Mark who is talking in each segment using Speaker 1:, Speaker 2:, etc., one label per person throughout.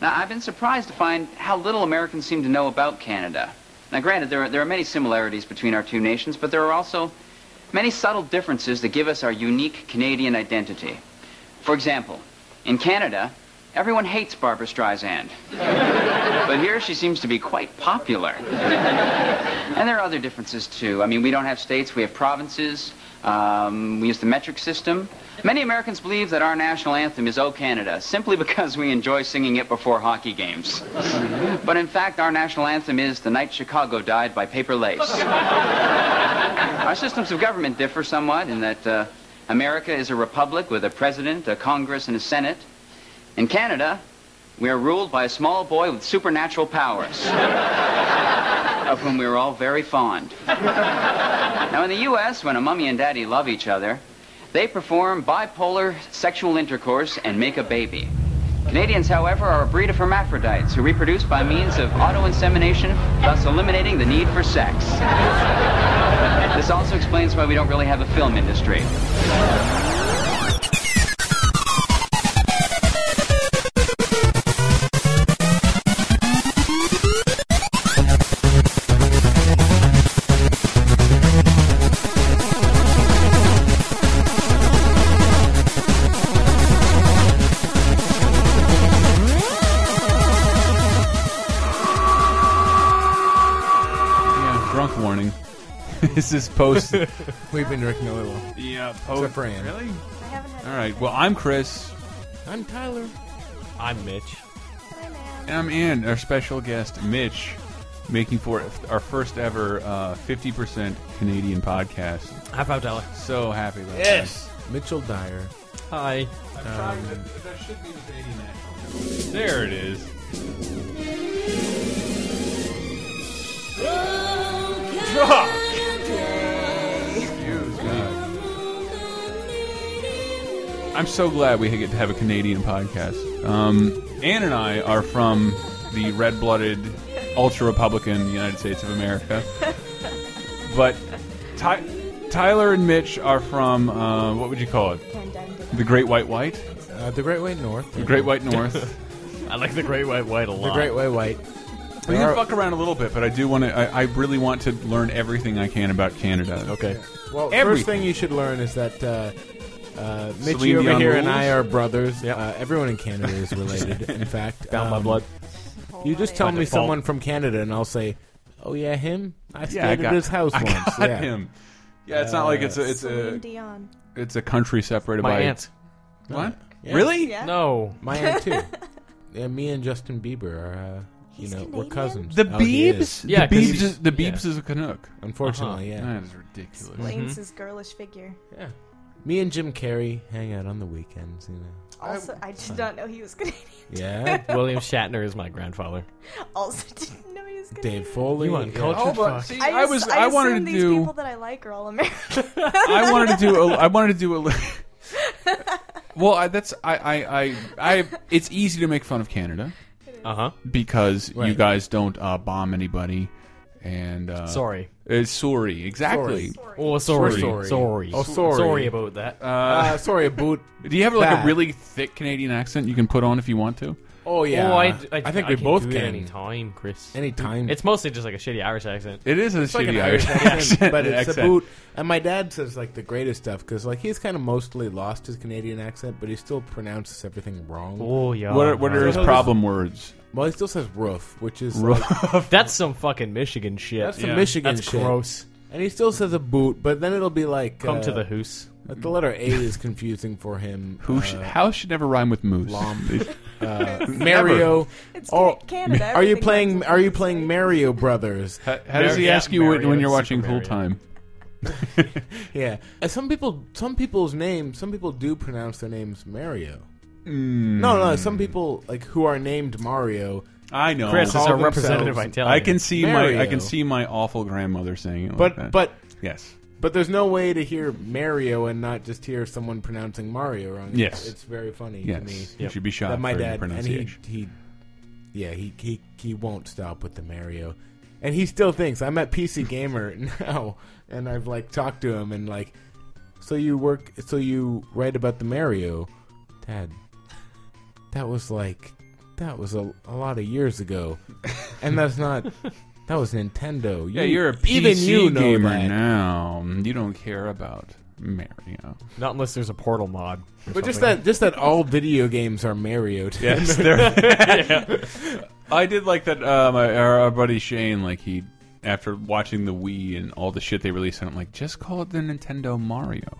Speaker 1: Now, I've been surprised to find how little Americans seem to know about Canada. Now, granted, there are, there are many similarities between our two nations, but there are also many subtle differences that give us our unique Canadian identity. For example, in Canada, everyone hates Barbara Streisand. but here she seems to be quite popular. and there are other differences, too. I mean, we don't have states, we have provinces. Um, we use the metric system. Many Americans believe that our national anthem is O Canada simply because we enjoy singing it before hockey games. but in fact, our national anthem is The Night Chicago Died by Paper Lace. our systems of government differ somewhat in that uh, America is a republic with a president, a Congress, and a Senate. In Canada, we are ruled by a small boy with supernatural powers, of whom we are all very fond. Now, in the U.S., when a mummy and daddy love each other, they perform bipolar sexual intercourse and make a baby. Canadians, however, are a breed of hermaphrodites who reproduce by means of auto-insemination, thus eliminating the need for sex. This also explains why we don't really have a film industry.
Speaker 2: Yeah, drunk warning. this is post.
Speaker 3: We've been drinking a little.
Speaker 2: yeah,
Speaker 3: Except for Ann.
Speaker 2: Really?
Speaker 4: I haven't had
Speaker 2: All right. Well, I'm Chris,
Speaker 3: I'm Tyler.
Speaker 5: I'm Mitch.
Speaker 4: time, man.
Speaker 2: and I'm Ann, our special guest, Mitch, making for our first ever uh, 50% Canadian podcast.
Speaker 5: High five, Tyler.
Speaker 2: So happy about
Speaker 3: Mitchell Dyer.
Speaker 5: Hi.
Speaker 2: that. I'm trying. That, that should be the Canadian national. There it is. Excuse me. I'm so glad we get to have a Canadian podcast. Um, Ann and I are from the red blooded, ultra Republican United States of America. But Ty Tyler and Mitch are from, uh, what would you call it? The Great White White?
Speaker 3: Uh, the Great Way North.
Speaker 2: The Great White North.
Speaker 5: I like the Great White White a lot.
Speaker 3: The Great Way White.
Speaker 2: we
Speaker 3: There
Speaker 2: can
Speaker 3: are-
Speaker 2: fuck around a little bit, but I do want to, I, I really want to learn everything I can about Canada.
Speaker 5: Okay.
Speaker 3: Well,
Speaker 2: Everything.
Speaker 3: first thing you should learn is that uh, uh, Mitchie
Speaker 2: Celine
Speaker 3: over
Speaker 2: Dion
Speaker 3: here and
Speaker 2: rules?
Speaker 3: I are brothers.
Speaker 5: Yep.
Speaker 3: Uh, everyone in Canada is related. in fact,
Speaker 5: Down my
Speaker 3: Um,
Speaker 5: blood.
Speaker 3: You just tell
Speaker 5: By
Speaker 3: me
Speaker 5: default.
Speaker 3: someone from Canada, and I'll say, "Oh yeah, him. I stayed
Speaker 2: Yeah, I got
Speaker 3: at his house
Speaker 2: I
Speaker 3: once.
Speaker 2: got
Speaker 3: yeah.
Speaker 2: him. Yeah, it's not like it's a it's
Speaker 4: Celine
Speaker 2: a
Speaker 4: Dion.
Speaker 2: it's a country separated
Speaker 5: My
Speaker 2: by
Speaker 5: aunt.
Speaker 2: What?
Speaker 3: Yeah.
Speaker 2: Really?
Speaker 4: Yeah.
Speaker 5: No.
Speaker 3: My aunt too. yeah, me and Justin Bieber are, uh, you
Speaker 4: He's
Speaker 3: know, we're
Speaker 4: Canadian?
Speaker 3: cousins.
Speaker 2: The
Speaker 3: Oh, he
Speaker 2: Beebs?
Speaker 3: is.
Speaker 5: Yeah,
Speaker 2: the
Speaker 5: 'cause
Speaker 2: Beebs
Speaker 5: he's-
Speaker 2: is, the
Speaker 5: yeah.
Speaker 2: Beebs is a Canuck.
Speaker 3: Unfortunately, Oh, yeah.
Speaker 2: That is ridiculous.
Speaker 4: Explains his girlish figure.
Speaker 3: yeah. Me and Jim Carrey hang out on the weekends. You know.
Speaker 4: Also, I did not know he was Canadian.
Speaker 3: Yeah.
Speaker 5: William Shatner is my grandfather.
Speaker 4: Also, didn't know he was Canadian.
Speaker 3: Dave Foley.
Speaker 5: You uncultured
Speaker 3: yeah.
Speaker 2: Oh, but
Speaker 5: fuck.
Speaker 2: see,
Speaker 4: I,
Speaker 2: I
Speaker 4: just-
Speaker 2: was
Speaker 4: I,
Speaker 2: I wanted
Speaker 4: assume
Speaker 2: to
Speaker 4: these
Speaker 2: do
Speaker 4: people that I like are all American.
Speaker 2: I wanted to do a, I wanted to do a li- Well, I, that's I, I I I it's easy to make fun of Canada
Speaker 5: Uh huh.
Speaker 2: because you
Speaker 3: Right.
Speaker 2: guys don't uh, bomb anybody and uh,
Speaker 5: Sorry.
Speaker 2: uh, sorry exactly.
Speaker 5: Oh, sorry.
Speaker 3: Sorry.
Speaker 5: Sorry.
Speaker 3: Oh, sorry.
Speaker 5: Sorry about that.
Speaker 3: Uh, sorry, boot.
Speaker 2: Do you have like a
Speaker 3: Bad.
Speaker 2: really thick Canadian accent you can put on if you want to?
Speaker 3: Oh yeah.
Speaker 5: Oh, I, d- I d-
Speaker 3: think
Speaker 5: I
Speaker 3: we
Speaker 5: can
Speaker 3: both
Speaker 5: do
Speaker 3: can.
Speaker 5: It any time, Chris.
Speaker 3: Anytime.
Speaker 5: It's mostly just like a shitty Irish accent.
Speaker 2: It is a
Speaker 3: It's
Speaker 2: shitty
Speaker 3: like an
Speaker 2: Irish, accent,
Speaker 3: but it's
Speaker 2: accent.
Speaker 3: a boot. And my dad says like the greatest stuff because like he's kind of mostly lost his Canadian accent, but he still pronounces everything wrong.
Speaker 5: Oh yeah.
Speaker 2: What are, what are his
Speaker 3: Yeah.
Speaker 2: problem words?
Speaker 3: Well, he still says roof, which is
Speaker 2: Roof.
Speaker 3: like-
Speaker 5: That's some fucking Michigan shit.
Speaker 3: that's some
Speaker 2: Yeah.
Speaker 3: Michigan
Speaker 5: That's
Speaker 3: shit.
Speaker 5: gross.
Speaker 3: And he still says a boot, but then it'll be like
Speaker 5: Come
Speaker 3: uh,
Speaker 5: to the hoose.
Speaker 3: like, the letter A is confusing for him.
Speaker 2: Who
Speaker 3: uh,
Speaker 2: sh house should never rhyme with moose.
Speaker 3: Lomb.
Speaker 2: It-
Speaker 3: uh, Mario?
Speaker 4: It's
Speaker 3: Oh,
Speaker 4: Canada.
Speaker 3: Are you
Speaker 4: everything
Speaker 3: playing?
Speaker 4: ends
Speaker 3: Are you
Speaker 4: with-
Speaker 3: playing Mario Brothers?
Speaker 2: how how does he
Speaker 5: Mario-
Speaker 2: ask you when,
Speaker 5: Mario
Speaker 2: when you're
Speaker 5: and
Speaker 2: watching
Speaker 5: Super
Speaker 2: full
Speaker 5: Mario.
Speaker 2: time?
Speaker 3: Yeah. Uh, some people, some people's names, some people do pronounce their names Mario. No, no.
Speaker 2: Hmm.
Speaker 3: Some people like who are named Mario,
Speaker 2: I know.
Speaker 5: Chris is
Speaker 3: Call
Speaker 5: our representative. I
Speaker 3: themselves-
Speaker 5: tell you.
Speaker 2: I can see
Speaker 3: Mario.
Speaker 2: my I can see my awful grandmother saying it. like
Speaker 3: but
Speaker 2: that.
Speaker 3: but
Speaker 2: yes,
Speaker 3: but there's no way to hear Mario and not just hear someone pronouncing Mario wrong.
Speaker 2: Yes.
Speaker 3: it's, it's very funny
Speaker 2: yes,
Speaker 3: to me
Speaker 2: you should be shot
Speaker 3: that my
Speaker 2: for your
Speaker 3: dad and he
Speaker 2: pronunciation.
Speaker 3: he yeah he he he won't stop with the Mario, and he still thinks I'm at PC Gamer now, and I've like talked to him and like, so you work so you write about the Mario, Dad. That was like that was a, a lot of years ago, and that's not. That was Nintendo.
Speaker 2: Yeah, you're a PC
Speaker 3: even you know
Speaker 2: gamer
Speaker 3: that.
Speaker 2: now. You don't care about Mario.
Speaker 5: Not unless there's a portal mod. or
Speaker 3: But just
Speaker 5: something.
Speaker 3: that, just that all video games are Mario. Too.
Speaker 2: Yes, there. I did like that. Uh, my our, our buddy Shane, like he, after watching the Wii and all the shit they released, and I'm like, just call it the Nintendo Mario.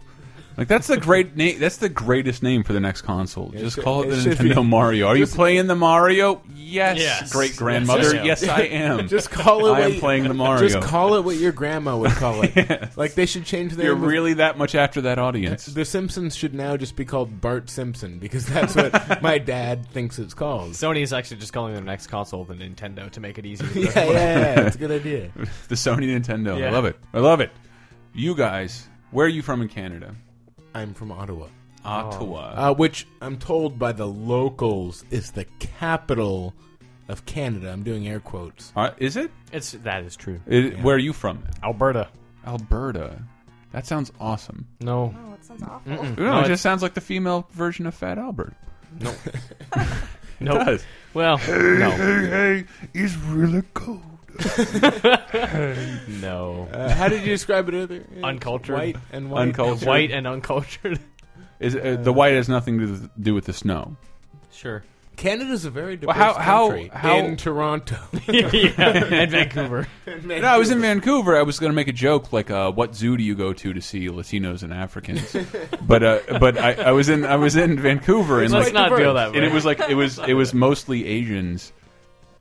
Speaker 2: Like that's the great name. That's the greatest name for the next console. just
Speaker 3: should-
Speaker 2: call it
Speaker 3: it
Speaker 2: the
Speaker 3: should
Speaker 2: Nintendo
Speaker 3: be.
Speaker 2: Mario. Are you playing the Mario? Yes,
Speaker 5: Yes.
Speaker 2: great grandmother. Yes,
Speaker 5: Yes,
Speaker 2: I am.
Speaker 3: Just call it.
Speaker 2: I
Speaker 3: what
Speaker 2: am
Speaker 3: you-
Speaker 2: playing the Mario.
Speaker 3: Just call it what your grandma would call it. Like they should change their.
Speaker 2: You're
Speaker 3: name.
Speaker 2: really that much after that audience.
Speaker 3: The Simpsons should now just be called Bart Simpson because that's what my dad thinks it's called.
Speaker 5: Sony is actually just calling their next console the Nintendo to make it easier.
Speaker 3: yeah, yeah, yeah, it's a good idea.
Speaker 2: The Sony Nintendo. I
Speaker 5: Yeah.
Speaker 2: love it. I love it. You guys, where are you from in Canada?
Speaker 3: I'm from Ottawa,
Speaker 2: Ottawa.
Speaker 3: uh, which I'm told by the locals is the capital of Canada. I'm doing air quotes.
Speaker 2: Are- Uh, is it?
Speaker 5: It's that is true.
Speaker 2: It- Where are you from?
Speaker 5: Alberta.
Speaker 2: Alberta. That sounds awesome.
Speaker 5: No.
Speaker 4: Oh, that sounds awful.
Speaker 2: No,
Speaker 5: No,
Speaker 2: it
Speaker 5: it's-
Speaker 2: just sounds like the female version of Fat Albert.
Speaker 5: No. Well, no.
Speaker 2: hey, it's really cold.
Speaker 5: No.
Speaker 3: Uh, how did you describe it earlier?
Speaker 5: Uncultured.
Speaker 3: white and white.
Speaker 2: Uncultured.
Speaker 5: White and uncultured.
Speaker 2: Is, uh, the white has nothing to th- do with the snow.
Speaker 5: Sure.
Speaker 3: Canada's a very diverse
Speaker 2: Well, how- how-
Speaker 3: country.
Speaker 2: how-
Speaker 3: in Toronto.
Speaker 5: yeah. And Vancouver.
Speaker 2: No, I was in Vancouver. I was going to make a joke like, uh, "What zoo do you go to to see Latinos and Africans?" but uh, but I, I was in I was in Vancouver and
Speaker 5: Let's
Speaker 2: like
Speaker 5: not feel that way.
Speaker 2: and it was like it was it was mostly Asians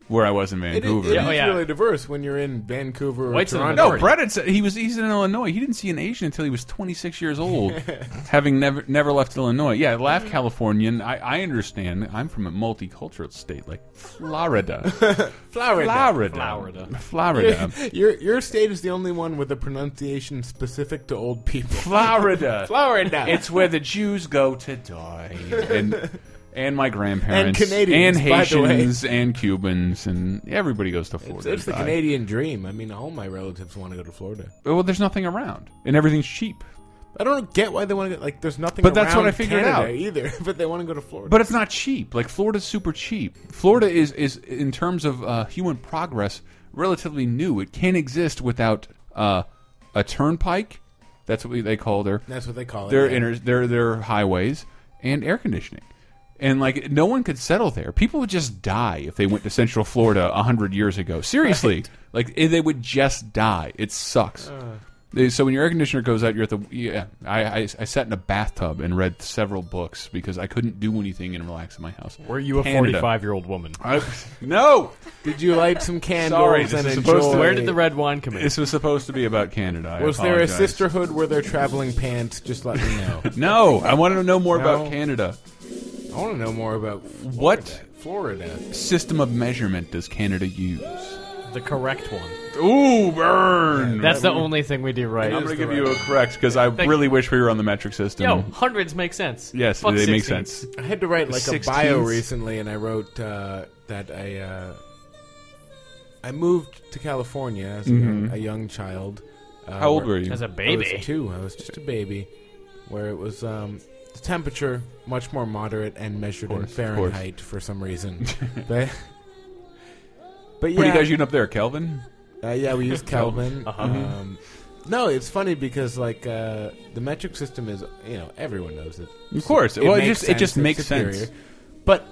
Speaker 2: where I was in
Speaker 3: It is-
Speaker 2: Vancouver.
Speaker 3: it
Speaker 5: Yeah, oh,
Speaker 3: is
Speaker 5: yeah.
Speaker 3: really diverse when you're in Vancouver or
Speaker 5: White's in the
Speaker 3: Toronto.
Speaker 2: No,
Speaker 5: Sorry.
Speaker 2: Brett. Had said, he was he's in Illinois. He didn't see an Asian until he was 26 years old, having never never left Illinois. Yeah, I laugh Californian. I, I understand. I'm from a multicultural state like Florida,
Speaker 3: Florida.
Speaker 2: Florida,
Speaker 5: Florida.
Speaker 2: Florida,
Speaker 3: Your your state is the only one with a pronunciation specific to old people.
Speaker 2: Florida.
Speaker 3: Florida.
Speaker 2: It's where the Jews go to die, and and my grandparents,
Speaker 3: And Canadians,
Speaker 2: and
Speaker 3: by the way.
Speaker 2: Haitians, and Cubans, and everybody goes to Florida.
Speaker 3: It's, it's
Speaker 2: to
Speaker 3: the
Speaker 2: die.
Speaker 3: Canadian dream. I mean, all my relatives want to go to Florida.
Speaker 2: Well, there's nothing around, and everything's cheap.
Speaker 3: I don't get why they want to go. Like, there's nothing.
Speaker 2: But that's what
Speaker 3: around
Speaker 2: I figured
Speaker 3: Canada
Speaker 2: out.
Speaker 3: either. But they want to go to Florida.
Speaker 2: But it's not cheap. Like Florida's super cheap. Florida is is in terms of uh, human progress relatively new. It can't exist without uh, a turnpike. That's what we, they call their
Speaker 3: that's what they call it.
Speaker 2: their
Speaker 3: yeah.
Speaker 2: inter- their their highways and air conditioning. And like no one could settle there. People would just die if they went to Central Florida a hundred years ago. Seriously, like eh, they would just die. It sucks.
Speaker 3: Uh.
Speaker 2: They- So when your air conditioner goes out, you're at the yeah. I, I I sat in a bathtub and read several books because I couldn't do anything and relax in my house.
Speaker 5: Were you a
Speaker 2: Canada.
Speaker 5: 45 year old woman?
Speaker 2: I, no,
Speaker 3: Did you light some candles
Speaker 2: Sorry, this
Speaker 3: and
Speaker 2: is
Speaker 3: enjoy?
Speaker 2: supposed to-
Speaker 5: Where did the red wine come in?
Speaker 2: this was supposed to be about Canada. I
Speaker 3: Was there a
Speaker 2: apologize.
Speaker 3: sisterhood where they're traveling pants? Just let me know.
Speaker 2: No, I want to know more
Speaker 3: No.
Speaker 2: about Canada.
Speaker 3: I want to know more about
Speaker 2: What
Speaker 3: Florida.
Speaker 2: system of measurement does Canada use?
Speaker 5: the correct one.
Speaker 2: Ooh, burn!
Speaker 5: That's the only thing we do
Speaker 2: I'm
Speaker 5: right.
Speaker 2: gonna give you a correct because I really wish we were on the metric system.
Speaker 5: Yo, hundreds make sense.
Speaker 2: yes,
Speaker 5: Fuck
Speaker 2: they make
Speaker 5: 16s.
Speaker 2: sense.
Speaker 3: I had to write like a
Speaker 2: 16th.
Speaker 3: bio recently, and I wrote uh, that I uh, I moved to California as a, young,
Speaker 2: Mm-hmm.
Speaker 3: a young child. Uh,
Speaker 2: How old
Speaker 3: where-
Speaker 2: were you?
Speaker 5: As a
Speaker 3: I
Speaker 5: baby.
Speaker 3: was two. I was just a baby. Where it was um, the temperature much more moderate and measured
Speaker 2: Of
Speaker 3: in
Speaker 2: course, of course.
Speaker 3: Fahrenheit for some reason. but, but yeah,
Speaker 2: What are you guys using up there, Kelvin?
Speaker 3: uh, yeah, we use Kelvin.
Speaker 5: Uh-huh.
Speaker 3: um,
Speaker 2: Mm-hmm.
Speaker 3: no, it's funny because like uh, the metric system is you know everyone knows it.
Speaker 2: Of course. well, it
Speaker 3: makes
Speaker 2: just it just
Speaker 3: it's
Speaker 2: makes
Speaker 3: superior.
Speaker 2: sense.
Speaker 3: But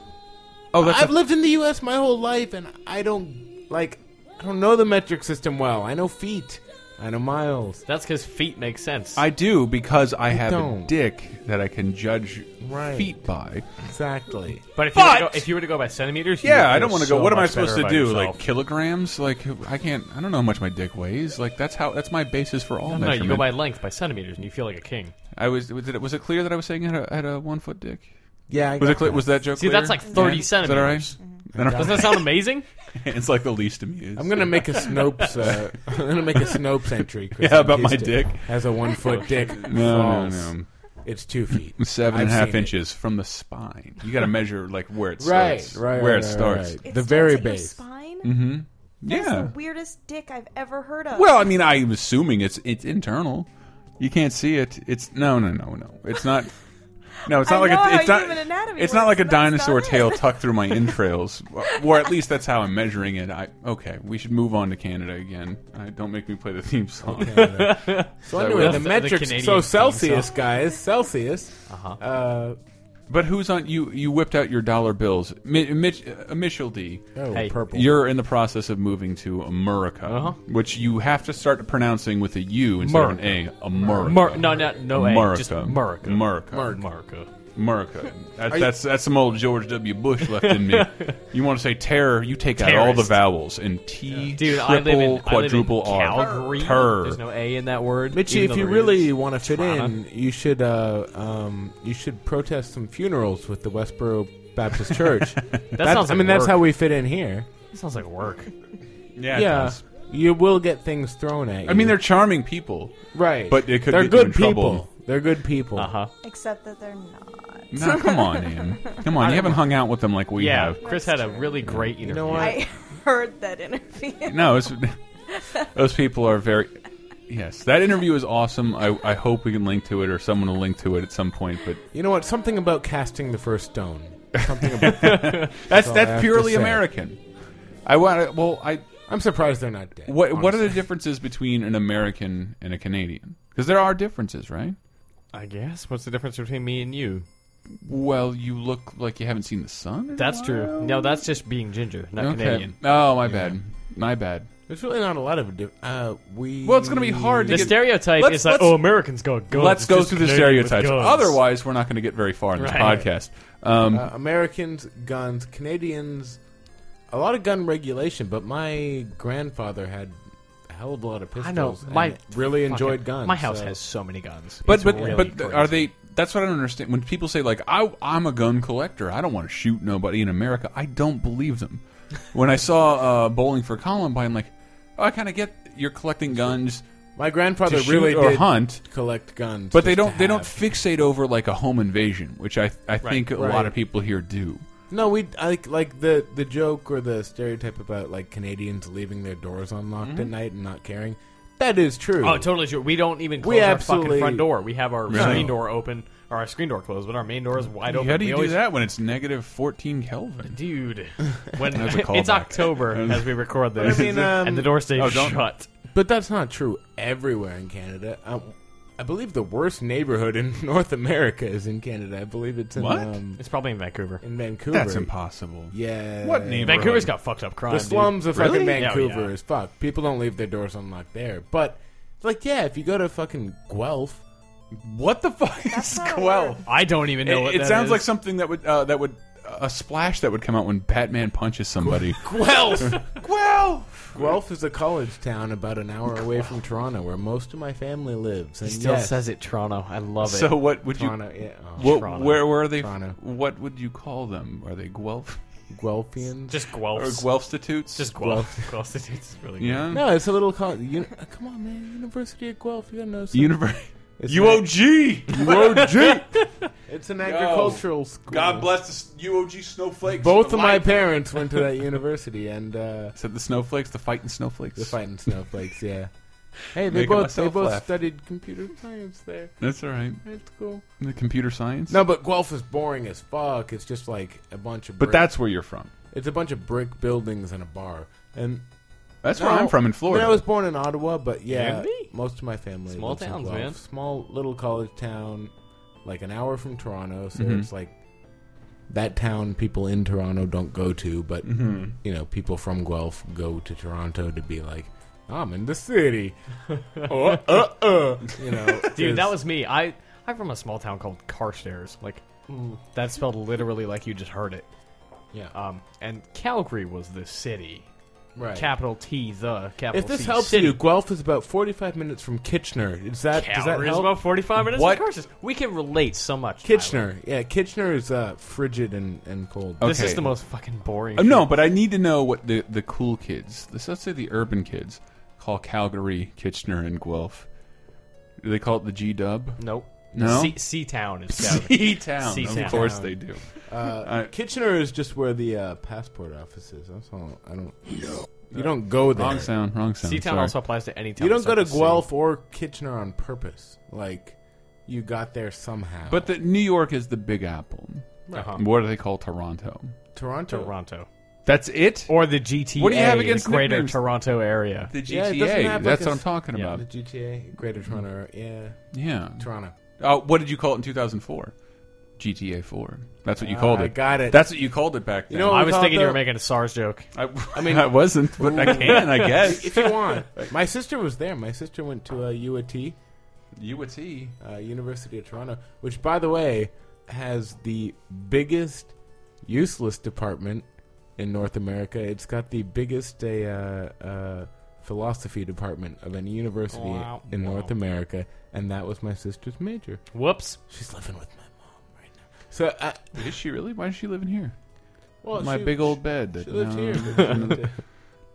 Speaker 2: Oh, that's
Speaker 3: I've
Speaker 2: a-
Speaker 3: lived in the U.S. my whole life, and I don't like I don't know the metric system well. I know feet. I know miles.
Speaker 5: That's because feet make sense.
Speaker 2: I do because I have a
Speaker 3: don't.
Speaker 2: dick that I can judge
Speaker 3: Right.
Speaker 2: feet by.
Speaker 3: Exactly.
Speaker 5: but if you, were to
Speaker 2: But-
Speaker 5: go, if you were to go by centimeters, you would
Speaker 2: Yeah, I
Speaker 5: feel
Speaker 2: don't want to
Speaker 5: so
Speaker 2: go. What am I
Speaker 5: much better
Speaker 2: supposed to
Speaker 5: about
Speaker 2: do?
Speaker 5: yourself.
Speaker 2: Like kilograms? Like I can't. I don't know how much my dick weighs. Like that's how. That's my basis for all
Speaker 5: no, no,
Speaker 2: measurement.
Speaker 5: you go by length, by centimeters, and you feel like a king.
Speaker 2: I was. Did it, was it clear that I was saying I had a, I had a one foot dick?
Speaker 3: Yeah. I
Speaker 2: Was it
Speaker 3: got
Speaker 2: clear?
Speaker 3: that.
Speaker 2: Was that joke?
Speaker 5: See,
Speaker 2: clear?
Speaker 5: that's like 30
Speaker 2: Is that all right? I don't-
Speaker 5: Doesn't that sound amazing?
Speaker 2: it's like the least amused.
Speaker 3: I'm gonna make a Snopes. Uh, I'm gonna make a Snopes entry. Chris,
Speaker 2: Yeah,
Speaker 3: in
Speaker 2: about
Speaker 3: case
Speaker 2: my
Speaker 3: it
Speaker 2: dick.
Speaker 3: Has a one foot dick.
Speaker 2: No,
Speaker 3: False.
Speaker 2: no, no.
Speaker 3: It's two feet.
Speaker 2: Seven and a
Speaker 3: I've
Speaker 2: half
Speaker 3: seen it.
Speaker 2: inches from the spine. You got to measure like where it
Speaker 3: Right,
Speaker 2: starts,
Speaker 3: right,
Speaker 2: where
Speaker 3: right,
Speaker 2: it
Speaker 3: right,
Speaker 2: starts.
Speaker 3: right.
Speaker 4: It
Speaker 3: The
Speaker 4: starts
Speaker 3: very
Speaker 4: at your
Speaker 3: base.
Speaker 4: spine? That's the
Speaker 2: Yeah.
Speaker 4: weirdest dick I've ever heard of.
Speaker 2: Well, I mean, I'm assuming it's it's internal. You can't see it. It's no, no, no, no. It's not. No, it's
Speaker 4: I
Speaker 2: not like
Speaker 4: know
Speaker 2: a,
Speaker 4: how
Speaker 2: it's not
Speaker 4: human anatomy
Speaker 2: it's not like
Speaker 4: works,
Speaker 2: a
Speaker 4: but that's
Speaker 2: dinosaur
Speaker 4: not it.
Speaker 2: tail tucked through my entrails, or at least that's how I'm measuring it. I okay, we should move on to Canada again. I, don't make me play the theme song.
Speaker 3: So anyway,
Speaker 5: that's
Speaker 3: the
Speaker 5: the- the
Speaker 3: metrics.
Speaker 5: Canadian
Speaker 3: so
Speaker 5: thing, so-
Speaker 3: Celsius, guys, Celsius. Uh-huh. Uh
Speaker 2: but who's on? You you whipped out your dollar bills, Mi- Mitch, uh, Mitchell D.
Speaker 3: Oh,
Speaker 5: Hey.
Speaker 3: purple.
Speaker 2: You're in the process of moving to America,
Speaker 5: Uh-huh.
Speaker 2: which you have to start pronouncing with a U instead of an A. America.
Speaker 5: Mer- no, no, no. A, just
Speaker 2: America.
Speaker 5: America.
Speaker 2: America.
Speaker 5: America.
Speaker 2: America. That, that's that's some old George W. Bush left in me. you want to say terror? You take out all the
Speaker 5: Terrorist.
Speaker 2: vowels and T,
Speaker 5: Dude,
Speaker 2: triple,
Speaker 5: I live in
Speaker 2: quadruple
Speaker 5: I live in
Speaker 2: R.
Speaker 5: Calgary.
Speaker 2: Terror.
Speaker 5: There's no A in that word.
Speaker 3: Mitchie,
Speaker 5: even
Speaker 3: if
Speaker 5: though
Speaker 3: you
Speaker 5: there
Speaker 3: really
Speaker 5: is.
Speaker 3: want to fit
Speaker 5: Toronto.
Speaker 3: in, you should uh, um, you should protest some funerals with the Westboro Baptist Church. that
Speaker 5: sounds
Speaker 3: I
Speaker 5: like
Speaker 3: mean, that's
Speaker 5: work.
Speaker 3: how we fit in here.
Speaker 5: It sounds like work.
Speaker 2: yeah. it
Speaker 3: yeah,
Speaker 2: does.
Speaker 3: you will get things thrown at you.
Speaker 2: I mean, they're charming people.
Speaker 3: right,
Speaker 2: but it could
Speaker 3: they're
Speaker 2: get you
Speaker 3: good
Speaker 2: in
Speaker 3: people.
Speaker 2: trouble.
Speaker 3: They're good people.
Speaker 5: Uh
Speaker 2: Uh-huh.
Speaker 5: huh.
Speaker 4: Except that they're not.
Speaker 2: No, come on, Ian. Come on. You haven't hung out with them like we
Speaker 5: Yeah.
Speaker 2: have.
Speaker 5: Chris had a really great interview.
Speaker 3: know what?
Speaker 4: I heard that interview.
Speaker 2: No, it's, those people are very. Yes, that interview is awesome. I, I hope we can link to it or someone will link to it at some point. But
Speaker 3: You know what? Something about casting the first stone. Something about.
Speaker 2: that's
Speaker 3: all I have
Speaker 2: that's
Speaker 3: to
Speaker 2: purely
Speaker 3: say.
Speaker 2: American. I want. to Well, I
Speaker 3: I'm surprised they're not dead.
Speaker 2: What What are
Speaker 3: honestly.
Speaker 2: the differences between an American and a Canadian? Because there are differences, right?
Speaker 5: I guess. What's the difference between me and you?
Speaker 2: Well, you look like you haven't seen the sun. in a
Speaker 5: That's
Speaker 2: while.
Speaker 5: true. No, that's just being ginger, not
Speaker 2: Okay.
Speaker 5: Canadian.
Speaker 2: Oh, my bad. My bad.
Speaker 3: There's really not a lot of. Di- uh, we.
Speaker 2: Well, it's gonna be hard to
Speaker 5: The
Speaker 2: get-
Speaker 5: stereotype
Speaker 2: Let's-
Speaker 5: is like,
Speaker 2: let's-
Speaker 5: oh, Americans got guns.
Speaker 2: Let's
Speaker 5: It's
Speaker 2: go
Speaker 5: just
Speaker 2: through the
Speaker 5: Canadian with
Speaker 2: stereotypes.
Speaker 5: guns.
Speaker 2: Otherwise, we're not going to get very far in this
Speaker 5: Right.
Speaker 2: podcast. Um,
Speaker 5: Mm-hmm.
Speaker 3: Uh, Americans, guns, Canadians, a lot of gun regulation, but my grandfather had a hell of a lot of pistols.
Speaker 5: I know.
Speaker 3: and
Speaker 5: My
Speaker 3: really
Speaker 5: fucking-
Speaker 3: enjoyed guns.
Speaker 5: My house
Speaker 3: so-
Speaker 5: has so many guns.
Speaker 2: but
Speaker 5: It's
Speaker 2: but
Speaker 5: really
Speaker 2: but
Speaker 5: crazy.
Speaker 2: are they? That's what I don't understand. When people say like I I'm a gun collector, I don't want to shoot nobody in America. I don't believe them. when I saw uh, Bowling for Columbine, like oh, I kind of get you're collecting guns.
Speaker 3: My grandfather
Speaker 2: to shoot
Speaker 3: really
Speaker 2: or
Speaker 3: did
Speaker 2: hunt.
Speaker 3: collect guns,
Speaker 2: But they
Speaker 3: just to
Speaker 2: don't they don't
Speaker 3: have.
Speaker 2: fixate over like a home invasion, which I I think a lot
Speaker 3: Right.
Speaker 2: of people here do.
Speaker 3: No, we like like the the joke or the stereotype about like Canadians leaving their doors unlocked at night and not caring. That is true.
Speaker 5: Mm-hmm. Oh, totally sure. We don't even close
Speaker 3: We
Speaker 5: our
Speaker 3: absolutely-
Speaker 5: fucking front door. We have our
Speaker 2: Really?
Speaker 5: screen door open, or our screen door closed, but our main door is wide open.
Speaker 2: How do
Speaker 5: We
Speaker 2: you do
Speaker 5: always-
Speaker 2: that when it's negative fourteen Kelvin?
Speaker 5: Dude, when
Speaker 2: That's a
Speaker 5: it's
Speaker 2: callback.
Speaker 5: October as we record this,
Speaker 3: I mean, um,
Speaker 5: and the door stays
Speaker 2: Oh, don't-
Speaker 5: shut.
Speaker 3: But that's not true everywhere in Canada. I, I believe the worst neighborhood in North America is in Canada. I believe it's in
Speaker 2: What?
Speaker 3: um,
Speaker 5: It's probably in Vancouver.
Speaker 3: in Vancouver.
Speaker 2: That's impossible.
Speaker 3: Yeah.
Speaker 2: What neighborhood?
Speaker 5: Vancouver's got fucked up crime.
Speaker 3: The slums
Speaker 5: dude.
Speaker 3: of fucking
Speaker 5: Really? Yeah, oh,
Speaker 3: Vancouver
Speaker 5: yeah.
Speaker 3: is fucked. People don't leave their doors unlocked there. But like, yeah, if you go to fucking Guelph,
Speaker 2: What the fuck is
Speaker 4: not a
Speaker 2: Guelph?
Speaker 5: I don't even know. what
Speaker 2: It, it
Speaker 5: that
Speaker 2: sounds
Speaker 5: is.
Speaker 2: like something that would uh, that would a splash that would come out when Batman punches somebody.
Speaker 3: Guelph,
Speaker 2: Guelph.
Speaker 3: Guelph is a college town about an hour away from Toronto, where most of my family lives. And
Speaker 5: He still
Speaker 3: yes,
Speaker 5: says it, Toronto. I love it.
Speaker 2: So what would you?
Speaker 3: Toronto, yeah, oh,
Speaker 2: What,
Speaker 5: Toronto.
Speaker 2: Where were they?
Speaker 3: Toronto.
Speaker 2: What would you call them? Are they Guelph
Speaker 3: Guelphians.
Speaker 5: just
Speaker 2: or
Speaker 5: Guelphs.
Speaker 2: Guelphstitutes?
Speaker 5: Just Guelphs. Guelphs. It's really good.
Speaker 2: yeah.
Speaker 3: no, it's a little college. Uni- come on, man, University of Guelph. You gotta know something.
Speaker 2: Univer-
Speaker 3: It's
Speaker 2: UOG. UOG.
Speaker 3: It's an agricultural school.
Speaker 2: God bless the UOG snowflakes.
Speaker 3: Both of my parents went to that university, and uh,
Speaker 2: Said the snowflakes, the fighting snowflakes.
Speaker 3: the fighting snowflakes. Yeah. Hey, they
Speaker 2: Making
Speaker 3: both they
Speaker 2: myself
Speaker 3: both
Speaker 2: laugh.
Speaker 3: studied computer science there.
Speaker 2: That's all right.
Speaker 3: That's cool.
Speaker 2: The computer science.
Speaker 3: No, but Guelph is boring as fuck. It's just like a bunch of.
Speaker 2: but
Speaker 3: brick-
Speaker 2: that's where you're from.
Speaker 3: it's a bunch of brick buildings and a bar. And
Speaker 2: That's where I'm from in Florida.
Speaker 3: I, mean, I was born in Ottawa, but yeah,
Speaker 5: And me.
Speaker 3: most of my family
Speaker 5: Small
Speaker 3: lives in
Speaker 5: towns,
Speaker 3: Guelph.
Speaker 5: man.
Speaker 3: Small little college town, like an hour from Toronto. So
Speaker 2: Mhm.
Speaker 3: it's like that town people in Toronto don't go to, but
Speaker 2: Mhm.
Speaker 3: you know, people from Guelph go to Toronto to be like, I'm in the city. uh, uh, uh. You know,
Speaker 5: Dude, that
Speaker 3: it's-
Speaker 5: was me. I I'm from a small town called Carstairs. Like
Speaker 3: Mm.
Speaker 5: that's spelled literally like you just heard it.
Speaker 3: yeah,
Speaker 5: Um, and Calgary was the city.
Speaker 3: right.
Speaker 5: Capital T, the capital.
Speaker 3: if this
Speaker 5: C,
Speaker 3: helps
Speaker 5: city.
Speaker 3: you, Guelph is about 45 minutes from Kitchener. Is
Speaker 2: uh,
Speaker 3: that does that
Speaker 5: Calgary is
Speaker 3: help?
Speaker 5: about 45 minutes.
Speaker 2: What?
Speaker 5: Of course, it's- we can relate so much. Tyler.
Speaker 3: Kitchener, yeah, Kitchener is uh, frigid and, and cold.
Speaker 5: This
Speaker 2: Okay.
Speaker 5: is the most fucking boring.
Speaker 2: Uh, no, but I need to know what the the cool kids, this, let's say the urban kids, call Calgary, Kitchener, and Guelph. Do they call it the G Dub?
Speaker 5: nope.
Speaker 2: No?
Speaker 5: C, C town is Calgary.
Speaker 2: Sea town. Of
Speaker 5: Sea-town.
Speaker 2: course they do.
Speaker 3: Uh, Kitchener is just where the uh, passport office is. That's all. I don't. You don't go there.
Speaker 2: Wrong sound. Wrong sound.
Speaker 5: C town
Speaker 2: sorry.
Speaker 5: also applies to any town.
Speaker 3: You don't go to
Speaker 5: except the city.
Speaker 3: Guelph or Kitchener on purpose. Like you got there somehow.
Speaker 2: But the, New York is the Big Apple.
Speaker 5: Uh-huh.
Speaker 2: Um, What do they call Toronto?
Speaker 3: Toronto,
Speaker 5: Toronto
Speaker 2: That's it.
Speaker 5: or the GTA.
Speaker 2: What do you have against
Speaker 5: the Greater
Speaker 2: nicknames?
Speaker 5: Toronto area?
Speaker 2: the
Speaker 3: Yeah, it
Speaker 2: GTA.
Speaker 3: doesn't have, like,
Speaker 2: That's
Speaker 3: a
Speaker 2: what I'm
Speaker 3: s-
Speaker 2: talking
Speaker 5: Yeah.
Speaker 2: about.
Speaker 3: the GTA, Greater
Speaker 2: Mm-hmm.
Speaker 3: Toronto, yeah,
Speaker 2: Yeah.
Speaker 3: Toronto.
Speaker 2: Oh, what did you call it in 2004? GTA 4. That's what you
Speaker 3: Ah,
Speaker 2: called
Speaker 3: I
Speaker 2: it.
Speaker 3: got it.
Speaker 2: That's what you called it back then.
Speaker 3: You know what
Speaker 5: I
Speaker 3: we
Speaker 5: was
Speaker 3: call it,
Speaker 5: thinking you were
Speaker 3: though?
Speaker 5: making a SARS joke.
Speaker 2: I, I mean, I wasn't, but I can, I guess.
Speaker 3: if you want. My sister was there. My sister went to uh, U of T,
Speaker 2: U of T.
Speaker 3: uh, University of Toronto, which, by the way, has the biggest useless department in North America. It's got the biggest uh, uh, philosophy department of any university
Speaker 5: Wow.
Speaker 3: in
Speaker 5: Wow.
Speaker 3: North America, and that was my sister's major.
Speaker 5: Whoops.
Speaker 3: She's living with my mom right now. So, uh, I
Speaker 2: Is she really? Why is she living here?
Speaker 3: well,
Speaker 2: my
Speaker 3: Oh, she-
Speaker 2: big old bed. That,
Speaker 3: She lives
Speaker 2: no.
Speaker 3: here. but she lived-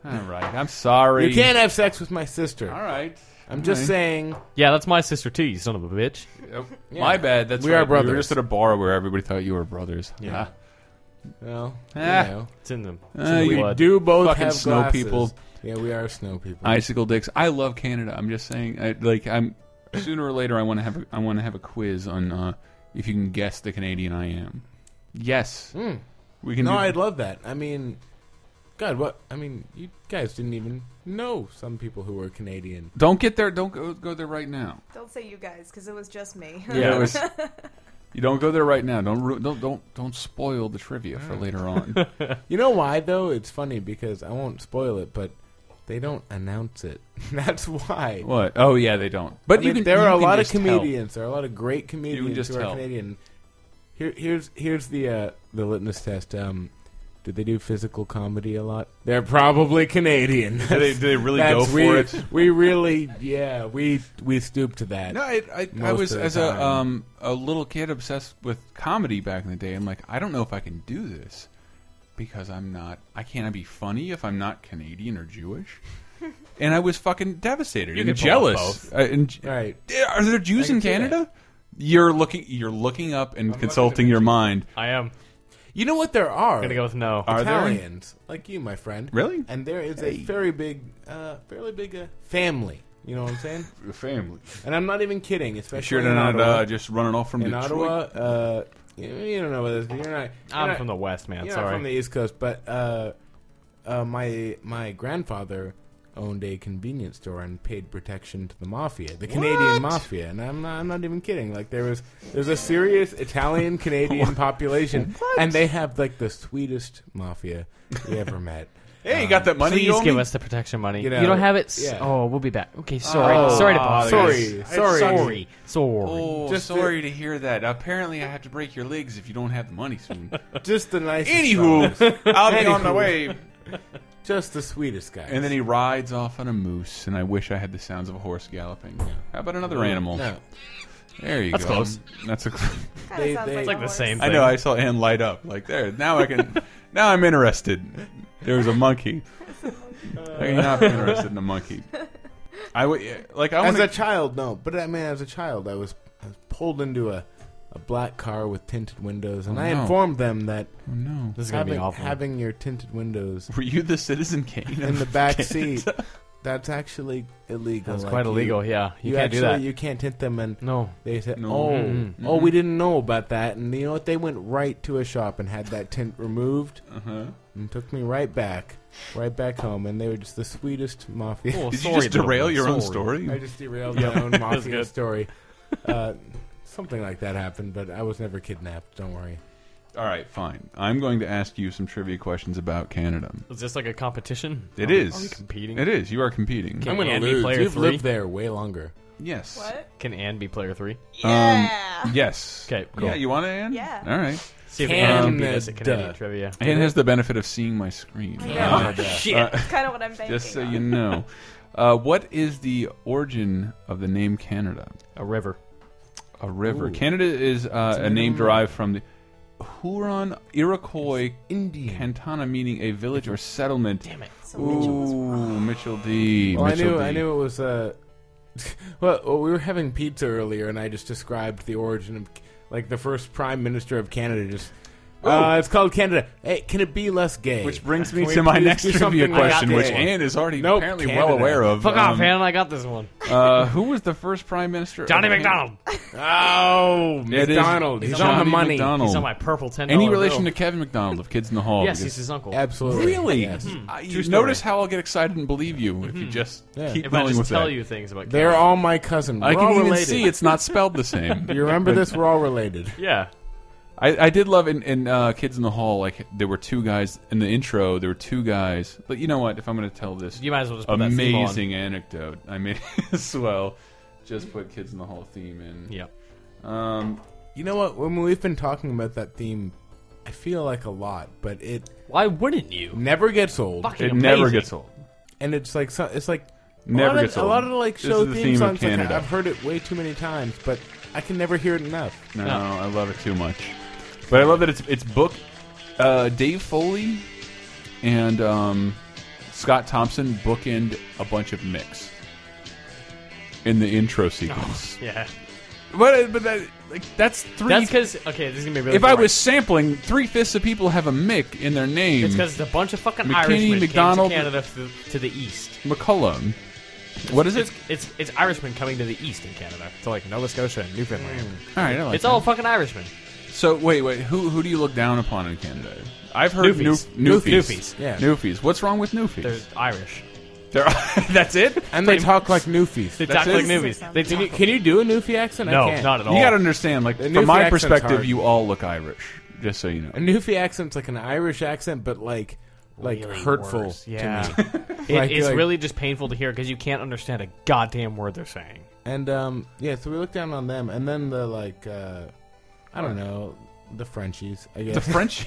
Speaker 2: All right. I'm sorry.
Speaker 3: you can't have sex with my sister.
Speaker 2: All right.
Speaker 3: I'm just
Speaker 2: All right.
Speaker 3: saying.
Speaker 5: Yeah, that's my sister too. You son of a bitch.
Speaker 2: Uh, My bad. That's
Speaker 3: We
Speaker 2: right.
Speaker 3: are
Speaker 2: We were
Speaker 3: brothers.
Speaker 2: just at a bar where everybody thought you were brothers.
Speaker 3: Yeah. Well, you
Speaker 2: Ah.
Speaker 3: know.
Speaker 5: It's in the. It's
Speaker 2: Ah,
Speaker 5: in the
Speaker 2: you
Speaker 5: blood.
Speaker 3: do both
Speaker 2: Fucking
Speaker 3: have
Speaker 2: snow
Speaker 3: glasses.
Speaker 2: people.
Speaker 3: Yeah, we are snow people.
Speaker 2: icicle dicks. I love Canada. I'm just saying, I, like, I'm sooner or later, I want to have, a, I want to have a quiz on uh, if you can guess the Canadian I am. Yes,
Speaker 3: Mm.
Speaker 2: we can.
Speaker 3: No,
Speaker 2: do-
Speaker 3: I'd love that. I mean, God, what? I mean, you guys didn't even know some people who were Canadian.
Speaker 2: don't get there. Don't go, go there right now.
Speaker 4: Don't say you guys, because it was just me.
Speaker 5: Yeah.
Speaker 2: It was- you don't go there right now. Don't ru- don't don't don't spoil the trivia
Speaker 3: Hmm.
Speaker 2: for later on.
Speaker 3: You know why though? It's funny because I won't spoil it, but they don't announce it. That's why.
Speaker 2: what? Oh yeah, they don't. But
Speaker 3: I
Speaker 2: you
Speaker 3: mean,
Speaker 2: can.
Speaker 3: there
Speaker 2: you
Speaker 3: are a
Speaker 2: can
Speaker 3: lot of
Speaker 2: just tell.
Speaker 3: comedians. There are a lot of great comedians
Speaker 2: just
Speaker 3: who are
Speaker 2: tell.
Speaker 3: Canadian. Here, here's here's the uh, the litmus test. Um, do they do physical comedy a lot? They're probably Canadian.
Speaker 2: Do they, do they really
Speaker 3: That's-
Speaker 2: go for
Speaker 3: we,
Speaker 2: it?
Speaker 3: We really, yeah, we we stoop to that.
Speaker 2: No, I, I, I
Speaker 3: Most
Speaker 2: was
Speaker 3: of the
Speaker 2: as
Speaker 3: time.
Speaker 2: a um, a little kid obsessed with comedy back in the day. I'm like, I don't know if I can do this because I'm not. I can't be funny if I'm not Canadian or Jewish. and I was fucking devastated
Speaker 5: You
Speaker 2: and
Speaker 5: can pull off
Speaker 2: jealous. I- and,
Speaker 3: Right.
Speaker 2: Are there Jews
Speaker 3: I can
Speaker 2: in
Speaker 3: see that.
Speaker 2: Canada? You're looking. You're looking up and
Speaker 3: looking
Speaker 2: consulting
Speaker 3: at
Speaker 2: your
Speaker 3: you.
Speaker 2: mind.
Speaker 5: I am
Speaker 3: You know what there are?
Speaker 5: gonna go with no.
Speaker 2: Are there?
Speaker 3: Italians like you, my friend.
Speaker 2: Really?
Speaker 3: And there is
Speaker 2: Hey.
Speaker 3: a very big, uh, fairly big uh, family. You know what I'm saying?
Speaker 2: Family.
Speaker 3: And I'm not even kidding. Especially
Speaker 2: Sure,
Speaker 3: in
Speaker 2: they're not
Speaker 3: Ottawa.
Speaker 2: uh, just running off from
Speaker 3: in
Speaker 2: Detroit.
Speaker 3: Ottawa, uh, you, you don't know what this. You're not. You're
Speaker 5: I'm
Speaker 3: not,
Speaker 5: from the West, man.
Speaker 3: You're not
Speaker 5: Sorry.
Speaker 3: from the East Coast, but uh, uh, my my grandfather owned a convenience store and paid protection to the mafia, the Canadian mafia, and I'm not, I'm not even kidding. Like there was there's a serious Italian Canadian population, and they have like the sweetest mafia you ever met.
Speaker 2: Hey, you got that money? you
Speaker 5: Please
Speaker 2: owe
Speaker 5: give
Speaker 2: me?
Speaker 5: us the protection money.
Speaker 3: You
Speaker 5: You,
Speaker 3: know,
Speaker 5: don't have it. S-
Speaker 3: yeah.
Speaker 5: Oh, we'll be back. Okay, sorry,
Speaker 2: Oh,
Speaker 5: sorry to
Speaker 2: oh,
Speaker 5: bother.
Speaker 3: Sorry,
Speaker 5: you.
Speaker 3: sorry.
Speaker 5: sorry, sorry.
Speaker 2: Oh,
Speaker 3: Just the-
Speaker 2: sorry to hear that. Apparently, I have to break your legs if you don't have the money soon.
Speaker 3: Just the nicest. fellas.
Speaker 2: Anywho, I'll be on my
Speaker 3: Anywho.
Speaker 2: way.
Speaker 3: just the sweetest guys.
Speaker 2: And then he rides off on a moose, and I wish I had the sounds of a horse galloping. How about another animal?
Speaker 3: No.
Speaker 2: There you
Speaker 5: That's
Speaker 2: go.
Speaker 5: close.
Speaker 2: That's a.
Speaker 4: Kinda
Speaker 3: They-
Speaker 4: sounds
Speaker 3: they- It's
Speaker 5: like the
Speaker 4: a horse.
Speaker 5: same
Speaker 2: I know. I saw Anne light up. Like there. Now I can. now I'm interested. There was a monkey. How can you not be interested in a monkey? I would like. I
Speaker 3: as
Speaker 2: want
Speaker 3: a child, no. But I mean, as a child, I was, I was pulled into a, a black car with tinted windows, and
Speaker 2: Oh,
Speaker 3: I
Speaker 2: no.
Speaker 3: informed them that
Speaker 2: Oh, no.
Speaker 5: This is gonna be
Speaker 3: having,
Speaker 5: awful.
Speaker 3: having your tinted windows
Speaker 2: Were you the Citizen Kane? Uh-huh.
Speaker 3: in the back seat, that's actually illegal.
Speaker 5: That's
Speaker 3: Like,
Speaker 5: quite
Speaker 3: you-
Speaker 5: illegal. Yeah, you, can't
Speaker 3: actually,
Speaker 5: do that. Mm-hmm.
Speaker 3: You can't tint them, and
Speaker 5: no.
Speaker 3: they said,
Speaker 2: No.
Speaker 3: "Oh,
Speaker 5: Mm-mm.
Speaker 3: oh, we didn't know about that." And you know what? They went right to a shop and had that tint removed,
Speaker 2: Uh-huh.
Speaker 3: and took me right back, right back home. And they were just the sweetest mafia.
Speaker 5: Oh,
Speaker 2: Did
Speaker 5: sorry,
Speaker 2: you just
Speaker 5: little
Speaker 2: derail
Speaker 5: boy,
Speaker 2: your own
Speaker 5: sorry.
Speaker 2: story?
Speaker 3: I just derailed my own mafia
Speaker 5: good.
Speaker 3: story. Uh, something like that happened, but I was never kidnapped. Don't worry.
Speaker 2: All right, fine. I'm going to ask you some trivia questions about Canada.
Speaker 5: Is this like a competition?
Speaker 2: It
Speaker 5: Are we-
Speaker 2: is.
Speaker 5: Are we competing?
Speaker 2: It is. You are competing.
Speaker 5: Can
Speaker 3: I'm gonna
Speaker 5: Andy
Speaker 3: lose.
Speaker 5: E player
Speaker 3: You've
Speaker 5: three?
Speaker 3: lived there way longer.
Speaker 2: Yes.
Speaker 4: What?
Speaker 5: Can Anne be player three?
Speaker 4: Yeah.
Speaker 2: Yes.
Speaker 5: Okay, cool.
Speaker 2: Yeah, you want it, Anne?
Speaker 4: Yeah.
Speaker 2: All right.
Speaker 5: See if
Speaker 3: Canada.
Speaker 5: Anne can beat us at Canadian trivia.
Speaker 2: Anne has the benefit of seeing my screen. Uh,
Speaker 4: Yeah.
Speaker 3: Oh,
Speaker 5: Shit.
Speaker 4: That's kind of what I'm banking
Speaker 2: Just so
Speaker 4: on.
Speaker 2: you know. Uh, what is the origin of the name Canada?
Speaker 5: a river.
Speaker 2: A river.
Speaker 3: Ooh.
Speaker 2: Canada is uh, a name derived from the Huron Iroquois
Speaker 3: Indian.
Speaker 2: Cantana, meaning a village or settlement. Damn it.
Speaker 4: So Mitchell was
Speaker 2: Ooh, Mitchell D.
Speaker 3: Well, Oh, I
Speaker 2: Mitchell
Speaker 3: knew,
Speaker 2: D.
Speaker 3: I knew it was. Uh, well, well, we were having pizza earlier, and I just described the origin of, like, the first prime minister of Canada. Just, Uh, it's called Canada. Hey, can it be less gay?
Speaker 2: Which brings me
Speaker 3: Can we
Speaker 2: to my
Speaker 3: please
Speaker 2: next
Speaker 3: do
Speaker 2: trivia
Speaker 3: something like
Speaker 2: question,
Speaker 3: that?
Speaker 2: which
Speaker 3: Yeah.
Speaker 2: Anne is already
Speaker 3: Nope,
Speaker 2: apparently
Speaker 3: Canada.
Speaker 2: well aware of.
Speaker 5: Fuck off,
Speaker 2: Um,
Speaker 5: Hannah. I got this one.
Speaker 2: Uh, who was the first prime minister? of
Speaker 5: Johnny
Speaker 2: Canada?
Speaker 5: McDonald.
Speaker 3: Oh,
Speaker 2: It is
Speaker 3: McDonald. He's on the
Speaker 2: Johnny
Speaker 3: money.
Speaker 2: McDonald.
Speaker 5: He's on my purple ten.
Speaker 2: Any relation to Kevin McDonald of Kids in the Hall?
Speaker 5: Yes, he's
Speaker 2: Because-
Speaker 5: his uncle.
Speaker 3: Absolutely.
Speaker 2: really.
Speaker 3: Yes.
Speaker 2: I- you
Speaker 5: True story. Hmm.
Speaker 2: notice how I'll get excited and believe you if you just
Speaker 3: Yeah.
Speaker 2: keep
Speaker 5: If
Speaker 2: going
Speaker 5: I just
Speaker 2: with
Speaker 5: tell
Speaker 2: that.
Speaker 5: you things about,
Speaker 3: They're
Speaker 5: Kevin.
Speaker 3: all my cousin. We're
Speaker 2: I can
Speaker 3: all
Speaker 2: even
Speaker 3: related.
Speaker 2: see it's not spelled the same.
Speaker 3: You remember this? We're all related.
Speaker 5: yeah.
Speaker 2: I, I did love in, in uh, Kids in the Hall. Like there were two guys in the intro. There were two guys. But you know what? If I'm going to tell this
Speaker 5: You might as well just put that theme on.
Speaker 2: amazing anecdote, I may as well just put Kids in the Hall theme in.
Speaker 5: Yep.
Speaker 2: Um,
Speaker 3: You know what? When we've been talking about that theme, I feel like a lot, but it
Speaker 5: Why wouldn't you?
Speaker 3: never gets old.
Speaker 5: Fucking
Speaker 2: it never
Speaker 5: amazing.
Speaker 2: gets old.
Speaker 3: And it's like so, it's like
Speaker 2: Never
Speaker 3: a lot
Speaker 2: gets
Speaker 3: of,
Speaker 2: old.
Speaker 3: A lot of like
Speaker 2: This
Speaker 3: show
Speaker 2: is the
Speaker 3: theme,
Speaker 2: theme of
Speaker 3: songs. like,
Speaker 2: Canada.
Speaker 3: I've heard it way too many times, but I can never hear it enough.
Speaker 2: No,
Speaker 5: No.
Speaker 2: I love it too much. But I love that it's it's book uh, Dave Foley and um, Scott Thompson bookend a bunch of mix in the intro sequence.
Speaker 5: Yeah.
Speaker 2: But but that like that's three.
Speaker 5: That's because okay, this is gonna be really.
Speaker 2: if I
Speaker 5: boring.
Speaker 2: was sampling, three fifths of people have a Mick in their name.
Speaker 5: it's because it's a bunch of fucking
Speaker 2: McKinney,
Speaker 5: Irishmen
Speaker 2: McDonald-
Speaker 5: came to Canada f- to the east.
Speaker 2: McCullum. What is it?
Speaker 5: It's, it's it's Irishmen coming to the east in Canada to like Nova Scotia and Newfoundland.
Speaker 2: all right, I like
Speaker 5: It's all
Speaker 2: that.
Speaker 5: fucking Irishmen.
Speaker 2: So wait, wait. Who who do you look down upon in Canada? I've heard
Speaker 5: Newfies.
Speaker 2: Newf- Newfies.
Speaker 5: Newfies.
Speaker 3: Yeah.
Speaker 2: Newfies. What's wrong with Newfies?
Speaker 5: They're Irish.
Speaker 2: They're- that's it.
Speaker 3: And they talk like newfies.
Speaker 5: They
Speaker 2: That's
Speaker 5: talk
Speaker 2: it?
Speaker 5: like movies. They
Speaker 3: Can you,
Speaker 5: talk.
Speaker 3: can you do a newfie accent? I
Speaker 5: No,
Speaker 3: can't.
Speaker 5: not at all.
Speaker 2: You got to understand, like
Speaker 3: The
Speaker 2: from
Speaker 3: Newfie
Speaker 2: my
Speaker 3: accent's
Speaker 2: perspective,
Speaker 3: hard.
Speaker 2: you all look Irish. Just so you know,
Speaker 3: A newfie accent's like an Irish accent, but like like
Speaker 5: Really
Speaker 3: hurtful
Speaker 5: worse.
Speaker 3: to
Speaker 5: Yeah.
Speaker 3: me.
Speaker 5: It-
Speaker 3: Like-
Speaker 5: it's
Speaker 3: like-
Speaker 5: really just painful to hear because you can't understand a goddamn word they're saying.
Speaker 3: And um, yeah, so we looked down on them, and then the like, uh, I don't know, the Frenchies, I guess.
Speaker 2: the French.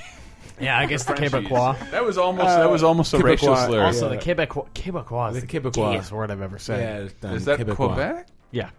Speaker 5: Yeah, I guess the
Speaker 2: Frenchies.
Speaker 5: Quebecois.
Speaker 2: That was almost that was almost a
Speaker 3: Uh, Quebecois.
Speaker 2: racial slur.
Speaker 3: Yeah.
Speaker 5: Also, the Quebecois. Quebecois. Is
Speaker 3: The
Speaker 5: the
Speaker 3: Quebecois.
Speaker 5: gayest word I've ever said.
Speaker 3: yeah, it's done.
Speaker 2: is that
Speaker 3: Quebecois.
Speaker 2: Quebec?
Speaker 5: Yeah.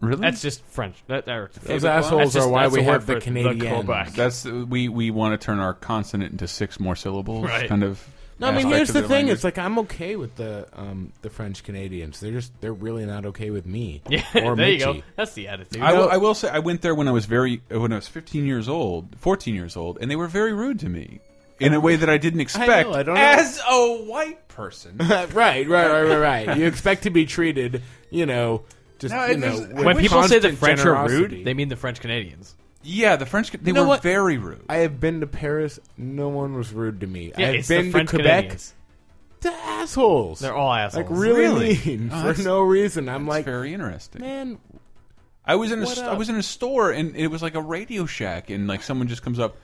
Speaker 2: Really?
Speaker 5: That's just French. That, that-
Speaker 3: Those
Speaker 2: Quebecois?
Speaker 3: assholes
Speaker 5: That's just-
Speaker 3: are why
Speaker 5: that's
Speaker 3: we
Speaker 5: a word
Speaker 3: have
Speaker 5: for
Speaker 3: the
Speaker 5: the
Speaker 3: Canadian.
Speaker 5: Quebec.
Speaker 2: That's we we want to turn our consonant into six more syllables.
Speaker 5: Right.
Speaker 2: Kind of.
Speaker 3: No, I mean
Speaker 2: aspect
Speaker 3: here's
Speaker 2: of
Speaker 3: the
Speaker 2: their
Speaker 3: thing.
Speaker 2: language.
Speaker 3: It's like I'm okay with the um, the French Canadians. They're just they're really not okay with me.
Speaker 5: yeah,
Speaker 3: or
Speaker 5: there you
Speaker 3: Mitchie.
Speaker 5: go. That's the attitude.
Speaker 2: I will, I will say I went there when I was very when I was 15 years old, 14 years old, and they were very rude to me in a way that I didn't expect.
Speaker 3: I don't know.
Speaker 2: as a white person. no,
Speaker 3: right, right, right, right, right. you expect to be treated, you know, just
Speaker 2: No,
Speaker 3: you
Speaker 2: it-
Speaker 3: know.
Speaker 2: there's-
Speaker 3: with
Speaker 5: when people say the
Speaker 3: constant
Speaker 5: French
Speaker 3: generosity.
Speaker 5: are rude, they mean the French Canadians.
Speaker 2: yeah, the French they
Speaker 3: know
Speaker 2: were
Speaker 3: what?
Speaker 2: very rude.
Speaker 3: I have been to Paris. No one was rude to me.
Speaker 5: Yeah,
Speaker 3: I've
Speaker 5: it's the
Speaker 3: been to
Speaker 5: French
Speaker 3: Quebec.
Speaker 5: Canadians.
Speaker 3: To assholes.
Speaker 5: They're all
Speaker 3: like
Speaker 5: assholes.
Speaker 3: really,
Speaker 2: Really?
Speaker 3: mean
Speaker 2: Oh,
Speaker 3: for
Speaker 2: that's-
Speaker 3: no reason. I'm
Speaker 2: It's
Speaker 3: like,
Speaker 2: very interesting.
Speaker 3: man,
Speaker 2: I was in a
Speaker 3: What
Speaker 2: st-
Speaker 3: up?
Speaker 2: I was in a store and it was like a Radio Shack and like someone just comes up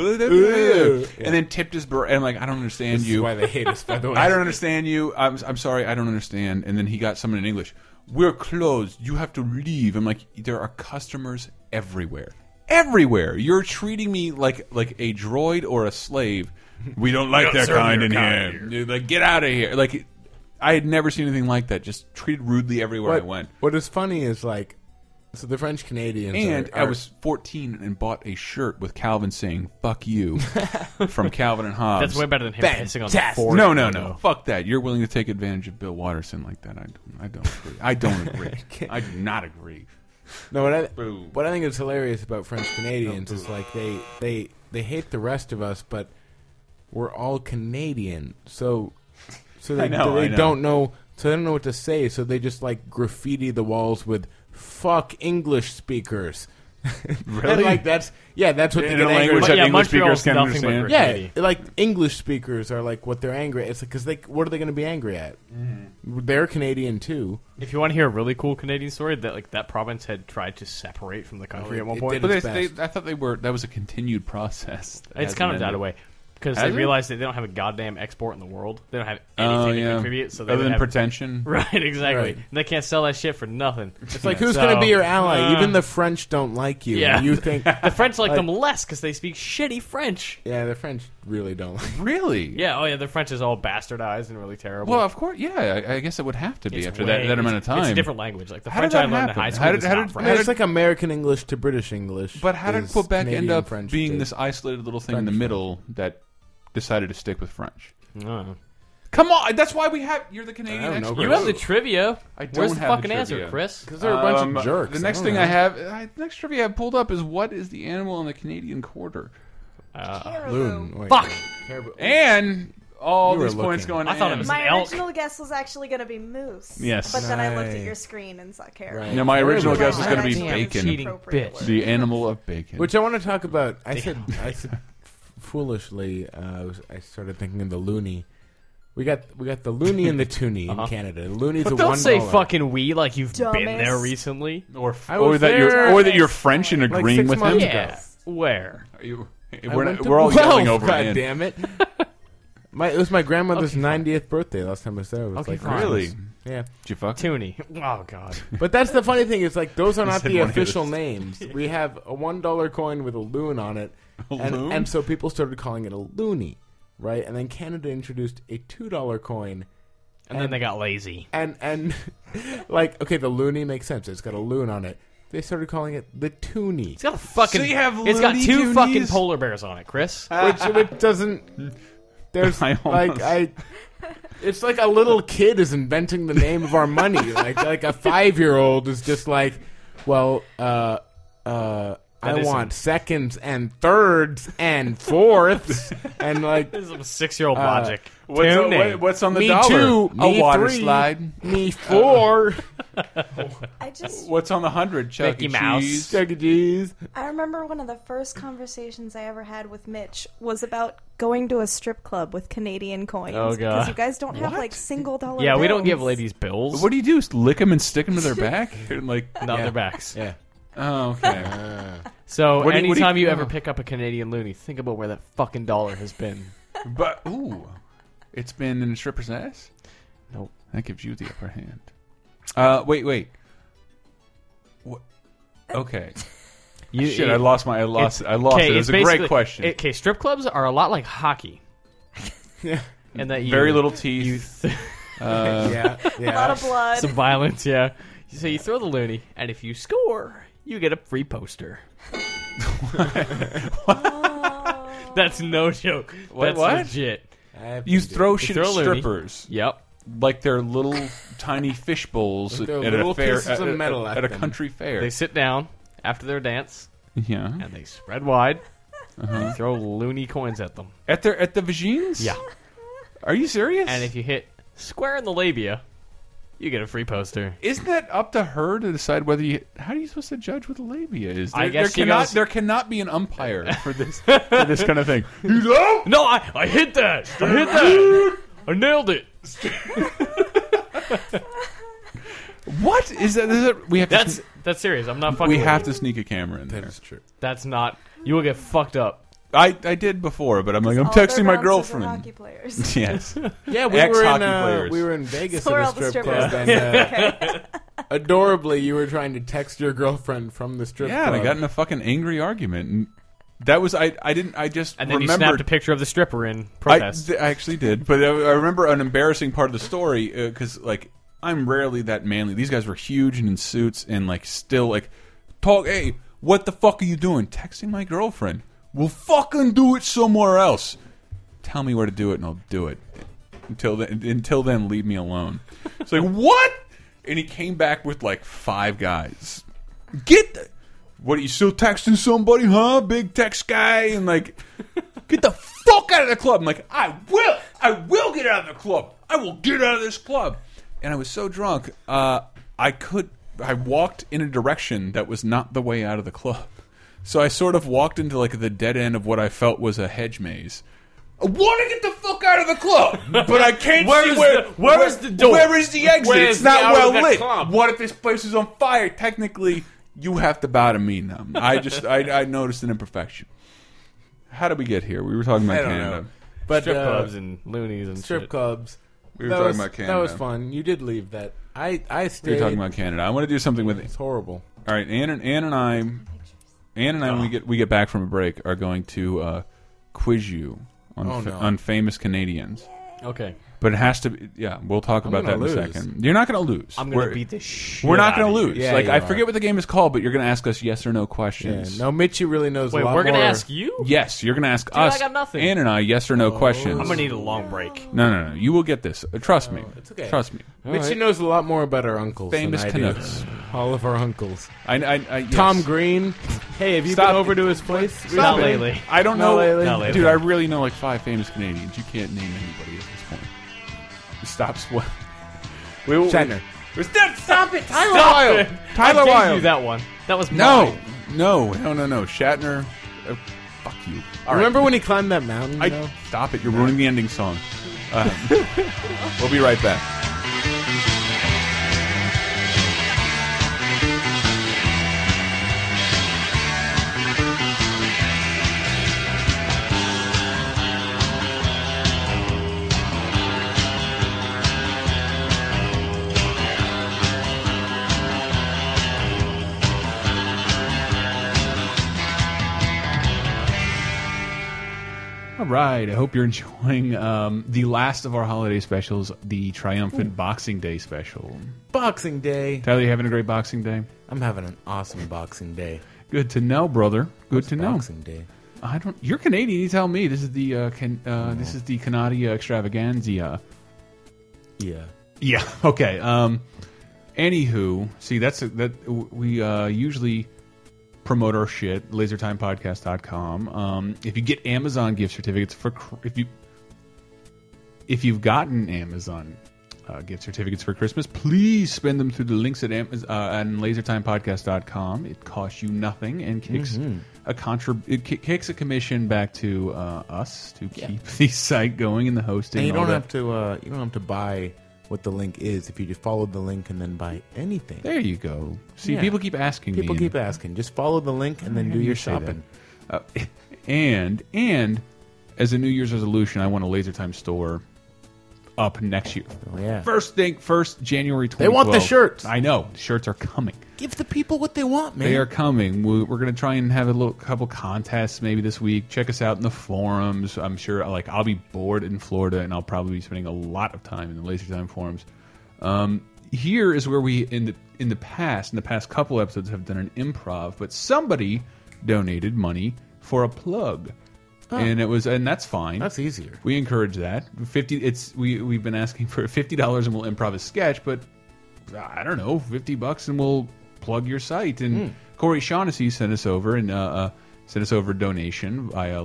Speaker 2: and then tipped his bra- and I'm like I don't understand
Speaker 3: this is
Speaker 2: you
Speaker 3: why they hate us. By the way,
Speaker 2: I don't understand you I'm I'm sorry I don't understand and then he got someone in English we're closed you have to leave I'm like there are customers everywhere everywhere you're treating me like like a droid or a slave we don't like that kind in here. like get out of here like I had never seen anything like that just treated rudely everywhere I went
Speaker 3: What is funny is like, so the French Canadians
Speaker 2: and
Speaker 3: are-
Speaker 2: I
Speaker 3: are-
Speaker 2: was 14 and bought a shirt with Calvin saying "fuck you" from Calvin and Hobbes.
Speaker 5: That's way better than him pissing on the
Speaker 3: Fantastic.
Speaker 5: Ford.
Speaker 2: no, no, no.
Speaker 5: logo.
Speaker 2: Fuck that. You're willing to take advantage of Bill Watterson like that. I don't, I don't agree. I don't agree. I do not agree.
Speaker 3: No, what I,
Speaker 2: Boo.
Speaker 3: what I think is hilarious about French Canadians is like they, they they hate the rest of us, but we're all Canadian, so so they,
Speaker 2: know,
Speaker 3: they
Speaker 2: I know.
Speaker 3: don't know so they don't know what to say, so they just like graffiti the walls with "fuck English speakers." really? And like that's yeah, that's what they
Speaker 2: In
Speaker 3: get
Speaker 2: a
Speaker 3: angry
Speaker 2: language
Speaker 5: But
Speaker 2: that
Speaker 5: yeah,
Speaker 2: English
Speaker 5: Montreal's
Speaker 2: speakers can
Speaker 5: nothing but
Speaker 2: understand.
Speaker 5: great.
Speaker 3: Yeah,
Speaker 5: Graffiti.
Speaker 3: like English speakers are like what they're angry. It's because they what are they going to be angry at?
Speaker 2: Mm-hmm.
Speaker 3: They're Canadian too.
Speaker 5: If you want to hear a really cool Canadian story, that like that province had tried to separate from the country
Speaker 3: Oh, it-
Speaker 5: at one
Speaker 3: it
Speaker 5: point.
Speaker 3: did
Speaker 2: But
Speaker 3: it.
Speaker 5: But
Speaker 2: they,
Speaker 3: It's
Speaker 2: they,
Speaker 3: best.
Speaker 2: I thought they were. That was a continued process. that
Speaker 5: it's kind of
Speaker 2: hasn't
Speaker 5: died
Speaker 2: ended.
Speaker 5: away because they
Speaker 2: Has it?
Speaker 5: realized that they don't have a goddamn export in the world. They don't have anything
Speaker 2: Oh
Speaker 5: to
Speaker 2: yeah.
Speaker 5: contribute. So they
Speaker 2: Other than
Speaker 5: don't have,
Speaker 2: pretension.
Speaker 5: right, exactly.
Speaker 3: Right.
Speaker 5: And they can't sell that shit for nothing.
Speaker 3: It's like
Speaker 5: Yeah.
Speaker 3: who's going to
Speaker 5: So,
Speaker 3: be your ally?
Speaker 5: uh,
Speaker 3: Even the French don't like you.
Speaker 5: yeah.
Speaker 3: and you think
Speaker 5: The French like, them less because they speak shitty French.
Speaker 3: Yeah, the French really don't like.
Speaker 2: Really?
Speaker 5: Yeah, oh yeah, the French is all bastardized and really terrible.
Speaker 2: Well, of course. Yeah, I, I guess it would have to be
Speaker 5: It's
Speaker 2: after
Speaker 5: way-
Speaker 2: that, that amount of time.
Speaker 5: It's a different language. Like the
Speaker 2: How did
Speaker 5: French
Speaker 2: that
Speaker 5: I learned in
Speaker 2: happen?
Speaker 5: high school
Speaker 2: How did-
Speaker 5: is
Speaker 2: how
Speaker 5: not
Speaker 2: did-
Speaker 5: French.
Speaker 3: I mean, it's like American English to British English.
Speaker 2: But how did
Speaker 3: is
Speaker 2: Quebec end
Speaker 3: Canadian
Speaker 2: up
Speaker 3: French
Speaker 2: being
Speaker 3: to-
Speaker 2: this isolated little thing in the
Speaker 3: French.
Speaker 2: middle that decided to stick with French?
Speaker 5: Uh,
Speaker 2: Come on, that's why we have. You're the Canadian.
Speaker 3: I don't know,
Speaker 2: expert.
Speaker 3: Chris.
Speaker 5: You have the trivia.
Speaker 2: I don't
Speaker 5: Where's the
Speaker 2: have the
Speaker 5: fucking answer,
Speaker 2: trivia.
Speaker 5: Chris?
Speaker 3: Because they're a bunch
Speaker 2: Um,
Speaker 3: of jerks.
Speaker 2: The next
Speaker 3: don't
Speaker 2: thing
Speaker 3: know.
Speaker 2: I have, I, the next trivia I have pulled up is what is the animal on the Canadian quarter?
Speaker 5: uh,
Speaker 4: Caribou.
Speaker 3: Loon. Wait.
Speaker 5: Fuck!
Speaker 3: Caribou.
Speaker 2: And all
Speaker 3: You were
Speaker 2: these points
Speaker 3: looking.
Speaker 2: going.
Speaker 5: I thought it
Speaker 2: in.
Speaker 5: was-
Speaker 4: My
Speaker 5: elk.
Speaker 4: original guess was actually going to be moose.
Speaker 2: Yes.
Speaker 4: But then I looked at
Speaker 3: Nice.
Speaker 4: your screen and saw caribou.
Speaker 3: Right.
Speaker 2: No, my original guess
Speaker 4: Caribou.
Speaker 2: was going to be
Speaker 4: Damn,
Speaker 2: bacon.
Speaker 5: cheating
Speaker 4: Appropriate
Speaker 5: bitch.
Speaker 4: word.
Speaker 2: The animal of bacon.
Speaker 3: Which I want to talk about. I said, I said, foolishly, uh, I was- I started thinking of the loony. We got we got the loony and the toonie
Speaker 2: Uh-huh.
Speaker 3: in Canada. The loony's a
Speaker 5: But
Speaker 3: one
Speaker 5: don't say
Speaker 3: dollar.
Speaker 5: fucking we like you've been
Speaker 4: Dumbass.
Speaker 5: there recently.
Speaker 2: or,
Speaker 3: I
Speaker 2: or
Speaker 3: was
Speaker 2: that you're
Speaker 3: there
Speaker 2: or that you're French and
Speaker 3: like
Speaker 2: agreeing
Speaker 3: six
Speaker 2: with him.
Speaker 3: months ago.
Speaker 5: Yeah. Where?
Speaker 2: Are you-
Speaker 3: I
Speaker 2: We're,
Speaker 3: went
Speaker 2: not,
Speaker 3: to
Speaker 2: we're all yelling
Speaker 3: Guelph,
Speaker 2: over
Speaker 3: God
Speaker 2: in.
Speaker 3: damn it! My, it was my grandmother's 90th birthday last time I was there. It was
Speaker 5: Okay,
Speaker 3: like
Speaker 5: fine.
Speaker 2: Really?
Speaker 3: Christmas. Yeah.
Speaker 2: Did you fuck?
Speaker 5: Toonie. Oh god.
Speaker 3: But that's the funny thing is like those are not
Speaker 2: said
Speaker 3: the
Speaker 2: one of his.
Speaker 3: official names. We have a one dollar coin with a loon on it, and
Speaker 2: loon?
Speaker 3: and so people started calling it a loony, right? And then Canada introduced a two dollar coin,
Speaker 5: And then they got lazy.
Speaker 3: and and like okay, the loony makes sense. It's got a loon on it. They started calling it the toonie,
Speaker 5: It's got a fucking.
Speaker 2: So you have
Speaker 5: it's got
Speaker 2: Looney
Speaker 5: two
Speaker 2: Tunes?
Speaker 5: fucking polar bears on it, Chris.
Speaker 3: which which doesn't. There's
Speaker 2: I
Speaker 3: like
Speaker 2: almost-
Speaker 3: I. It's like a little kid is inventing the name of our money. like like a five year old is just like, well, uh, uh, I
Speaker 5: is
Speaker 3: want seconds and thirds and fourths and like
Speaker 5: This is some six-year-old
Speaker 3: Uh,
Speaker 5: logic.
Speaker 2: What's,
Speaker 5: Toonie.
Speaker 2: what- what's on the
Speaker 3: me
Speaker 2: dollar?
Speaker 3: two,
Speaker 2: a
Speaker 3: me
Speaker 2: water
Speaker 3: three,
Speaker 2: slide. Uh,
Speaker 3: me Uh, four,
Speaker 4: I just
Speaker 2: What's on the hundred? Chuck
Speaker 5: Mickey
Speaker 2: e.
Speaker 5: Mouse.
Speaker 2: Cheese.
Speaker 3: Chuck E. Cheese.
Speaker 4: I remember one of the first conversations I ever had with Mitch was about going to a strip club with Canadian coins.
Speaker 5: Oh, God.
Speaker 4: Because you guys don't have
Speaker 2: What?
Speaker 4: like single dollar.
Speaker 5: yeah, we don't
Speaker 4: bills.
Speaker 5: give ladies bills.
Speaker 2: What do you do? Just Lick them and stick them to their back? And like,
Speaker 5: Not
Speaker 3: Yeah.
Speaker 5: their backs.
Speaker 3: Yeah.
Speaker 2: oh, okay. What
Speaker 5: So
Speaker 2: do you- what do you-
Speaker 5: anytime you, ever
Speaker 2: oh.
Speaker 3: Uh-huh.
Speaker 5: pick up a Canadian loony, think about where that fucking dollar has been.
Speaker 2: But ooh, it's been in a stripper's ass.
Speaker 5: Nope.
Speaker 2: That gives you the upper hand. Uh, wait, wait. What? Okay.
Speaker 5: You,
Speaker 2: Shit,
Speaker 5: it-
Speaker 2: I lost my. I lost. It, I lost it. It was a great question.
Speaker 5: Okay, strip clubs are a lot like hockey. yeah. And that you,
Speaker 2: Very little teeth.
Speaker 5: You th-
Speaker 2: uh,
Speaker 3: Yeah. Yeah.
Speaker 4: A lot of blood.
Speaker 5: some violence, yeah. So you throw the loony, and if you score, you get a free poster.
Speaker 4: Oh.
Speaker 5: That's no joke.
Speaker 2: What-
Speaker 5: That's
Speaker 2: what?
Speaker 5: legit.
Speaker 3: I have
Speaker 2: You
Speaker 3: to do
Speaker 2: throw
Speaker 5: You
Speaker 2: shit
Speaker 5: throw
Speaker 2: at
Speaker 5: a loony.
Speaker 2: strippers
Speaker 5: Yep.
Speaker 2: like they're little tiny fish bowls
Speaker 3: Like
Speaker 2: at,
Speaker 3: they're
Speaker 2: at a
Speaker 3: little
Speaker 2: fair
Speaker 3: pieces
Speaker 2: at,
Speaker 3: of
Speaker 2: at-
Speaker 3: metal
Speaker 2: at,
Speaker 3: at
Speaker 2: a
Speaker 3: them.
Speaker 2: country fair.
Speaker 5: They sit down after their dance,
Speaker 2: yeah,
Speaker 5: and they spread wide.
Speaker 2: Uh-huh.
Speaker 5: You throw loony coins at them.
Speaker 2: at their at the vagines.
Speaker 5: Yeah.
Speaker 2: are you serious?
Speaker 5: And if you hit square in the labia, you get a free poster.
Speaker 2: Isn't that up to her to decide whether you? How are you supposed to judge what the labia is? There,
Speaker 5: I guess
Speaker 2: there
Speaker 5: she
Speaker 2: cannot
Speaker 5: goes-
Speaker 2: there cannot be an umpire for this for this kind of thing. You know?
Speaker 5: No, I, I hit that. I hit that. I nailed it.
Speaker 2: What is that? Is that we have
Speaker 5: That's
Speaker 2: to
Speaker 5: that's serious. I'm not
Speaker 2: sne-
Speaker 5: fucking.
Speaker 2: we
Speaker 5: with
Speaker 2: have
Speaker 5: you.
Speaker 2: to sneak a camera in
Speaker 3: That
Speaker 2: there.
Speaker 3: is true.
Speaker 5: That's not. You will get fucked up.
Speaker 2: I I did before, but I'm like I'm
Speaker 4: All their
Speaker 2: texting my
Speaker 4: bouncers are Hockey
Speaker 2: girlfriend.
Speaker 4: players.
Speaker 2: Yes,
Speaker 3: Yeah, we
Speaker 2: Ex
Speaker 3: were in
Speaker 2: hockey
Speaker 3: uh,
Speaker 2: players.
Speaker 3: we were in Vegas
Speaker 4: So we're
Speaker 3: at
Speaker 4: all
Speaker 3: a
Speaker 4: the
Speaker 3: strip
Speaker 4: strippers.
Speaker 3: club, and uh,
Speaker 4: okay.
Speaker 3: adorably, you were trying to text your girlfriend from the strip
Speaker 2: yeah,
Speaker 3: club.
Speaker 2: and I got in a fucking angry argument. And that was I I didn't I just
Speaker 5: And then
Speaker 2: remembered
Speaker 5: you snapped a picture of the stripper in
Speaker 2: I,
Speaker 5: protest.
Speaker 2: th- I actually did, but I, I remember an embarrassing part of the story because, like, I'm rarely that manly. These guys were huge and in suits, and like, still like, talk. Hey, what the fuck are you doing? Texting my girlfriend. We'll fucking do it somewhere else. Tell me where to do it, and I'll do it. Until then, until then, leave me alone. It's like what? And he came back with like five guys. Get. The- what are you still texting somebody, huh? Big text guy, and like, get the fuck out of the club. I'm like, I will, I will get out of the club. I will get out of this club. And I was so drunk, uh, I could, I walked in a direction that was not the way out of the club. So I sort of walked into like the dead end of what I felt was a hedge maze. I want to get the fuck out of the club, but I can't
Speaker 5: Where
Speaker 2: see
Speaker 5: is
Speaker 2: where.
Speaker 5: the- where is the door?
Speaker 2: Where is the exit?
Speaker 5: Where
Speaker 2: it's
Speaker 5: is
Speaker 2: not
Speaker 5: the- out
Speaker 2: well
Speaker 5: of the
Speaker 2: lit.
Speaker 5: club?
Speaker 2: What if this place is on fire? Technically, you have to bow to me now. I just I, I noticed an imperfection. How did we get here? We were talking about
Speaker 3: I don't
Speaker 2: Canada.
Speaker 3: know. But
Speaker 5: strip
Speaker 3: uh,
Speaker 5: clubs and loonies and
Speaker 3: strip
Speaker 5: shit.
Speaker 3: clubs.
Speaker 2: We were
Speaker 3: that
Speaker 2: talking
Speaker 3: was,
Speaker 2: about
Speaker 3: That was
Speaker 2: Canada.
Speaker 3: fun. You did leave that. I I stayed.
Speaker 2: We were talking about Canada. I want to do something with
Speaker 3: It's horrible.
Speaker 2: All right, Ann and Ann and I, Ann and I, when we
Speaker 5: Oh.
Speaker 2: get we get back from a break, are going to uh, quiz you on
Speaker 3: Oh,
Speaker 2: fa-
Speaker 3: no.
Speaker 2: on famous Canadians.
Speaker 5: Okay.
Speaker 2: But it has to be. Yeah, we'll talk about that
Speaker 3: gonna
Speaker 2: in a
Speaker 3: lose.
Speaker 2: second. You're not going to lose.
Speaker 5: I'm gonna
Speaker 2: We're-
Speaker 5: beat the shit.
Speaker 2: We're not
Speaker 5: out of
Speaker 2: going to
Speaker 5: you.
Speaker 2: lose.
Speaker 3: Yeah,
Speaker 2: like
Speaker 3: you
Speaker 2: I
Speaker 3: are.
Speaker 2: forget what the game is called, but you're going to ask us yes or no
Speaker 3: Yeah.
Speaker 2: questions.
Speaker 3: No, Mitchie really knows
Speaker 5: Wait,
Speaker 3: a lot
Speaker 5: we're gonna
Speaker 3: more.
Speaker 5: ask you?
Speaker 2: Yes, you're going to ask
Speaker 5: I
Speaker 2: us
Speaker 5: got nothing.
Speaker 2: Ann and I yes or no questions.
Speaker 5: I'm gonna need a long break.
Speaker 2: no, no, no. You will get this. Uh, Trust me.
Speaker 3: it's okay.
Speaker 2: Trust me.
Speaker 3: Mitchie knows a lot more about our uncles.
Speaker 2: Famous
Speaker 3: than I
Speaker 2: Canucks.
Speaker 3: Do. All of our uncles.
Speaker 2: I, I, I, yes.
Speaker 3: Tom Green. Hey, have you
Speaker 2: Stop
Speaker 3: been
Speaker 2: it.
Speaker 3: over to his place?
Speaker 5: Not
Speaker 3: recently?
Speaker 5: lately.
Speaker 2: I don't
Speaker 3: Not
Speaker 2: know,
Speaker 3: lately.
Speaker 5: Not lately.
Speaker 2: dude. I really know like five famous Canadians. You can't name anybody at this point. Stop spoiling. We will.
Speaker 3: Shatner.
Speaker 2: We, stop, stop it, Tyler
Speaker 5: Stop
Speaker 2: Wilde.
Speaker 5: it.
Speaker 2: Tyler
Speaker 5: I gave
Speaker 2: Wilde.
Speaker 5: you that one. That was
Speaker 2: No,
Speaker 5: mine.
Speaker 2: no, no, no, no. Shatner. Uh, fuck you. All right.
Speaker 3: Remember when he climbed that mountain? you
Speaker 2: I
Speaker 3: know?
Speaker 2: stop it. You're ruining the ending song. Uh, we'll be right back. All right. I hope you're enjoying um, the last of our holiday specials, the triumphant Boxing Day special.
Speaker 3: Boxing Day.
Speaker 2: Tyler, you having a great Boxing Day?
Speaker 3: I'm having an awesome Boxing Day.
Speaker 2: Good to know, brother. Good to know.
Speaker 3: Boxing Day.
Speaker 2: I don't. You're Canadian. You tell me. This is the uh, can, uh, this is the Canadia extravaganza.
Speaker 3: Yeah.
Speaker 2: Yeah. Okay. Um. Anywho, see that's that we uh, usually promote our shit. LaserTimePodcast.com. Um. If you get Amazon gift certificates for cr- if you if you've gotten Amazon uh, gift certificates for Christmas, please spend them through the links at Amaz- uh, on LaserTimePodcast.com. It costs you nothing and kicks
Speaker 3: Mm-hmm.
Speaker 2: a contrib- it ki- kicks a commission back to uh, us to keep the site going and the hosting.
Speaker 3: And you
Speaker 2: all
Speaker 3: don't
Speaker 2: that.
Speaker 3: have to. Uh, you don't have to buy what the link is if you just follow the link and then buy anything.
Speaker 2: There you go. See,
Speaker 3: Yeah.
Speaker 2: people keep asking
Speaker 3: People
Speaker 2: me.
Speaker 3: keep asking. Just follow the link and then do your shopping.
Speaker 2: Uh, and and as a New Year's resolution, I want a Laser Time store up next year.
Speaker 3: Oh, yeah.
Speaker 2: First thing, first January 2012.
Speaker 3: want the shirts.
Speaker 2: I know the shirts are coming.
Speaker 3: Give the people what they want, man.
Speaker 2: They are coming. We- We're going to try and have a little couple contests maybe this week. Check us out in the forums. I'm sure like I'll be bored in Florida and I'll probably be spending a lot of time in the Laser Time forums. Um, here is where we in the in the past in the past couple episodes have done an improv, but somebody donated money for a plug, and it was and that's fine.
Speaker 3: That's e- easier.
Speaker 2: We encourage that. Fifty. It's we we've been asking for fifty dollars and we'll improv a sketch, but I don't know, fifty bucks and we'll plug your site. And Corey Shaughnessy sent us over and uh, uh, sent us over a donation via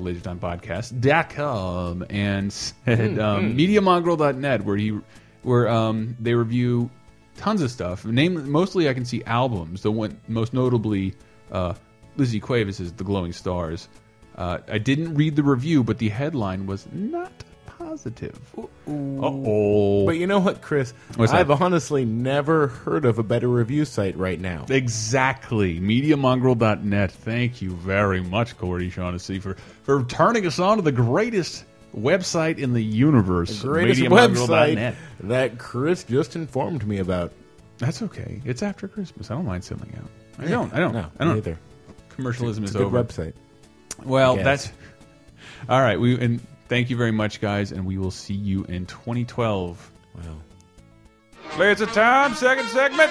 Speaker 2: LaserTimePodcast.com and said um, MediaMongrel.net where he where um, they review tons of stuff. Name mostly I can see albums. The one most notably uh, Lizzie Cuevas is The Glowing Stars. Uh, I didn't read the review, but the headline was not positive. Uh-oh.
Speaker 3: But you know what, Chris?
Speaker 2: What's that?
Speaker 3: I've honestly never heard of a better review site right now.
Speaker 2: Exactly. MediaMongrel.net. Thank you very much, Cordy Shaughnessy, for, for turning us on to the greatest website in the universe.
Speaker 3: Greatest
Speaker 2: MediaMongrel.net.
Speaker 3: website that Chris just informed me about.
Speaker 2: That's okay. It's after Christmas. I don't mind selling out. I don't. I don't.
Speaker 3: No,
Speaker 2: I don't.
Speaker 3: either.
Speaker 2: Commercialism
Speaker 3: It's a
Speaker 2: is
Speaker 3: good
Speaker 2: over.
Speaker 3: website.
Speaker 2: Well,
Speaker 3: Yes.
Speaker 2: that's all right. We and thank you very much, guys, and we will see you in 2012.
Speaker 3: Wow.
Speaker 2: It's a time, second segment.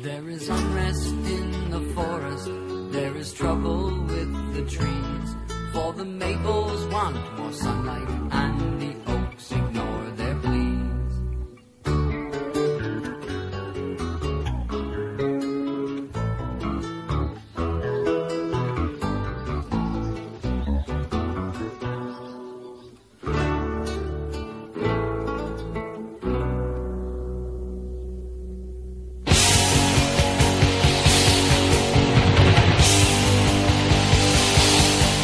Speaker 6: There is unrest in the forest, there is trouble with the trees. For the maples want more sunlight, and the oaks ignore their pleas.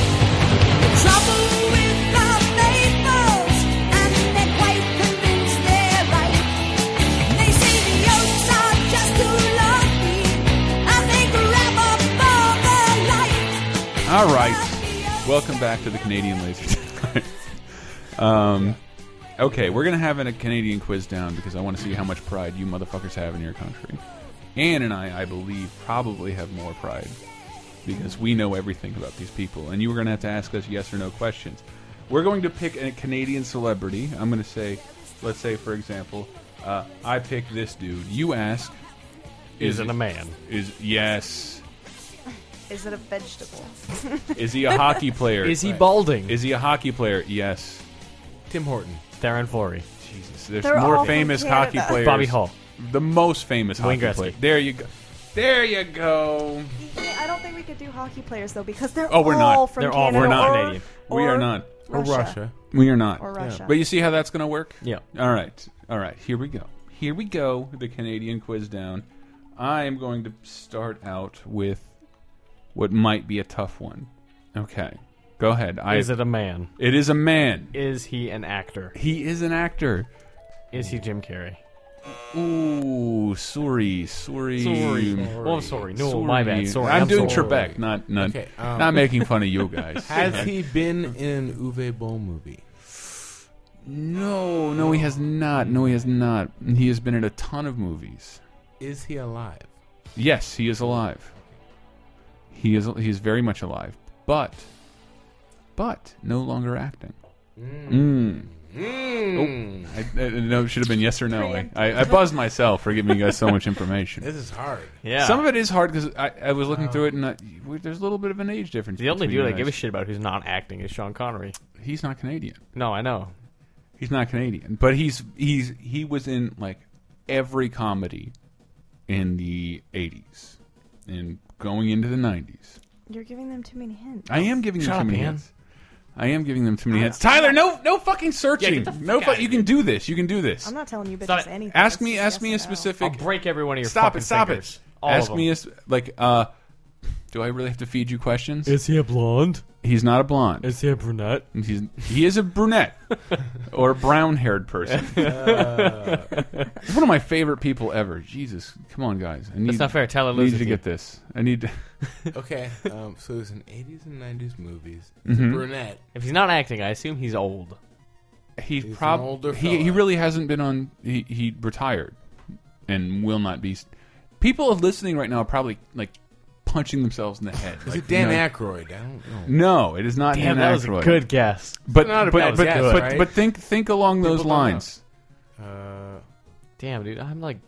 Speaker 7: Trouble with the faithfuls, and they're quite convinced they're right. They say the oaks are just too lofty, and they grab up all the light.
Speaker 2: All right, welcome back to the Canadian Laser Time. um, okay, we're gonna have a Canadian quiz down because I want to see how much pride you motherfuckers have in your country. Anne and I, I believe, probably have more pride because we know everything about these people, and you were gonna have to ask us yes or no questions. We're going to pick a Canadian celebrity. I'm going to say, let's say, for example, uh, I pick this dude. You ask,
Speaker 5: Is it a man?
Speaker 2: Is yes?
Speaker 4: Is it a vegetable?
Speaker 2: Is he a hockey player?
Speaker 5: Is he balding?
Speaker 2: Is he a hockey player? Yes.
Speaker 3: Tim Horton.
Speaker 5: Theron Florey.
Speaker 2: Jesus, there's
Speaker 4: They're all
Speaker 2: more
Speaker 4: from
Speaker 2: famous hockey
Speaker 4: Canada.
Speaker 2: players.
Speaker 5: Bobby Hall.
Speaker 2: the most famous
Speaker 5: Wayne
Speaker 2: hockey
Speaker 5: Gretzky.
Speaker 2: player. There you go. There you go.
Speaker 4: I don't think we could do hockey players though because they're
Speaker 2: Oh, we're
Speaker 4: all
Speaker 2: not.
Speaker 4: from
Speaker 5: They're all-
Speaker 4: Canada.
Speaker 5: we're not
Speaker 4: or-
Speaker 5: Canadian.
Speaker 2: We
Speaker 4: or
Speaker 2: are not.
Speaker 3: Or
Speaker 4: Russia.
Speaker 3: Russia.
Speaker 2: We are not.
Speaker 4: Or Russia.
Speaker 2: But you see how that's going to work?
Speaker 5: Yeah.
Speaker 2: All right. All right. Here we go. Here we go. The Canadian quiz down. I am going to start out with what might be a tough one. Okay. Go ahead. I,
Speaker 5: Is it a man?
Speaker 2: it is a man.
Speaker 5: Is he an actor?
Speaker 2: He is an actor.
Speaker 5: Is he Jim Carrey?
Speaker 2: Ooh, sorry, sorry.
Speaker 5: Oh, I'm sorry. No, my bad. Sorry.
Speaker 2: I'm, uh, doing
Speaker 5: sorry.
Speaker 2: Trebek, not not
Speaker 3: Okay, um,
Speaker 2: not making fun of you guys.
Speaker 3: Has he been in an Uwe Boll movie?
Speaker 2: No, no, he has not. No, he has not. He has been in a ton of movies.
Speaker 3: Is he alive?
Speaker 2: Yes, he is alive. He is he is very much alive, but but no longer acting.
Speaker 5: Hmm.
Speaker 2: Mm. I, I- no, it should have been yes or no. I, I, I buzzed myself for giving you guys so much information.
Speaker 3: This is hard.
Speaker 5: Yeah. Uh.
Speaker 2: Some of it is hard because I, I was looking through it and I, there's a little bit of an age difference.
Speaker 5: the only
Speaker 2: between
Speaker 5: dude I
Speaker 2: you
Speaker 5: give a
Speaker 2: guys.
Speaker 5: shit about who's not acting is Sean Connery.
Speaker 2: He's not Canadian.
Speaker 5: No, I know.
Speaker 2: He's not Canadian, but he's he's he was in like every comedy in the '80s and going into the '90s.
Speaker 4: You're giving them too many hints.
Speaker 2: I am giving them
Speaker 5: Shut
Speaker 2: too
Speaker 5: up,
Speaker 2: many
Speaker 5: Ian.
Speaker 2: hints. I am giving them too many hints. Tyler, no, no fucking searching. no, fu- you can do this. You can do this.
Speaker 4: I'm not telling you
Speaker 5: Stop
Speaker 4: bitches
Speaker 5: it.
Speaker 4: anything.
Speaker 2: ask
Speaker 4: It's
Speaker 2: me,
Speaker 4: just
Speaker 2: ask
Speaker 4: yes
Speaker 2: me
Speaker 4: or
Speaker 2: a
Speaker 4: no.
Speaker 2: specific.
Speaker 5: I'll break every one of your
Speaker 2: stop
Speaker 5: fucking
Speaker 2: it, stop
Speaker 5: fingers.
Speaker 2: it.
Speaker 5: All
Speaker 2: ask
Speaker 5: of
Speaker 2: me,
Speaker 5: them.
Speaker 2: a, s- like, uh, do I really have to feed you questions?
Speaker 8: Is he a blonde?
Speaker 2: He's not a blonde.
Speaker 8: Is he a brunette?
Speaker 2: He's, he is a brunette or a brown haired person.
Speaker 3: Uh.
Speaker 2: He's one of my favorite people ever. Jesus, come on, guys. I need,
Speaker 5: That's not fair. Tyler
Speaker 2: I need you
Speaker 5: loses.
Speaker 2: to
Speaker 5: you.
Speaker 2: get this. I need. To,
Speaker 3: Okay, um, so it was in 80s and 90s movies. It's
Speaker 2: Mm-hmm.
Speaker 3: a brunette.
Speaker 5: If he's not acting, I assume he's old.
Speaker 2: he
Speaker 3: an
Speaker 2: probably
Speaker 3: older
Speaker 2: he, he
Speaker 3: fella.
Speaker 2: really hasn't been on. He he retired, and will not be. s- People listening right now are probably like punching themselves in the head.
Speaker 3: Is
Speaker 2: Like,
Speaker 3: it Dan
Speaker 2: you know,
Speaker 3: Aykroyd? I don't know.
Speaker 2: No, it is not
Speaker 5: Damn,
Speaker 2: Dan
Speaker 5: that was
Speaker 2: Aykroyd.
Speaker 5: a good guess.
Speaker 2: but
Speaker 3: Not a
Speaker 2: but
Speaker 3: bad
Speaker 2: but,
Speaker 3: guess,
Speaker 2: but,
Speaker 3: right?
Speaker 2: but think think along those
Speaker 3: People don't know.
Speaker 2: lines.
Speaker 3: Uh,
Speaker 5: Damn, dude, I'm like,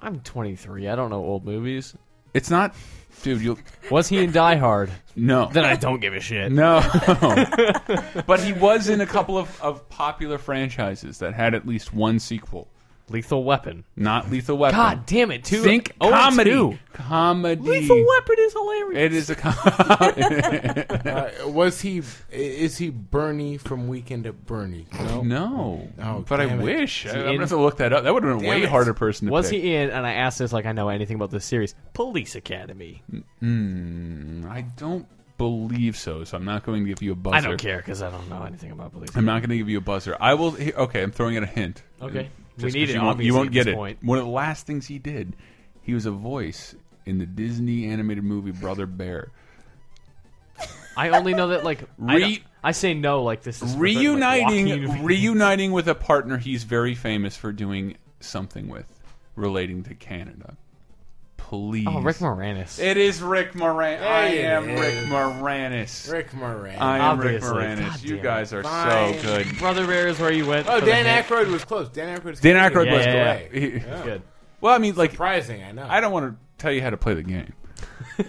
Speaker 5: I'm 23. I don't know old movies.
Speaker 2: It's not, dude. You'll
Speaker 5: Was he in Die Hard?
Speaker 2: no.
Speaker 5: then I don't give a shit.
Speaker 2: No. but he was in a couple of, of popular franchises that had at least one sequel.
Speaker 5: Lethal Weapon.
Speaker 2: Not Lethal Weapon.
Speaker 5: God damn it, two.
Speaker 2: Think
Speaker 5: oh, and
Speaker 2: comedy.
Speaker 5: two.
Speaker 2: Comedy.
Speaker 5: Lethal Weapon is hilarious.
Speaker 2: It is a com-
Speaker 3: uh, was he? i- Is he Bernie from Weekend at Bernie? No.
Speaker 2: No.
Speaker 3: Oh,
Speaker 2: but I
Speaker 3: damn it.
Speaker 2: wish. I, am going
Speaker 5: in-
Speaker 2: to have to look that up. That would have been a way
Speaker 3: it.
Speaker 2: harder person to
Speaker 5: Was
Speaker 2: pick.
Speaker 5: he in? And I asked this like I know anything about this series. Police Academy.
Speaker 2: I don't believe so, so I'm not going to give you a buzzer.
Speaker 5: I don't care because I don't know anything about police.
Speaker 2: I'm not going to give you a buzzer. I will. he- Okay, I'm throwing in a hint.
Speaker 5: Okay.
Speaker 2: Just
Speaker 5: We
Speaker 2: 'cause
Speaker 5: need it,
Speaker 2: You won't, you
Speaker 5: obviously,
Speaker 2: won't
Speaker 5: at
Speaker 2: get
Speaker 5: this
Speaker 2: it.
Speaker 5: point.
Speaker 2: One of the last things he did, he was a voice in the Disney animated movie Brother Bear.
Speaker 5: I only know that like I,
Speaker 2: Re-
Speaker 5: don't- I say no like this is for certain, like,
Speaker 2: Reuniting,
Speaker 5: Joaquin-
Speaker 2: reuniting with a partner he's very famous for doing something with, relating to Canada. Please.
Speaker 5: Oh, Rick Moranis.
Speaker 2: It is Rick Moran. I
Speaker 3: it
Speaker 2: am
Speaker 3: is.
Speaker 2: Rick Moranis.
Speaker 3: Rick Moran.
Speaker 2: I am
Speaker 5: Obviously.
Speaker 2: Rick Moranis.
Speaker 5: God
Speaker 2: you
Speaker 5: damn it.
Speaker 2: guys are
Speaker 3: Fine.
Speaker 2: so good.
Speaker 5: Brother Bear is where you went.
Speaker 3: oh,
Speaker 5: for the
Speaker 3: Dan
Speaker 5: hint.
Speaker 3: Aykroyd was close. Dan Aykroyd's
Speaker 2: Dan Aykroyd
Speaker 5: Yeah,
Speaker 2: was
Speaker 5: yeah,
Speaker 2: the
Speaker 3: yeah.
Speaker 2: way.
Speaker 5: Good.
Speaker 2: Well, I mean, like
Speaker 3: surprising. I know.
Speaker 2: I don't want to tell you how to play the game.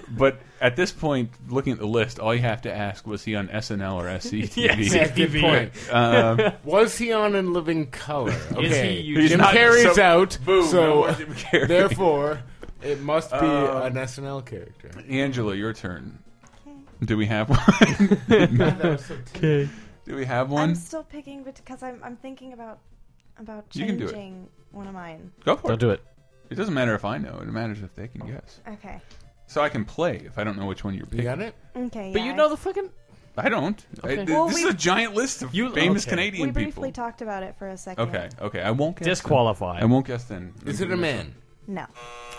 Speaker 2: but at this point, looking at the list, all you have to ask was he on SNL or SCTV?
Speaker 3: Yeah, good point.
Speaker 2: Um,
Speaker 3: was he on In Living Color? Okay.
Speaker 5: you-
Speaker 2: He's
Speaker 3: Jim
Speaker 2: not-
Speaker 3: Carrey's
Speaker 2: so-
Speaker 3: out.
Speaker 2: Boom, no
Speaker 3: so
Speaker 2: more Jim Carrey.
Speaker 3: therefore, it must be
Speaker 2: Um,
Speaker 3: an SNL character.
Speaker 2: Angela, your turn.
Speaker 4: Okay.
Speaker 2: Do we have one?
Speaker 8: Okay.
Speaker 2: Do we have
Speaker 4: I'm
Speaker 2: one?
Speaker 4: still picking because I'm I'm thinking about about
Speaker 2: You can
Speaker 4: changing
Speaker 2: do it.
Speaker 4: one of mine.
Speaker 2: Go for
Speaker 5: Don't
Speaker 2: it.
Speaker 5: do it.
Speaker 2: It doesn't matter if I know. It matters if they can guess.
Speaker 4: Okay.
Speaker 2: So I can play if I don't know which one you're
Speaker 3: You
Speaker 2: picking.
Speaker 3: got it?
Speaker 4: Okay.
Speaker 5: But
Speaker 4: yeah,
Speaker 5: you
Speaker 4: I-
Speaker 5: know the fucking
Speaker 2: I don't. I-
Speaker 5: Okay.
Speaker 2: th-
Speaker 4: Well,
Speaker 2: this
Speaker 4: we-
Speaker 2: is a giant list of
Speaker 5: You-
Speaker 2: famous
Speaker 5: okay.
Speaker 2: Canadian
Speaker 4: we briefly
Speaker 2: people.
Speaker 4: talked about it for a second.
Speaker 2: okay, okay. I won't guess. Then. I
Speaker 5: disqualified.
Speaker 2: won't guess then.
Speaker 3: Is it a man?
Speaker 4: No.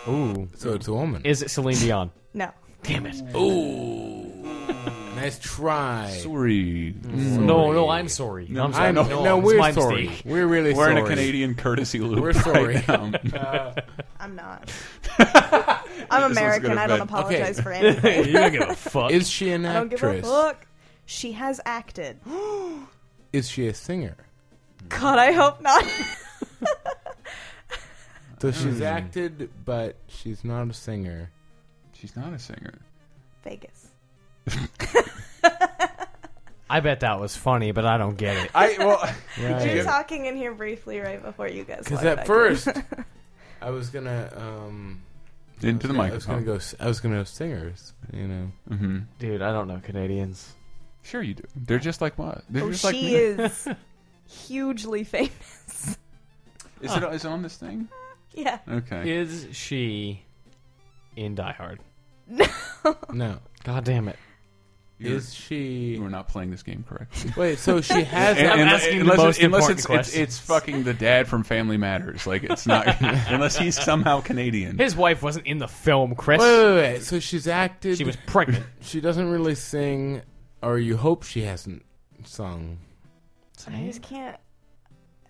Speaker 5: Ooh.
Speaker 3: So it's a woman.
Speaker 5: Is it Celine Dion?
Speaker 4: No.
Speaker 5: Damn it.
Speaker 3: nice try.
Speaker 2: Sorry.
Speaker 4: Mm.
Speaker 5: No, no, I'm sorry. No, I'm sorry.
Speaker 3: I'm,
Speaker 5: no,
Speaker 3: no,
Speaker 5: it's
Speaker 3: we're
Speaker 5: my
Speaker 3: sorry.
Speaker 5: mistake.
Speaker 3: We're really
Speaker 2: We're
Speaker 3: sorry.
Speaker 2: in a Canadian courtesy loop.
Speaker 3: We're
Speaker 2: right
Speaker 3: sorry.
Speaker 2: now.
Speaker 4: I'm not. I'm
Speaker 2: one's
Speaker 4: American.
Speaker 2: gonna
Speaker 4: I don't
Speaker 2: bend.
Speaker 4: apologize
Speaker 3: Okay.
Speaker 4: for anything.
Speaker 5: You don't give a fuck.
Speaker 3: Is she an
Speaker 4: I don't give a
Speaker 3: actress?
Speaker 4: fuck. She has acted.
Speaker 3: Is she a singer?
Speaker 4: God, I hope not.
Speaker 3: So she's acted, but she's not a singer.
Speaker 2: She's not a singer.
Speaker 4: Vegas.
Speaker 5: I bet that was funny, but I don't get it.
Speaker 2: I well,
Speaker 4: We were
Speaker 3: Right.
Speaker 4: talking in here briefly right before you guys.
Speaker 3: Because
Speaker 4: logged
Speaker 3: at
Speaker 4: back in.
Speaker 3: first, I was gonna um
Speaker 2: into the
Speaker 3: I was gonna
Speaker 2: microphone.
Speaker 3: go. s- I was gonna go singers. You know.
Speaker 2: hmm
Speaker 5: Dude, I don't know Canadians.
Speaker 2: Sure, you do. They're just like what? They're
Speaker 4: oh,
Speaker 2: just
Speaker 4: she
Speaker 2: like me.
Speaker 4: is hugely famous.
Speaker 2: Is it is it on this thing?
Speaker 4: yeah.
Speaker 2: Okay.
Speaker 5: Is she in Die Hard?
Speaker 3: No.
Speaker 5: God damn it.
Speaker 2: You're-
Speaker 3: Is she?
Speaker 2: you were not playing this game correctly.
Speaker 3: Wait. So she has.
Speaker 5: And- I'm
Speaker 2: Unless-
Speaker 5: asking the
Speaker 2: unless, unless
Speaker 5: most important
Speaker 2: it's, it's,
Speaker 5: question.
Speaker 2: it's fucking the dad from Family Matters. Like it's not unless he's somehow Canadian.
Speaker 5: His wife wasn't in the film, Chris.
Speaker 3: Wait, wait, wait. So she's acted.
Speaker 5: She was pregnant.
Speaker 3: She doesn't really sing, or you hope she hasn't sung.
Speaker 4: I just can't.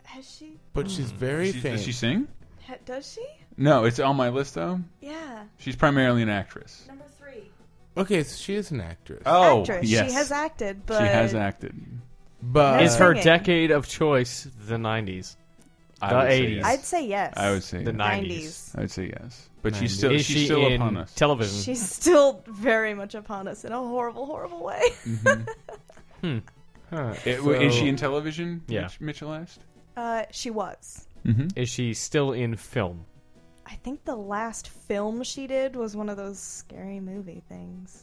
Speaker 4: Has she?
Speaker 3: But she's very
Speaker 2: She-
Speaker 3: famous.
Speaker 2: does she sing?
Speaker 4: Ha, does she?
Speaker 2: No, it's on my list though.
Speaker 4: Yeah.
Speaker 2: She's primarily an actress.
Speaker 4: Number three.
Speaker 3: okay, so she is an actress.
Speaker 2: Oh,
Speaker 4: Actress.
Speaker 2: yes,
Speaker 4: She has acted, but
Speaker 2: She has acted.
Speaker 3: but
Speaker 5: Is her
Speaker 4: Singing.
Speaker 5: decade of choice the 90s?
Speaker 2: I
Speaker 5: The
Speaker 2: would say
Speaker 5: 80s.
Speaker 2: yes.
Speaker 4: I'd say yes.
Speaker 2: I would say
Speaker 5: The
Speaker 2: yes.
Speaker 5: 90s.
Speaker 2: I would say yes, but she's
Speaker 3: 90s.
Speaker 2: still
Speaker 5: Is
Speaker 2: she's
Speaker 5: she
Speaker 2: still
Speaker 5: in
Speaker 2: upon us.
Speaker 5: television?
Speaker 4: She's still very much upon us in a horrible, horrible way.
Speaker 2: Mm.
Speaker 3: Huh,
Speaker 2: It-
Speaker 3: so-
Speaker 2: is she in television?
Speaker 5: Yeah.
Speaker 2: Mitch, Mitchell asked.
Speaker 4: Uh, she was.
Speaker 2: Mm-hmm.
Speaker 5: Is she still in film?
Speaker 4: I think the last film she did was one of those scary movie things.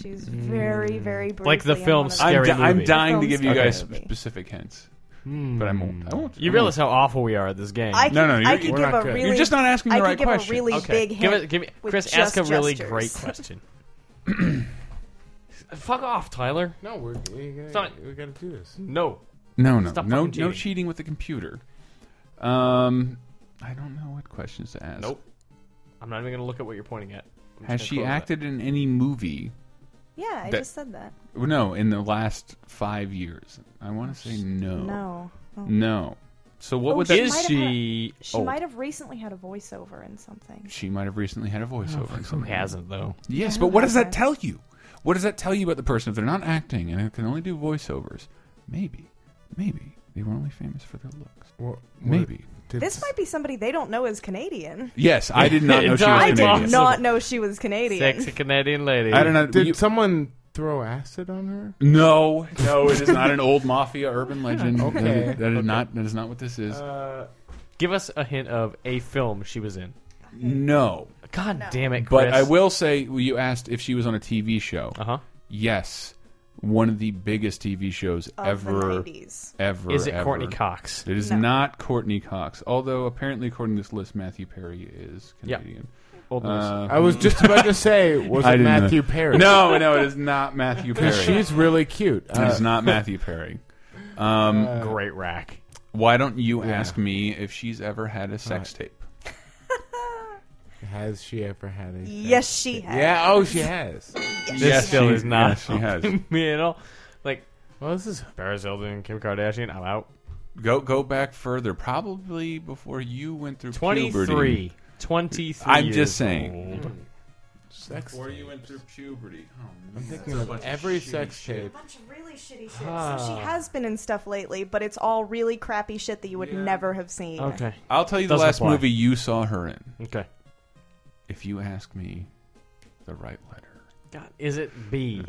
Speaker 4: She was very,
Speaker 2: Hmm.
Speaker 4: very briefly
Speaker 5: Like the
Speaker 4: in
Speaker 5: film
Speaker 4: one of
Speaker 5: Scary
Speaker 2: I'm, di- I'm
Speaker 5: movie. Hmm.
Speaker 2: dying to
Speaker 4: Films
Speaker 2: give you
Speaker 4: okay.
Speaker 2: guys
Speaker 4: movie.
Speaker 2: specific hints, but I won't. I won't.
Speaker 5: You
Speaker 2: I
Speaker 5: realize
Speaker 2: won't.
Speaker 5: how awful we are at this game.
Speaker 4: I could,
Speaker 2: No, no,
Speaker 4: I
Speaker 2: you're-
Speaker 4: could
Speaker 2: we're
Speaker 4: give
Speaker 3: not
Speaker 4: a
Speaker 3: good.
Speaker 4: really.
Speaker 2: You're just not asking the
Speaker 4: I
Speaker 2: right
Speaker 4: could give
Speaker 2: question.
Speaker 4: a really
Speaker 5: okay.
Speaker 4: big hint.
Speaker 5: give it, give me,
Speaker 4: with
Speaker 5: Chris, ask
Speaker 4: just
Speaker 5: a really
Speaker 4: gestures.
Speaker 5: great question. Fuck off, Tyler.
Speaker 3: No, we're, we, gotta,
Speaker 5: not-
Speaker 3: we gotta do this.
Speaker 5: No.
Speaker 2: No, no,
Speaker 5: Stop
Speaker 2: no,
Speaker 5: fucking
Speaker 2: no
Speaker 5: cheating.
Speaker 2: cheating with the computer. Um, I don't know what questions to ask.
Speaker 5: Nope. I'm not even going to look at what you're pointing at. I'm just
Speaker 2: Has
Speaker 5: gonna
Speaker 2: she
Speaker 5: close that.
Speaker 2: acted in any movie?
Speaker 4: yeah, I
Speaker 2: That-
Speaker 4: just said that.
Speaker 2: Well, No, in the last five years. I want to say no.
Speaker 4: No,
Speaker 2: No. So what
Speaker 4: Oh,
Speaker 2: would
Speaker 4: she
Speaker 2: that?
Speaker 4: might
Speaker 5: Is
Speaker 4: have
Speaker 5: she. oh,
Speaker 4: she
Speaker 5: old?
Speaker 4: might have recently had a voiceover in something.
Speaker 2: Oh. She might have recently had a voiceover. in
Speaker 5: Who
Speaker 2: something.
Speaker 5: hasn't, though?
Speaker 2: Yes, but what does that tell you? What does that tell you about the person if they're not acting and they can only do voiceovers? Maybe, maybe they were only famous for their looks.
Speaker 3: What-
Speaker 2: Maybe.
Speaker 3: did-
Speaker 4: This might be somebody they don't know is Canadian.
Speaker 2: Yes, I did not know she was
Speaker 5: I did
Speaker 2: Canadian.
Speaker 5: Possible.
Speaker 4: Not know she was Canadian.
Speaker 5: Sexy Canadian lady.
Speaker 2: I don't know.
Speaker 3: Did
Speaker 2: you-
Speaker 3: someone throw acid on her?
Speaker 2: no, no, it is not an old mafia urban legend.
Speaker 3: Okay.
Speaker 2: That is- that is
Speaker 3: Okay.
Speaker 2: not. That is not what this is.
Speaker 3: Uh,
Speaker 5: Give us a hint of a film she was in.
Speaker 2: no,
Speaker 5: God damn it, Chris.
Speaker 2: but I will say well, you asked if she was on a TV show.
Speaker 5: Uh huh.
Speaker 2: Yes, one of the biggest TV shows
Speaker 4: of
Speaker 2: ever,
Speaker 4: the 90s.
Speaker 2: ever.
Speaker 5: Is it Courtney
Speaker 2: ever.
Speaker 5: Cox?
Speaker 2: It is
Speaker 4: No.
Speaker 2: not Courtney Cox, although apparently according to this list, Matthew Perry is
Speaker 5: Yeah.
Speaker 2: Canadian.
Speaker 5: Old
Speaker 2: Uh,
Speaker 3: I was just about to say, was
Speaker 2: I
Speaker 3: it
Speaker 2: didn't know.
Speaker 3: Matthew Perry?
Speaker 2: No, no, it is not Matthew Perry.
Speaker 3: she's really cute.
Speaker 2: It
Speaker 3: Uh,
Speaker 2: is not Matthew Perry. Um,
Speaker 5: news. Great rack.
Speaker 2: why don't you ask me if she's ever had a sex tape?
Speaker 3: Has she ever had a?
Speaker 4: Yes, she has.
Speaker 3: Yeah. Oh, she has.
Speaker 5: This
Speaker 2: Yes,
Speaker 5: still
Speaker 2: she-
Speaker 5: is not.
Speaker 2: yes, she has.
Speaker 5: helping me at all. Like
Speaker 3: Well, this is
Speaker 5: Paris Hilton, Kim Kardashian. I'm out.
Speaker 2: Go go back further, probably before you went through puberty.
Speaker 5: 23. 23.
Speaker 2: I'm just
Speaker 5: years
Speaker 2: saying.
Speaker 3: Mm.
Speaker 5: old.
Speaker 3: sex.
Speaker 2: went through puberty. Oh,
Speaker 3: I'm thinking of every sex tape.
Speaker 4: Bunch of really shitty shit. So she has been in stuff lately, but it's all really crappy shit that you would never have seen.
Speaker 5: Okay.
Speaker 2: I'll tell you the
Speaker 5: Doesn't
Speaker 2: last
Speaker 5: apply.
Speaker 2: movie you saw her in.
Speaker 5: Okay.
Speaker 2: If you ask me the right letter.
Speaker 5: God, is it B?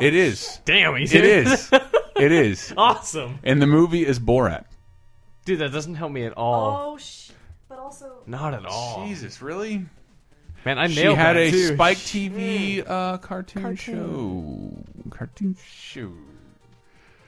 Speaker 2: it is.
Speaker 5: Damn, he's
Speaker 2: It is. It is.
Speaker 5: awesome.
Speaker 2: And the movie is Borat.
Speaker 5: Dude, that doesn't help me at all.
Speaker 4: Oh, sh- but also
Speaker 5: Not at all.
Speaker 2: Jesus, really?
Speaker 5: Man, I nailed
Speaker 2: She had
Speaker 5: that
Speaker 2: a
Speaker 5: too.
Speaker 2: Spike TV uh, cartoon, show. Cartoon show.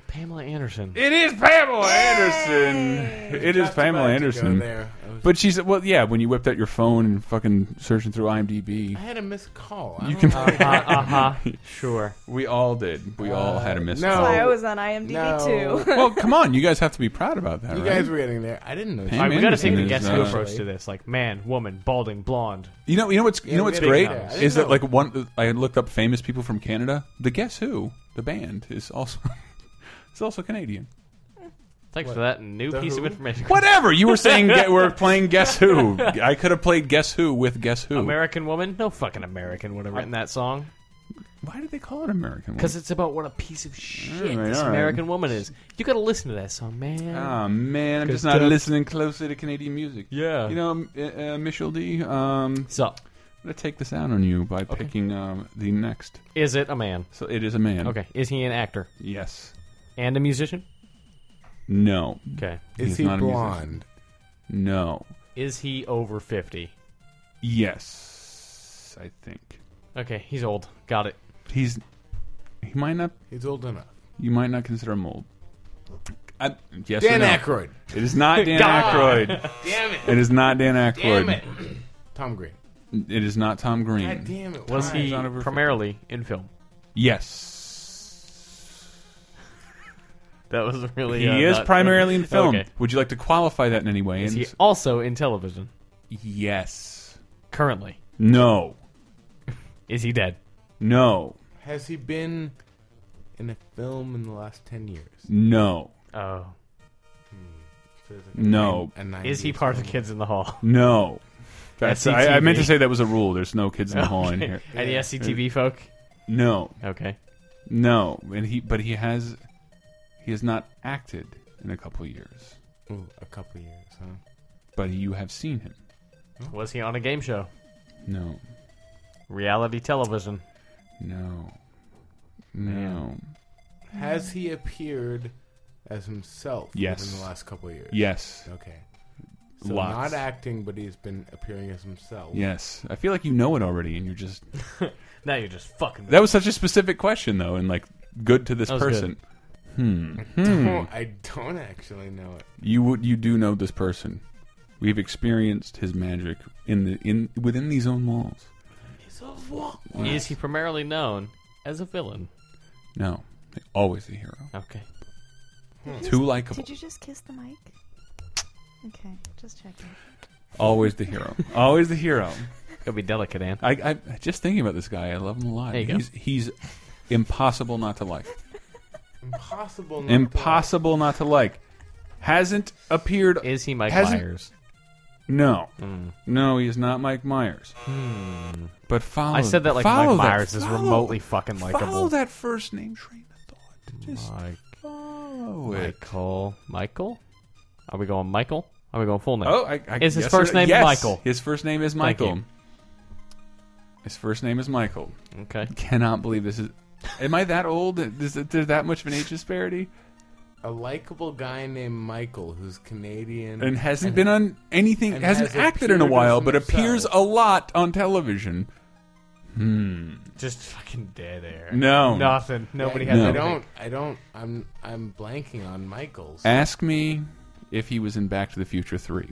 Speaker 5: Pamela Anderson.
Speaker 2: It is Pamela Anderson. It is Pamela Anderson.
Speaker 3: There. I, was,
Speaker 2: But she's well, yeah. When you whipped out your phone and fucking searching through IMDb,
Speaker 3: I had a missed call. I
Speaker 2: you
Speaker 3: don't
Speaker 2: can.
Speaker 3: know.
Speaker 5: uh huh. Sure.
Speaker 2: we all did. We all had a missed
Speaker 3: Uh, no.
Speaker 2: call.
Speaker 4: Sorry, I was on IMDb
Speaker 3: No.
Speaker 4: too.
Speaker 2: Well, come on, you guys have to be proud about that,
Speaker 3: you
Speaker 2: right?
Speaker 3: guys were getting there. I didn't know.
Speaker 2: Pam
Speaker 5: All right, we gotta take the
Speaker 2: Anderson
Speaker 5: guess
Speaker 2: is,
Speaker 5: who
Speaker 2: uh,
Speaker 5: approach to this. Like man, woman, balding, blonde.
Speaker 2: you know, you know what's you
Speaker 3: Yeah,
Speaker 2: know
Speaker 3: we
Speaker 2: what's
Speaker 3: gotta
Speaker 2: great
Speaker 3: get that. I didn't
Speaker 2: is that
Speaker 3: know.
Speaker 2: like one. I looked up famous people from Canada. The Guess Who, the band, is also is also Canadian.
Speaker 5: Thanks for that new
Speaker 3: The
Speaker 5: piece of
Speaker 3: who?
Speaker 5: information.
Speaker 2: Whatever you were saying, get, we're playing Guess Who. I could have played Guess Who with Guess Who.
Speaker 5: American woman? No fucking American would have written that song.
Speaker 2: Why did they call it American?
Speaker 5: Because it's about what a piece of shit
Speaker 2: Alright,
Speaker 5: this
Speaker 2: alright.
Speaker 5: American woman is. You gotta listen to that song, man.
Speaker 2: Ah man, I'm just
Speaker 8: 'Cause
Speaker 2: not
Speaker 8: the-
Speaker 2: listening closely to Canadian music.
Speaker 8: Yeah.
Speaker 2: You know, um, uh, uh, Michel D. Um,
Speaker 5: so,
Speaker 2: I'm gonna take this out on you by picking um, the next.
Speaker 5: is it a man?
Speaker 2: So it is a man.
Speaker 5: Okay, is he an actor
Speaker 2: Yes.
Speaker 5: and a musician?
Speaker 2: No.
Speaker 5: Okay.
Speaker 2: He's
Speaker 3: Is he
Speaker 2: not a musician.
Speaker 3: blonde?
Speaker 2: No.
Speaker 5: Is he over 50?
Speaker 2: Yes. I think
Speaker 5: Okay, he's old. Got it.
Speaker 2: he's. He might not.
Speaker 3: He's old enough.
Speaker 2: You might not consider him old. I, yes. or
Speaker 3: Dan
Speaker 2: no.
Speaker 3: Aykroyd.
Speaker 2: It is not Dan
Speaker 5: God.
Speaker 2: Aykroyd.
Speaker 3: Damn it.
Speaker 2: It is not Dan Aykroyd.
Speaker 5: Damn it.
Speaker 3: Tom Green.
Speaker 2: It is not Tom Green.
Speaker 3: God damn it.
Speaker 5: Was
Speaker 3: Why?
Speaker 5: he
Speaker 2: not over
Speaker 5: primarily in film?
Speaker 2: Yes.
Speaker 5: That was really.
Speaker 2: He
Speaker 5: uh,
Speaker 2: is
Speaker 5: not-
Speaker 2: primarily in film.
Speaker 5: Okay.
Speaker 2: Would you like to qualify that in any way?
Speaker 5: Is
Speaker 2: And
Speaker 5: he also in television
Speaker 2: yes.
Speaker 5: currently?
Speaker 2: No.
Speaker 5: Is he dead?
Speaker 2: No.
Speaker 3: Has he been in a film in the last 10 years?
Speaker 2: No.
Speaker 5: Oh,
Speaker 3: So it's like a
Speaker 2: No.
Speaker 3: nine- a
Speaker 5: is he
Speaker 3: 90s
Speaker 5: part of
Speaker 3: film.
Speaker 5: the Kids in the Hall?
Speaker 2: No. That's I, I meant to
Speaker 5: SCTV.
Speaker 2: say that was a rule. There's no kids in the hall in
Speaker 5: Okay.
Speaker 2: here.
Speaker 5: And the SCTV folk.
Speaker 2: No.
Speaker 5: Okay.
Speaker 2: No. And he but he has he has not acted in a couple years.
Speaker 3: Ooh, a couple years, huh?
Speaker 2: But you have seen him.
Speaker 5: Was he on a game show?
Speaker 2: No.
Speaker 5: Reality television.
Speaker 2: No. No.
Speaker 5: Man.
Speaker 3: Has he appeared as himself
Speaker 2: Yes.
Speaker 3: in the last couple of years?
Speaker 2: Yes.
Speaker 3: Okay. So
Speaker 2: Lots.
Speaker 3: not acting, but he's been appearing as himself.
Speaker 2: Yes. I feel like you know it already and you're just
Speaker 5: Now you're just fucking.
Speaker 2: That was such a specific question, though, and like good to this
Speaker 5: That was
Speaker 2: person. Hmm.
Speaker 3: No, I don't actually know it.
Speaker 2: You would you do know this person? We've experienced his magic in the in within these own walls.
Speaker 5: Is he primarily known as a villain?
Speaker 2: No, always the hero.
Speaker 5: Okay.
Speaker 2: Too likable.
Speaker 4: Did you just kiss the mic? Okay, just checking.
Speaker 2: Always the hero. always the hero.
Speaker 5: Gotta be delicate, Ann.
Speaker 2: I, I just thinking about this guy. I love him a lot.
Speaker 5: There you go.
Speaker 2: he's he's impossible not to like.
Speaker 3: Impossible. Not
Speaker 2: impossible not to like. Hasn't appeared.
Speaker 5: Is he Mike
Speaker 2: Hasn't-
Speaker 5: Myers? Hmm.
Speaker 2: No, no, he is not Mike Myers. But follow.
Speaker 5: I said that like
Speaker 2: follow
Speaker 5: Mike Myers
Speaker 2: that,
Speaker 5: is
Speaker 2: follow-
Speaker 5: remotely fucking
Speaker 2: Follow
Speaker 5: likable.
Speaker 2: that first name train of thought. Just
Speaker 5: Mike,
Speaker 2: follow it.
Speaker 5: Michael, Michael. Are we going Michael? Are we going full name?
Speaker 2: Oh, I, I
Speaker 5: Is his
Speaker 2: yes
Speaker 5: first
Speaker 2: or-
Speaker 5: name
Speaker 2: yes,
Speaker 5: Michael?
Speaker 2: His first name is
Speaker 5: Thank
Speaker 2: Michael.
Speaker 5: you.
Speaker 2: His first name is Michael.
Speaker 5: Okay.
Speaker 2: Cannot believe this is. Am I that old? Is it- there's that much of an age disparity?
Speaker 3: a likable guy named Michael who's Canadian.
Speaker 5: Mm-hmm.
Speaker 2: And hasn't been on anything.
Speaker 3: and
Speaker 2: Hasn't
Speaker 3: has
Speaker 2: acted in a
Speaker 3: appeared
Speaker 2: while,
Speaker 3: as
Speaker 2: but appears
Speaker 3: himself.
Speaker 2: a lot on television. Hmm.
Speaker 5: Just fucking dead air.
Speaker 2: No.
Speaker 5: Nothing. Nobody
Speaker 3: Yeah,
Speaker 5: has
Speaker 2: No.
Speaker 3: I
Speaker 5: anything.
Speaker 3: don't. I don't. I'm. I'm blanking on Michaels.
Speaker 2: Ask me if he was in Back to the Future Three.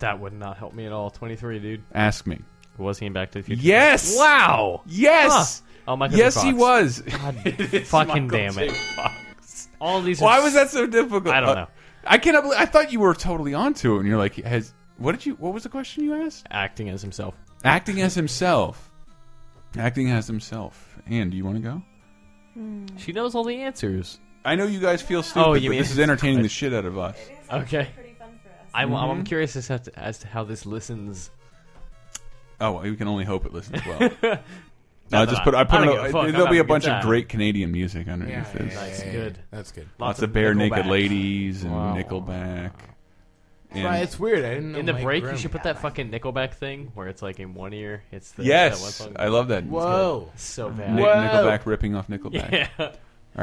Speaker 5: That would not help me at all. 23, dude.
Speaker 2: Ask me.
Speaker 5: Was he in Back to the Future?
Speaker 2: Yes.
Speaker 5: Wow.
Speaker 2: Yes.
Speaker 5: Huh. Oh, Michael J.
Speaker 2: Yes, he
Speaker 5: Fox.
Speaker 2: was.
Speaker 5: God, fucking damn it. All these. are
Speaker 2: Why
Speaker 5: s-
Speaker 2: was that so difficult?
Speaker 5: I don't
Speaker 2: Uh,
Speaker 5: know.
Speaker 2: I cannot. Believe, I thought you were totally onto it, and you're like, "Has what did you? What was the question you asked?
Speaker 5: Acting as himself.
Speaker 2: Acting as himself. Acting as himself. And do you want to go?
Speaker 5: She knows all the answers.
Speaker 2: I know you guys feel stupid,
Speaker 5: Oh, you
Speaker 2: but
Speaker 5: mean-
Speaker 2: this is entertaining the shit out of us.
Speaker 5: Okay.
Speaker 4: Pretty fun for us.
Speaker 5: I'm, I'm curious as to, as to how this listens.
Speaker 2: Oh, well, we can only hope it listens well. I
Speaker 5: that
Speaker 2: just
Speaker 5: I-
Speaker 2: put. I put.
Speaker 5: I don't
Speaker 2: it-
Speaker 5: give a fuck. I'm
Speaker 2: there'll be
Speaker 5: having a
Speaker 2: a
Speaker 5: good
Speaker 2: bunch
Speaker 5: time.
Speaker 2: of great Canadian music underneath
Speaker 3: Yeah, yeah,
Speaker 2: this.
Speaker 3: yeah,
Speaker 5: That's
Speaker 3: yeah,
Speaker 5: good.
Speaker 3: yeah. That's good.
Speaker 2: Lots of bare naked
Speaker 5: Nickelback.
Speaker 2: ladies and
Speaker 5: Wow.
Speaker 2: Nickelback. And-
Speaker 3: Right, it's weird. I didn't know.
Speaker 5: In the
Speaker 2: Oh
Speaker 3: Mike
Speaker 5: break,
Speaker 3: Grimm.
Speaker 5: you should put that fucking Nickelback thing where it's like in one ear, it's the that one
Speaker 2: yes,
Speaker 5: song.
Speaker 2: I love that.
Speaker 3: Whoa.
Speaker 5: so
Speaker 2: Nick-
Speaker 5: bad.
Speaker 3: Whoa.
Speaker 2: Nickelback ripping off Nickelback.
Speaker 5: Yeah.
Speaker 2: All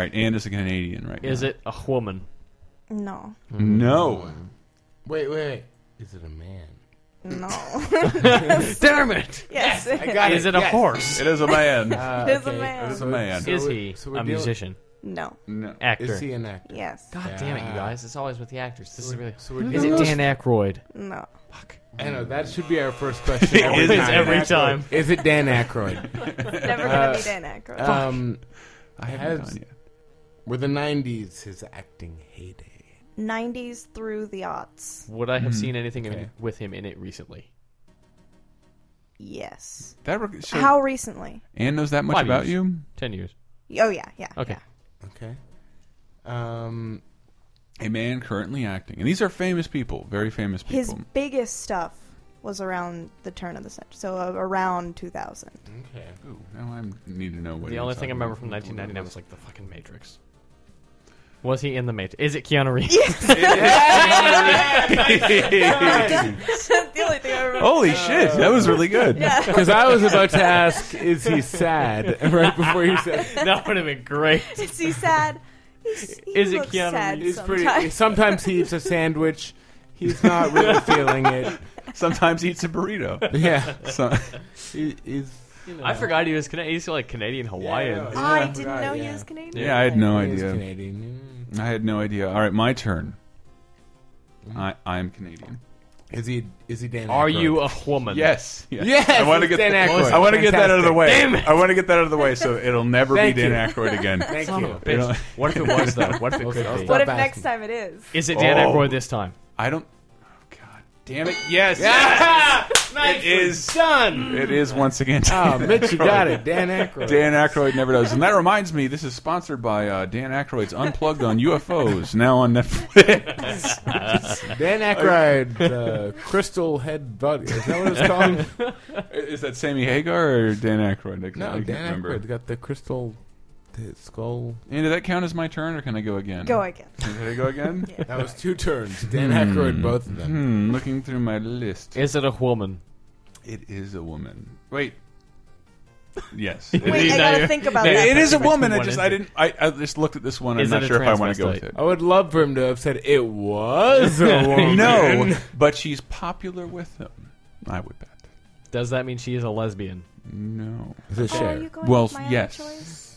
Speaker 2: right, and is a Canadian, right?
Speaker 5: Is
Speaker 2: now.
Speaker 5: it a woman?
Speaker 4: No,
Speaker 2: No.
Speaker 3: Wait, wait, wait. Is it a man?
Speaker 4: no.
Speaker 5: Damn it!
Speaker 4: yes,
Speaker 3: I got
Speaker 5: Is it a horse?
Speaker 2: It is a man.
Speaker 3: Uh,
Speaker 4: It is a man. It is
Speaker 2: a man.
Speaker 3: so
Speaker 5: is
Speaker 3: we-
Speaker 5: he
Speaker 3: so we're
Speaker 5: a
Speaker 3: dealing-
Speaker 5: musician?
Speaker 4: no.
Speaker 2: no.
Speaker 5: Actor?
Speaker 3: Is he an actor?
Speaker 4: Yes,
Speaker 5: God damn it, you
Speaker 3: Yeah.
Speaker 5: guys! It's always with the actors. This is really.
Speaker 3: So we're
Speaker 5: Is
Speaker 3: dealing,
Speaker 5: it Dan Aykroyd?
Speaker 4: no.
Speaker 3: I know that should be our first question.
Speaker 2: It is
Speaker 3: Dan
Speaker 5: every
Speaker 3: Aykroyd.
Speaker 5: time.
Speaker 3: Is it Dan Aykroyd?
Speaker 4: Never gonna be Dan Aykroyd.
Speaker 3: um,
Speaker 2: I haven't
Speaker 3: Has-
Speaker 2: done yet.
Speaker 3: were the '90s his acting heyday?
Speaker 4: 90s through the aughts.
Speaker 5: Would I have seen anything in-
Speaker 3: okay.
Speaker 5: with him in it recently?
Speaker 4: Yes.
Speaker 2: That reg- so
Speaker 4: How recently?
Speaker 2: Anne knows that much
Speaker 5: Five
Speaker 2: about
Speaker 5: years.
Speaker 2: you.
Speaker 5: Ten years.
Speaker 4: Oh yeah, yeah.
Speaker 5: Okay.
Speaker 3: Okay. Um,
Speaker 2: A man currently acting, and these are famous people, very famous people.
Speaker 4: His biggest stuff was around the turn of the century, so uh, around 2000.
Speaker 3: Okay.
Speaker 2: Ooh, now I need to know what.
Speaker 5: the
Speaker 2: he
Speaker 5: only
Speaker 2: was
Speaker 5: thing I
Speaker 2: talking
Speaker 5: remember
Speaker 2: about.
Speaker 5: from 1999 was like the fucking Matrix. Was he in the Matrix? Is it Keanu Reeves?
Speaker 4: the only thing I remember.
Speaker 2: Holy shit, that was really good.
Speaker 4: Yeah.
Speaker 3: Because I was about to ask, is he sad? Right before you said,
Speaker 5: that would have been great.
Speaker 4: Is he sad? He's, he
Speaker 5: Is it
Speaker 4: looks
Speaker 5: Keanu
Speaker 4: sad
Speaker 5: Reeves?
Speaker 3: he's
Speaker 4: sometimes.
Speaker 3: pretty. Sometimes he eats a sandwich. He's not really feeling it.
Speaker 2: Sometimes he eats a burrito.
Speaker 3: Yeah.
Speaker 2: So,
Speaker 3: He, he's. you know.
Speaker 5: I forgot he was Canadian. He's like Canadian Hawaiian.
Speaker 3: Yeah,
Speaker 4: I
Speaker 3: Yeah, I
Speaker 4: didn't
Speaker 3: forgot,
Speaker 4: know he
Speaker 3: yeah.
Speaker 4: was Canadian.
Speaker 2: yeah, I had no
Speaker 3: He is
Speaker 2: idea.
Speaker 3: Canadian.
Speaker 2: I had no idea. All right, my turn.
Speaker 3: Mm-hmm.
Speaker 2: I I am Canadian.
Speaker 3: Is he? Is he Dan?
Speaker 5: Are
Speaker 3: Aykroyd?
Speaker 5: you a woman?
Speaker 2: Yes.
Speaker 3: Yes,
Speaker 2: I want to
Speaker 3: it's
Speaker 2: get
Speaker 3: Dan Aykroyd.
Speaker 2: I want to get that out of the way.
Speaker 5: Damn it.
Speaker 2: I want to get that out of the way so it'll never
Speaker 3: Thank
Speaker 2: be Dan
Speaker 3: you.
Speaker 2: Aykroyd again.
Speaker 3: Thank
Speaker 5: Son
Speaker 3: you.
Speaker 5: of a bitch. What if it was though? What if it
Speaker 3: I'll
Speaker 5: could be?
Speaker 3: stop
Speaker 4: What if
Speaker 3: asking.
Speaker 4: next time it is?
Speaker 5: Is it Dan
Speaker 2: Oh.
Speaker 5: Aykroyd this time?
Speaker 2: I don't. oh, God damn it! Yes. It is
Speaker 3: done.
Speaker 2: It is once again.
Speaker 3: Oh,
Speaker 2: Dan
Speaker 3: Mitch, you
Speaker 2: Aykroyd.
Speaker 3: got it. Dan Aykroyd.
Speaker 2: Ah, Dan Aykroyd never does. And that reminds me, this is sponsored by uh, Dan Aykroyd's Unplugged on UFOs, now on Netflix.
Speaker 3: Dan Aykroyd, the crystal head buddy. Is that what it's called?
Speaker 2: is that Sammy Hagar or Dan Aykroyd? I can't, I
Speaker 3: no,
Speaker 2: can't
Speaker 3: Dan
Speaker 2: remember.
Speaker 3: Aykroyd got the crystal the skull.
Speaker 2: And did that count as my turn, or can I go again?
Speaker 4: Go again.
Speaker 2: Can I go again?
Speaker 3: That was two turns. Dan Aykroyd, both of them.
Speaker 2: Hmm, looking through my list.
Speaker 5: Is it a woman?
Speaker 2: It is a woman. Wait. Yes. it
Speaker 4: Wait,
Speaker 2: is.
Speaker 4: I gotta think about
Speaker 5: Yeah,
Speaker 4: that.
Speaker 2: it is a
Speaker 5: Which
Speaker 2: woman. I
Speaker 5: one
Speaker 2: just
Speaker 5: is
Speaker 2: I
Speaker 5: it?
Speaker 2: didn't I, I just looked at this one.
Speaker 5: Is
Speaker 2: I'm
Speaker 5: it
Speaker 2: not
Speaker 5: a
Speaker 2: sure if I want to go with
Speaker 5: transvestite?
Speaker 2: it.
Speaker 3: I would love for him to have said it was a woman.
Speaker 2: No, but she's popular with him. I would bet.
Speaker 5: Does that mean she is a lesbian?
Speaker 2: No.
Speaker 3: Is it
Speaker 4: Oh, are
Speaker 3: Cher?
Speaker 4: you going
Speaker 2: Well,
Speaker 4: with my other
Speaker 2: yes.
Speaker 4: choice?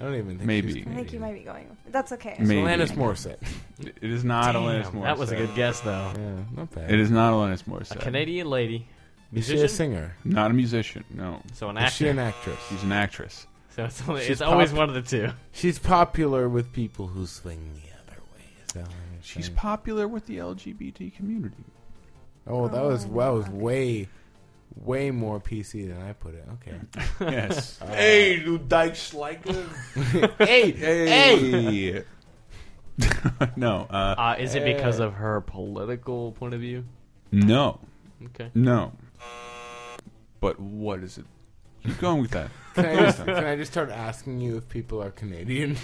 Speaker 3: I don't even think
Speaker 2: Maybe.
Speaker 3: she's
Speaker 4: I think you
Speaker 3: Canadian.
Speaker 4: might be going. with- That's okay.
Speaker 2: Maybe.
Speaker 3: Alanis Morissette.
Speaker 2: It is not Alanis Morissette.
Speaker 5: That was a good guess though.
Speaker 3: Yeah, not bad.
Speaker 2: It is not Alanis Morissette.
Speaker 5: A Canadian lady,
Speaker 3: Is she a
Speaker 5: musician?
Speaker 3: singer?
Speaker 2: Not a musician. No.
Speaker 5: so an
Speaker 3: Is she an
Speaker 5: actor.
Speaker 3: actress?
Speaker 2: She's an actress.
Speaker 5: So it's, only,
Speaker 3: She's
Speaker 5: it's always
Speaker 3: pop.
Speaker 5: one of the two.
Speaker 3: She's popular with people who swing the other way. Is that what you're
Speaker 2: She's
Speaker 3: saying?
Speaker 2: popular with the LGBT community.
Speaker 3: Oh, that was that was way, way more PC than I put it. Okay.
Speaker 2: Yes. hey, you dykes like
Speaker 3: hey,
Speaker 2: Hey. no. Uh,
Speaker 5: Uh, is it because of her political point of view?
Speaker 2: no.
Speaker 5: Okay.
Speaker 2: No. But what is it? Keep going with that.
Speaker 3: Can I, just, can I just start asking you if people are Canadian?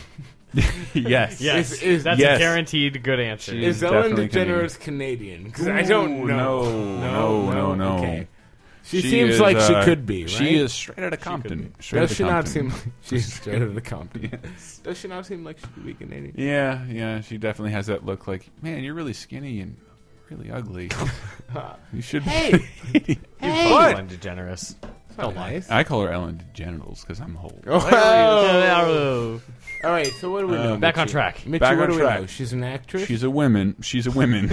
Speaker 2: yes.
Speaker 5: Yes,
Speaker 3: Is- is-
Speaker 5: that's
Speaker 2: yes.
Speaker 5: a guaranteed good answer.
Speaker 2: She
Speaker 3: Is
Speaker 2: She's
Speaker 3: Ellen
Speaker 2: definitely
Speaker 3: DeGeneres Canadian? 'Cause I don't
Speaker 2: Ooh,
Speaker 3: know.
Speaker 2: No, no, no, no.
Speaker 3: Okay. She, seems like
Speaker 2: uh,
Speaker 3: she could be. Right?
Speaker 2: She is straight out of Compton. Straight
Speaker 3: Does
Speaker 2: outta
Speaker 3: she not
Speaker 2: Compton.
Speaker 3: seem like she's straight out of the Compton? Does she not seem like she could be Canadian?
Speaker 2: Yeah, yeah, she definitely has that look. Like, man, you're really skinny and really ugly. you should.
Speaker 3: Hey,
Speaker 2: be-
Speaker 5: Hey. Ellen DeGeneres. Don't lie.
Speaker 3: nice.
Speaker 2: I call her Ellen Genitals because I'm whole.
Speaker 5: Oh.
Speaker 3: All right, so what do we
Speaker 2: Uh,
Speaker 3: know?
Speaker 5: Back on
Speaker 3: Mitchie?
Speaker 5: track.
Speaker 3: Mitchie,
Speaker 2: Back on
Speaker 3: what do
Speaker 2: track.
Speaker 3: we know? She's an actress.
Speaker 2: She's a women. She's a women.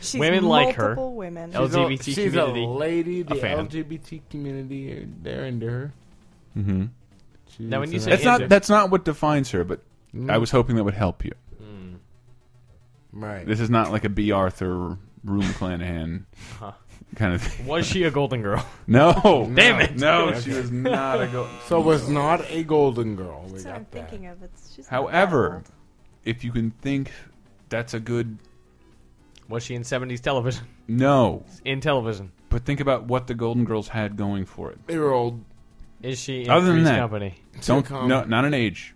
Speaker 4: She's
Speaker 5: Women like her.
Speaker 4: multiple women.
Speaker 5: She's LGBT
Speaker 3: she's
Speaker 5: community,
Speaker 3: a lady. The
Speaker 5: fan.
Speaker 3: LGBT community, are- they're into her.
Speaker 2: Mhm.
Speaker 3: She's
Speaker 5: Now, when you
Speaker 3: an
Speaker 5: say
Speaker 2: that's
Speaker 3: act-
Speaker 2: not. That's not what defines her. But I was hoping that would help you.
Speaker 3: right,
Speaker 2: This is not like a B. Arthur, Room Clanahan kind of thing.
Speaker 5: Was she a golden girl?
Speaker 2: No,
Speaker 5: Damn it.
Speaker 2: No, she was not a girl.
Speaker 3: so was not a golden girl. We
Speaker 4: That's what I'm
Speaker 3: got that.
Speaker 4: thinking of. It's she's not that
Speaker 2: However,
Speaker 4: old.
Speaker 2: if you can think, that's a good
Speaker 5: Was she in 70s television?
Speaker 2: no.
Speaker 5: In television.
Speaker 2: But think about what the Golden Girls had going for it.
Speaker 3: They were old.
Speaker 5: Is she in
Speaker 2: Other than
Speaker 5: Three's
Speaker 2: that.
Speaker 5: Company?
Speaker 2: Don't
Speaker 3: Sitcom.
Speaker 2: no, not an age.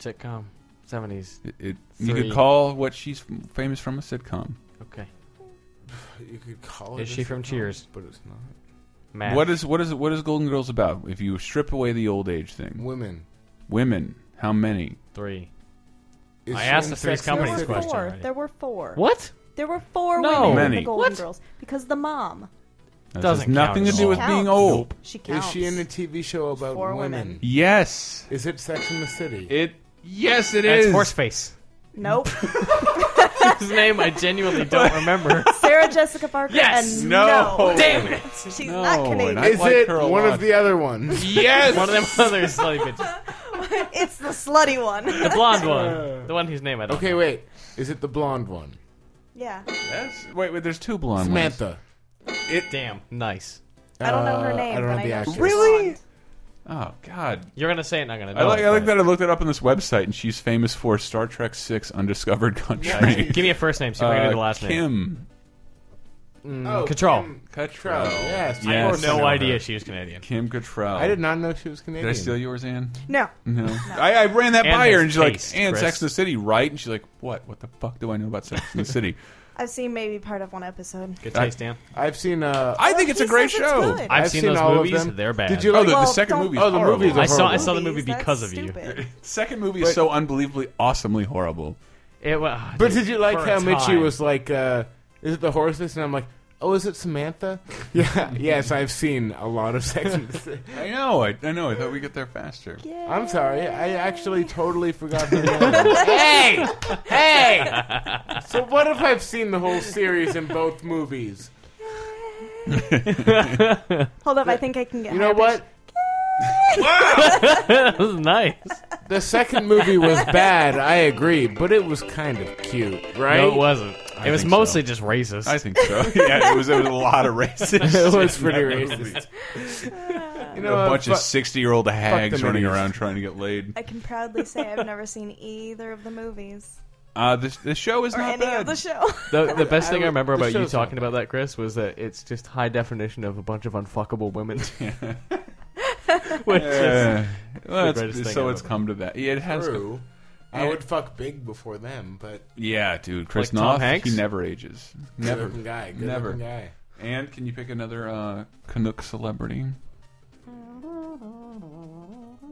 Speaker 5: Sitcom. 70s.
Speaker 2: It, it- you could
Speaker 5: Three.
Speaker 2: call what she's f- famous from a sitcom.
Speaker 5: Okay.
Speaker 3: You could call it.
Speaker 5: Is
Speaker 3: a
Speaker 5: she from
Speaker 3: sitcom,
Speaker 5: Cheers?
Speaker 3: But it's not.
Speaker 5: Matt.
Speaker 2: What is what is what is Golden Girls about? If you strip away the old age thing,
Speaker 3: Women.
Speaker 2: women, how many?
Speaker 5: Three.
Speaker 3: Is
Speaker 5: I
Speaker 3: she
Speaker 5: asked
Speaker 3: in
Speaker 5: the Three's
Speaker 3: Sex and
Speaker 4: there
Speaker 5: Company's
Speaker 4: were
Speaker 3: the
Speaker 5: question
Speaker 3: City?
Speaker 4: four.
Speaker 5: already.
Speaker 4: There were four.
Speaker 5: What?
Speaker 4: There were four
Speaker 5: No.
Speaker 4: women in
Speaker 2: Many.
Speaker 4: the Golden
Speaker 5: What?
Speaker 4: Girls because the mom
Speaker 2: That
Speaker 5: Doesn't
Speaker 2: has nothing
Speaker 5: count
Speaker 2: to do
Speaker 5: at all.
Speaker 2: with
Speaker 4: Counts.
Speaker 2: being old.
Speaker 4: She counts.
Speaker 3: Is she in a TV show about
Speaker 4: Four
Speaker 3: women?
Speaker 4: women.
Speaker 2: Yes,
Speaker 3: Is it Sex in the City?
Speaker 2: it. Yes, it
Speaker 5: That's
Speaker 2: is.
Speaker 5: Horseface.
Speaker 4: Nope.
Speaker 5: His name I genuinely don't remember.
Speaker 4: Sarah Jessica Parker.
Speaker 5: Yes!
Speaker 4: And
Speaker 2: No!
Speaker 5: Damn it!
Speaker 4: She's
Speaker 2: No,
Speaker 4: not
Speaker 2: and
Speaker 4: Canadian.
Speaker 2: I
Speaker 3: Is
Speaker 2: like
Speaker 3: it
Speaker 2: her a
Speaker 3: one
Speaker 2: lot.
Speaker 3: of the other ones?
Speaker 2: Yes,
Speaker 5: One of them others slutty bitches.
Speaker 4: It's the slutty
Speaker 5: The
Speaker 4: one.
Speaker 5: blonde one. The one whose name I don't
Speaker 3: Okay,
Speaker 5: know.
Speaker 3: wait. Is it the blonde one?
Speaker 4: yeah.
Speaker 2: That's- wait, wait. There's two blonde ones.
Speaker 3: Samantha.
Speaker 5: Damn. Nice.
Speaker 4: I don't know her
Speaker 3: Uh,
Speaker 4: name.
Speaker 3: I don't
Speaker 4: but
Speaker 3: know the
Speaker 4: I know
Speaker 3: actress.
Speaker 4: she's
Speaker 2: Really?
Speaker 4: blonde.
Speaker 2: Oh God.
Speaker 5: You're gonna say it, not gonna know
Speaker 2: I like,
Speaker 5: it,
Speaker 2: I like
Speaker 5: but-
Speaker 2: that I looked it up on this website, and she's famous for Star Trek Six: Undiscovered Country. Uh,
Speaker 5: Give me a first name, see if I can do the last
Speaker 2: Kim.
Speaker 5: name.
Speaker 3: Oh,
Speaker 5: Cattrall.
Speaker 3: Kim
Speaker 2: Cattrall.
Speaker 3: Yes.
Speaker 2: Yes.
Speaker 3: of course I
Speaker 5: No
Speaker 3: know
Speaker 5: idea
Speaker 3: her.
Speaker 5: she was Canadian.
Speaker 2: Kim Cattrall.
Speaker 3: I did not know she was
Speaker 2: Did
Speaker 3: Canadian.
Speaker 2: I steal yours, Anne?
Speaker 4: No.
Speaker 2: No. I, I ran that
Speaker 5: Anne
Speaker 2: by her,
Speaker 5: has
Speaker 2: and she's like,
Speaker 5: taste,
Speaker 2: "Anne,
Speaker 5: Chris."
Speaker 2: Sex in the City, right?" And she's like, "What? What the fuck do I know about Sex in the City?"
Speaker 4: I've seen maybe part of one episode.
Speaker 5: Good
Speaker 2: I-
Speaker 5: taste, Dan.
Speaker 3: I've seen. Uh,
Speaker 2: I think it's a
Speaker 4: He
Speaker 2: great
Speaker 4: says it's
Speaker 2: show.
Speaker 4: good.
Speaker 5: I've,
Speaker 3: I've
Speaker 5: seen,
Speaker 3: seen
Speaker 5: those
Speaker 3: all of
Speaker 5: movies.
Speaker 3: them.
Speaker 5: They're bad.
Speaker 2: Did you? Oh, the, the
Speaker 4: Well,
Speaker 2: second
Speaker 4: don't-
Speaker 2: movie.
Speaker 3: Oh, the movies are
Speaker 5: I saw- I
Speaker 3: horrible.
Speaker 5: saw the movie
Speaker 4: Movies,
Speaker 5: because
Speaker 4: that's
Speaker 5: of you.
Speaker 4: stupid.
Speaker 2: Second movie is so unbelievably, awesomely horrible.
Speaker 5: It wa-
Speaker 3: But did you like
Speaker 5: for a
Speaker 3: how Mitchie
Speaker 5: time.
Speaker 3: was like, uh, "Is it the horses?" And I'm like, "Oh, is it Samantha?" yeah. Yes, I've seen a lot of Sex. and the City.
Speaker 2: I know. I, I know. I thought we get there faster.
Speaker 3: I'm sorry. I actually totally forgot her name. hey! Hey! So what if I've seen the whole series in both movies?
Speaker 4: Hold up, I think I can get.
Speaker 3: You know
Speaker 4: higher
Speaker 3: what?
Speaker 5: That was nice.
Speaker 3: The second movie was bad, I agree, but it was kind of cute, right?
Speaker 5: No, it wasn't. it was
Speaker 2: think so.
Speaker 5: mostly just racist.
Speaker 2: I think so. yeah, it was. It was a lot of racist.
Speaker 3: It was pretty
Speaker 2: Yeah,
Speaker 3: racist.
Speaker 2: movie.
Speaker 3: You
Speaker 2: a
Speaker 3: know, uh,
Speaker 2: bunch
Speaker 3: fu-
Speaker 2: of sixty-year-old hags
Speaker 3: the
Speaker 2: running
Speaker 3: minis.
Speaker 2: around trying to get laid.
Speaker 4: I can proudly say I've never seen either of the movies
Speaker 2: Uh, the the show is
Speaker 4: or
Speaker 2: not
Speaker 4: any
Speaker 2: bad.
Speaker 4: of the show.
Speaker 9: The, the best thing
Speaker 3: I
Speaker 9: I remember
Speaker 3: would- the
Speaker 9: about you
Speaker 3: show's
Speaker 9: talking about that, Chris, was that it's just high definition of a bunch of unfuckable women. Which is,
Speaker 2: Yeah. Uh, Well, it's-
Speaker 9: greatest thing
Speaker 2: so
Speaker 9: ever.
Speaker 2: it's come to that. Yeah, it has.
Speaker 3: True. I would fuck big before them, but
Speaker 2: Yeah, dude, Chris
Speaker 5: Like Tom
Speaker 2: Noth,
Speaker 5: Hanks?
Speaker 2: he never ages. Never.
Speaker 3: good-looking guy, good
Speaker 2: Never.
Speaker 3: looking guy.
Speaker 2: And can you pick another uh, Canuck celebrity?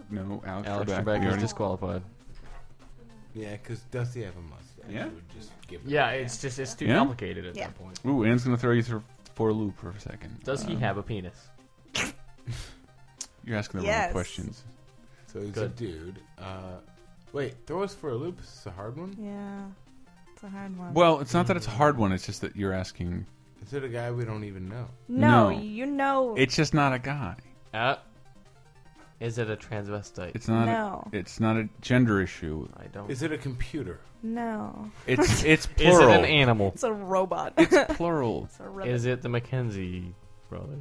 Speaker 2: No, Alex,
Speaker 9: Alex
Speaker 2: Trebek.
Speaker 9: Trebek
Speaker 2: We
Speaker 9: was
Speaker 2: already-
Speaker 9: disqualified.
Speaker 3: Yeah, because does he have a mustache?
Speaker 2: Yeah.
Speaker 3: He would just give it
Speaker 5: yeah,
Speaker 3: up.
Speaker 5: it's just it's too
Speaker 2: Yeah?
Speaker 5: complicated at
Speaker 4: Yeah.
Speaker 5: that point.
Speaker 2: Ooh, Anne's gonna throw you through for a loop for a second.
Speaker 9: Does he
Speaker 2: Um,
Speaker 9: have a penis?
Speaker 2: You're asking the wrong
Speaker 4: Yes.
Speaker 2: questions.
Speaker 3: So he's a
Speaker 5: Good.
Speaker 3: dude. Uh, wait, throw us for a loop. This is a hard one.
Speaker 4: yeah, it's a hard one.
Speaker 2: Well, it's not that it's a hard one. It's just that you're asking.
Speaker 3: Is it a guy we don't even know?
Speaker 4: no,
Speaker 2: no.
Speaker 4: you know,
Speaker 2: It's just not a guy.
Speaker 9: Uh, is it a transvestite?
Speaker 2: It's not.
Speaker 4: No.
Speaker 2: A, it's not a gender issue.
Speaker 9: I don't.
Speaker 3: Is it a computer?
Speaker 4: no,
Speaker 2: It's it's
Speaker 9: Is
Speaker 2: plural.
Speaker 9: it an animal?
Speaker 4: it's a robot.
Speaker 2: it's plural.
Speaker 4: It's a robot.
Speaker 9: Is it the Mackenzie brothers?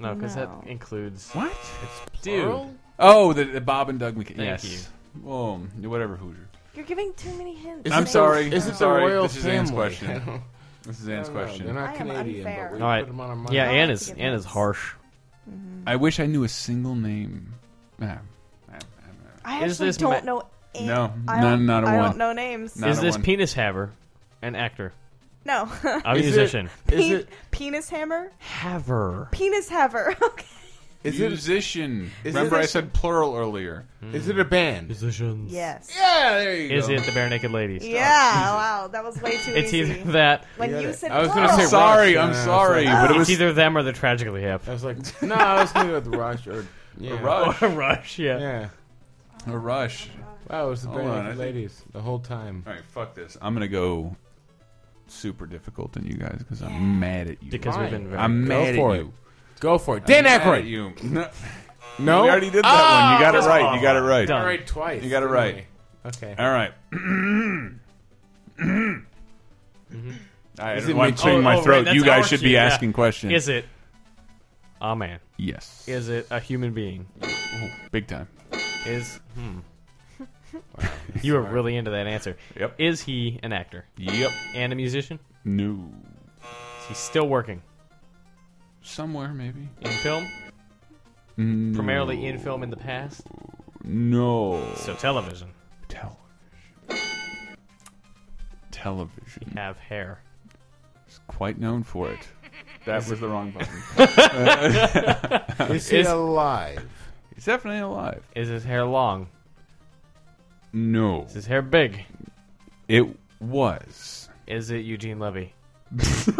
Speaker 9: No, because
Speaker 4: No.
Speaker 9: that includes.
Speaker 2: What?
Speaker 3: It's
Speaker 9: Dude.
Speaker 3: plural.
Speaker 2: Oh, the, the Bob and Doug McKay.
Speaker 9: Thank
Speaker 2: yes. Oh, whatever Hoosier.
Speaker 4: You're giving too many hints.
Speaker 3: Is
Speaker 2: I'm
Speaker 3: it the-
Speaker 2: sorry.
Speaker 3: Is it
Speaker 2: Sorry,
Speaker 3: the royal
Speaker 2: this is
Speaker 3: family?
Speaker 2: Anne's
Speaker 3: I
Speaker 2: question.
Speaker 3: don't- I
Speaker 2: This is Anne's
Speaker 3: don't know. They're
Speaker 2: question.
Speaker 3: not
Speaker 4: I am
Speaker 3: Canadian,
Speaker 4: unfair.
Speaker 3: but we
Speaker 5: All right.
Speaker 3: put them on our mind.
Speaker 5: Yeah,
Speaker 4: I
Speaker 5: Anne
Speaker 4: like
Speaker 5: is
Speaker 4: to give
Speaker 5: Anne is
Speaker 4: hints.
Speaker 5: harsh.
Speaker 2: I wish I knew a single name. Ah, ah, ah, ah.
Speaker 4: I
Speaker 9: Is
Speaker 4: actually
Speaker 9: this
Speaker 4: don't
Speaker 9: ma-
Speaker 4: know. Any,
Speaker 2: No,
Speaker 4: I
Speaker 2: no,
Speaker 4: don't,
Speaker 2: not a
Speaker 4: I
Speaker 2: one.
Speaker 4: don't know names.
Speaker 2: Not
Speaker 5: is
Speaker 2: a
Speaker 5: this
Speaker 2: one.
Speaker 5: penis haver an actor,
Speaker 4: No.
Speaker 5: a
Speaker 3: Is it-
Speaker 5: musician?
Speaker 3: Is it?
Speaker 4: penis hammer?
Speaker 5: Haver.
Speaker 4: Penis haver. Okay.
Speaker 3: Is it?
Speaker 2: musician?
Speaker 3: is
Speaker 2: Remember,
Speaker 3: it-
Speaker 2: I said plural earlier.
Speaker 3: Is it a band?
Speaker 8: Musicians.
Speaker 4: Yes.
Speaker 2: Yeah, there you
Speaker 5: Is
Speaker 2: go.
Speaker 5: it the bare naked ladies?
Speaker 4: Yeah. Wow, that was way too
Speaker 5: It's
Speaker 4: easy.
Speaker 5: either that.
Speaker 4: when
Speaker 3: Yeah,
Speaker 4: you
Speaker 3: that-
Speaker 4: said "Oh,
Speaker 3: I was gonna
Speaker 4: plural.
Speaker 2: I'm
Speaker 3: say
Speaker 2: sorry,
Speaker 3: Rush,
Speaker 2: I'm
Speaker 3: yeah,
Speaker 2: sorry,
Speaker 3: so-
Speaker 2: but it
Speaker 5: It's
Speaker 2: was
Speaker 5: either them or the tragically hip.
Speaker 3: I was like, no, I was gonna go with Rush or yeah.
Speaker 2: Rush.
Speaker 5: Rush. Yeah.
Speaker 3: Yeah.
Speaker 2: A rush.
Speaker 3: Wow, it was the
Speaker 2: Hold on, I
Speaker 3: band
Speaker 2: think-
Speaker 3: ladies the whole time.
Speaker 2: All right, fuck this. I'm gonna go super difficult than you guys because I'm mad at you.
Speaker 9: Because we've been very.
Speaker 2: I'm
Speaker 3: Go
Speaker 2: mad
Speaker 3: for
Speaker 2: at
Speaker 3: it.
Speaker 2: you.
Speaker 3: Go for it, Dan
Speaker 2: I'm mad at
Speaker 3: Aykroyd. Ah,
Speaker 2: you.
Speaker 3: No,
Speaker 2: We already did that one. You got it right. You got it right.
Speaker 3: All right, twice.
Speaker 2: You got it
Speaker 3: didn't
Speaker 2: right.
Speaker 3: we? Okay.
Speaker 2: All right. I
Speaker 3: Is
Speaker 2: don't
Speaker 3: it
Speaker 2: want
Speaker 3: Mitch-
Speaker 2: to clear
Speaker 5: Oh,
Speaker 2: my
Speaker 5: oh, right,
Speaker 2: throat.
Speaker 5: that's
Speaker 2: you
Speaker 5: our
Speaker 2: guys should
Speaker 5: cue,
Speaker 2: be
Speaker 5: yeah.
Speaker 2: asking questions.
Speaker 5: Is it? Oh man.
Speaker 2: Yes.
Speaker 5: Is it a human being?
Speaker 2: Ooh, big time.
Speaker 5: Is hmm. you were really into that answer.
Speaker 2: Yep.
Speaker 5: Is he an actor
Speaker 2: Yep.
Speaker 5: and a musician?
Speaker 2: No.
Speaker 5: Is he still working
Speaker 2: Somewhere maybe.
Speaker 5: in film?
Speaker 2: No.
Speaker 5: Primarily in film in the past.
Speaker 2: No.
Speaker 5: So television.
Speaker 2: television. Television.
Speaker 5: Have hair.
Speaker 2: It's quite known for it. That was the wrong button.
Speaker 3: Is he
Speaker 5: Is-
Speaker 3: alive?
Speaker 2: He's definitely alive.
Speaker 5: Is his hair long?
Speaker 2: No.
Speaker 5: Is his hair big?
Speaker 2: It was.
Speaker 5: Is it Eugene Levy?
Speaker 3: Nicely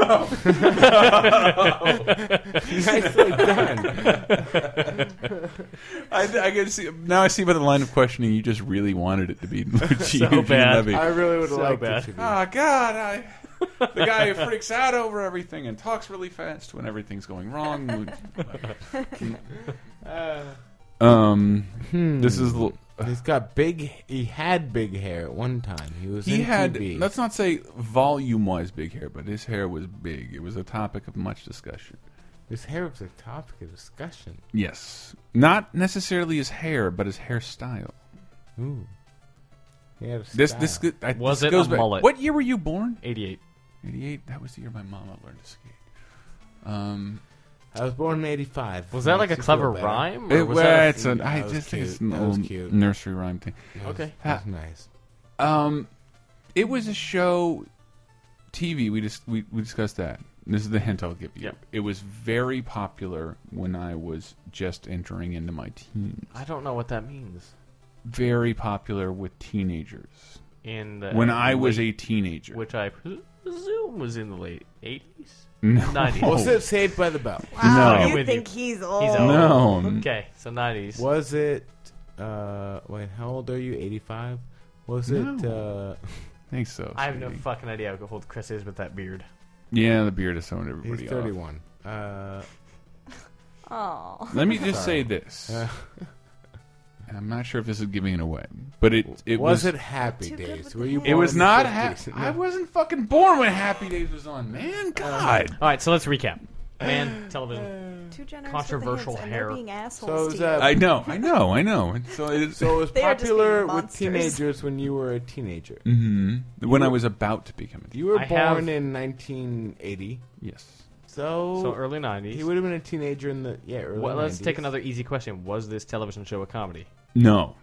Speaker 3: done.
Speaker 2: I, I can see now. I see by the line of questioning, you just really wanted it to be Eugene
Speaker 5: bad.
Speaker 2: Levy.
Speaker 3: I really would
Speaker 5: So
Speaker 3: like
Speaker 5: bad.
Speaker 3: to. Be.
Speaker 2: Ah, God! I, the guy who freaks out over everything and talks really fast when everything's going wrong. um, this is l-
Speaker 3: He's got big. He had big hair at one time. He was.
Speaker 2: he
Speaker 3: in
Speaker 2: had.
Speaker 3: TV.
Speaker 2: Let's not say volume-wise big hair, but his hair was big. It was a topic of much discussion.
Speaker 3: His hair was a topic of discussion.
Speaker 2: Yes, not necessarily his hair, but his hairstyle.
Speaker 3: Ooh. He had a
Speaker 2: This
Speaker 3: style.
Speaker 2: this I,
Speaker 5: Was
Speaker 2: this
Speaker 5: it
Speaker 2: goes
Speaker 5: a
Speaker 2: back-
Speaker 5: mullet?
Speaker 2: What year were you born?
Speaker 5: 88.
Speaker 2: Eighty-eight. That was the year my mama learned to skate. Um,
Speaker 3: I was born in '85.
Speaker 5: Was that like a
Speaker 3: Makes you
Speaker 5: clever
Speaker 3: feel better.
Speaker 5: rhyme?
Speaker 2: it,
Speaker 5: Or was
Speaker 2: well,
Speaker 5: that
Speaker 2: it's an, I
Speaker 3: That was
Speaker 2: just think it's an
Speaker 3: cute. That was
Speaker 2: old
Speaker 3: cute.
Speaker 2: nursery rhyme thing.
Speaker 3: That was-
Speaker 9: Okay.
Speaker 3: that was nice.
Speaker 2: Um, it was a show, TV. We just we, we discussed that. This is the hint I'll give you.
Speaker 9: Yep.
Speaker 2: It was very popular when I was just entering into my teens.
Speaker 9: I don't know what that means.
Speaker 2: Very popular with teenagers
Speaker 9: In
Speaker 5: Uh,
Speaker 9: the
Speaker 2: when I was
Speaker 9: late-
Speaker 2: a teenager.
Speaker 9: which I presume was in the late eighties,
Speaker 2: No.
Speaker 9: nineties.
Speaker 3: Was it Saved by the Bell?
Speaker 4: Wow,
Speaker 2: No.
Speaker 4: you
Speaker 9: With
Speaker 4: think he's old.
Speaker 9: He's old.
Speaker 2: No,
Speaker 9: Okay, so nineties.
Speaker 3: Was it? Uh, wait, how old are you? '85. Was it? Uh,
Speaker 2: I think so.
Speaker 9: I have no
Speaker 2: sweetie.
Speaker 9: fucking idea how old Chris is with that beard.
Speaker 2: Yeah, the beard is throwing everybody
Speaker 3: he's
Speaker 2: off.
Speaker 3: 31. Uh,
Speaker 4: Aw.
Speaker 2: Let me just say this.
Speaker 3: Uh.
Speaker 2: And I'm not sure if this is giving it away, but it it was,
Speaker 3: was, it Happy
Speaker 4: Too good with
Speaker 3: Days?
Speaker 4: the
Speaker 3: Were you?
Speaker 4: hands.
Speaker 2: it
Speaker 3: born
Speaker 2: was
Speaker 3: in the
Speaker 2: not.
Speaker 3: 50s?
Speaker 2: Ha- I wasn't fucking born when Happy Days was on,
Speaker 3: Oh,
Speaker 2: man. God.
Speaker 5: All right, so let's recap. Man, television.
Speaker 4: Too generous.
Speaker 5: Controversial
Speaker 4: with the hands,
Speaker 5: hair.
Speaker 4: And they're being
Speaker 3: So
Speaker 4: assholes
Speaker 3: is
Speaker 4: to
Speaker 3: that-
Speaker 4: you.
Speaker 2: I know, I know, I know. And so it is
Speaker 3: So it was
Speaker 4: They are just
Speaker 3: popular
Speaker 4: being
Speaker 3: with
Speaker 4: monsters.
Speaker 3: teenagers when you were a teenager.
Speaker 2: Mhm. when I was about to become a
Speaker 3: You were
Speaker 5: I
Speaker 3: born
Speaker 5: have-
Speaker 3: in 1980,
Speaker 2: yes.
Speaker 3: so,
Speaker 5: So early nineties.
Speaker 3: he would have been a teenager in the yeah. Early
Speaker 5: well, let's
Speaker 3: 90s.
Speaker 5: take another easy question. Was this television show a comedy?
Speaker 2: No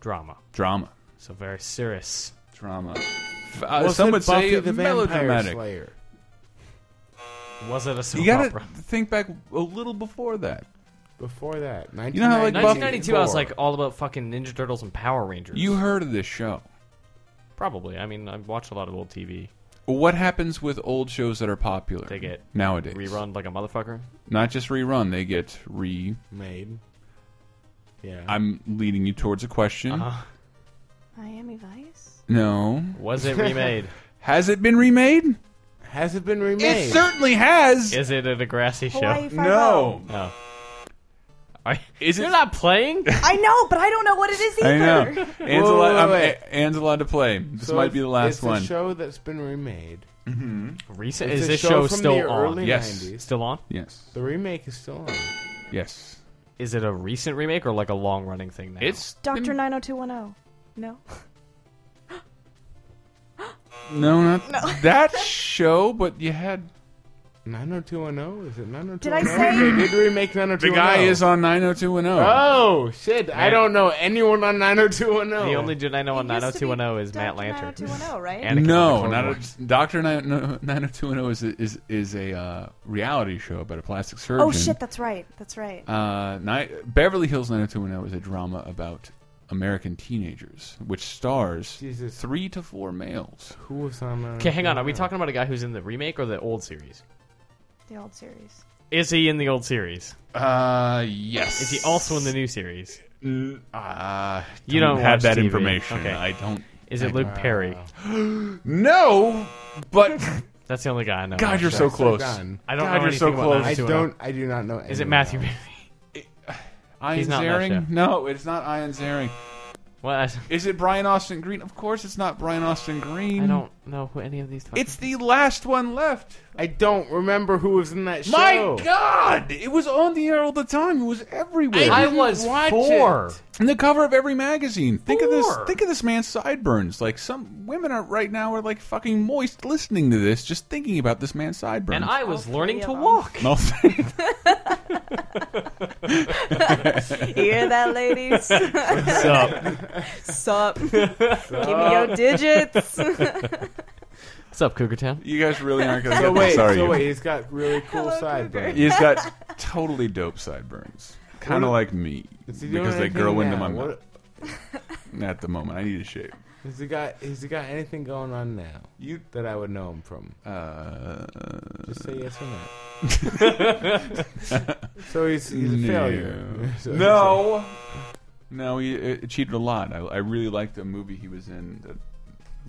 Speaker 5: Drama.
Speaker 2: drama,
Speaker 5: So very serious.
Speaker 2: drama. F- Uh,
Speaker 3: Was
Speaker 2: some
Speaker 3: it
Speaker 2: would say
Speaker 3: Buffy the Vampire
Speaker 2: melodramatic.
Speaker 3: Slayer.
Speaker 5: Was it a soap
Speaker 2: You gotta
Speaker 5: opera?
Speaker 2: think back a little before that.
Speaker 3: Before that,
Speaker 2: You know how, like, Buffy-
Speaker 5: 1992, I was like all about fucking Ninja Turtles and Power Rangers.
Speaker 2: You heard of this show?
Speaker 5: probably. I mean, I watched a lot of old TV.
Speaker 2: What happens with old shows that are popular?
Speaker 5: They get
Speaker 2: nowadays
Speaker 5: Rerun like a motherfucker.
Speaker 2: Not just rerun; they get re.
Speaker 3: made. Yeah,
Speaker 2: I'm leading you towards a question.
Speaker 5: Uh-huh.
Speaker 4: Miami Vice.
Speaker 2: No,
Speaker 5: Was it remade?
Speaker 2: has it been remade?
Speaker 3: has it been remade?
Speaker 2: It certainly has.
Speaker 5: Is it a Degrassi show?
Speaker 4: Hawaii oh. Five-O.
Speaker 2: no,
Speaker 5: No. Are,
Speaker 2: Is it-
Speaker 5: You're not playing.
Speaker 4: I know, but I don't know what it is either.
Speaker 2: I know. Anne's,
Speaker 3: Whoa,
Speaker 2: allowed,
Speaker 3: wait,
Speaker 2: I'm-
Speaker 3: wait.
Speaker 2: A- Anne's allowed to play. This
Speaker 3: So
Speaker 2: might be the last
Speaker 3: it's
Speaker 2: one.
Speaker 3: A show that's been remade.
Speaker 5: Recent
Speaker 3: It's
Speaker 5: is
Speaker 3: a
Speaker 5: this
Speaker 3: show
Speaker 5: show
Speaker 3: from
Speaker 5: still
Speaker 3: the
Speaker 5: on?
Speaker 3: early
Speaker 2: Yes.
Speaker 3: 90s.
Speaker 5: Still on?
Speaker 2: Yes.
Speaker 3: The remake is still on.
Speaker 2: Yes.
Speaker 5: Is it a recent remake or like a long running thing now?
Speaker 2: It's
Speaker 4: Doctor 90210. No.
Speaker 2: no, not that show. But you had
Speaker 3: 90210 is it 90210?
Speaker 4: Did I say-
Speaker 3: they did remake
Speaker 2: the
Speaker 3: 90210?
Speaker 2: guy is on nine hundred two one zero.
Speaker 3: Oh shit! I don't know anyone on 90210.
Speaker 5: the only dude I know on
Speaker 4: It used to be
Speaker 5: 90210 is Matt
Speaker 4: Doctor
Speaker 5: Lantern.
Speaker 4: 90210, right?
Speaker 5: And-
Speaker 2: No,
Speaker 5: Anakin
Speaker 2: not
Speaker 5: Anakin.
Speaker 2: a, Doctor Nine Hundred Two One Zero is a, is is a uh, reality show about a plastic surgeon.
Speaker 4: oh shit, that's right. That's right.
Speaker 2: Uh, ni- Beverly Hills 90210 is a drama about American teenagers, which stars
Speaker 3: Jesus.
Speaker 2: three to four males.
Speaker 3: who was on? uh, 90210?
Speaker 5: Okay, hang on. Are we talking about a guy who's in the remake or the old series?
Speaker 4: the old series.
Speaker 5: Is he in the old series?
Speaker 2: Uh, yes.
Speaker 5: Is he also in the new
Speaker 2: Uh,
Speaker 5: series? You
Speaker 2: don't,
Speaker 5: don't
Speaker 2: have
Speaker 5: watch
Speaker 2: that
Speaker 5: TV.
Speaker 2: information.
Speaker 5: Okay.
Speaker 2: I don't.
Speaker 5: Is it Luke Perry?
Speaker 2: No, but
Speaker 5: That's the only guy I know.
Speaker 2: God, you're so
Speaker 3: That's
Speaker 2: close.
Speaker 3: gone.
Speaker 5: I don't
Speaker 2: God,
Speaker 5: know
Speaker 2: you're so
Speaker 5: anything about
Speaker 2: close.
Speaker 3: I
Speaker 5: 90210.
Speaker 3: don't. I do not know.
Speaker 5: Is it
Speaker 3: anyone
Speaker 5: Matthew?
Speaker 3: else.
Speaker 5: Perry?
Speaker 2: Ian
Speaker 5: He's not in that
Speaker 2: Ziering? No, it's not Ian Zaring.
Speaker 5: What?
Speaker 2: Is it Brian Austin Green? Of course, it's not Brian Austin Green.
Speaker 5: I don't know who any of these. Fucking
Speaker 2: It's the last one left.
Speaker 3: I don't remember who was in that show.
Speaker 2: My God! It was on the air all the time. It was everywhere.
Speaker 5: I was
Speaker 3: watch
Speaker 5: four.
Speaker 2: And the cover of every magazine. Think of this.
Speaker 5: Four.
Speaker 2: Think of this man's sideburns. Like some women are right now are like fucking moist listening to this, just thinking about this man's sideburns.
Speaker 5: And I was learning
Speaker 4: of
Speaker 5: to
Speaker 4: them.
Speaker 5: walk.
Speaker 2: No,
Speaker 4: You hear that, ladies?
Speaker 5: Sup?
Speaker 4: Sup? Give me your digits.
Speaker 5: Sup, Cougar Town?
Speaker 2: you guys really aren't gonna
Speaker 3: So
Speaker 2: get
Speaker 3: wait,
Speaker 2: this, are
Speaker 3: so
Speaker 2: you?
Speaker 3: wait, he's got really cool
Speaker 4: Hello,
Speaker 3: sideburns.
Speaker 2: He's got totally dope sideburns, kind of
Speaker 3: What-
Speaker 2: like me,
Speaker 3: Is he doing
Speaker 2: because they
Speaker 3: anything
Speaker 2: grow into my
Speaker 3: now?
Speaker 2: mouth
Speaker 3: What-
Speaker 2: at the moment. I need a shape.
Speaker 3: Has he got? Has he got anything going on now
Speaker 2: You.
Speaker 3: that I would know him from?
Speaker 2: Uh,
Speaker 3: Just say yes or no. so he's, he's a
Speaker 2: no.
Speaker 3: failure. So-
Speaker 2: no. No, he uh, cheated a lot. I, I really liked a movie he was in, that,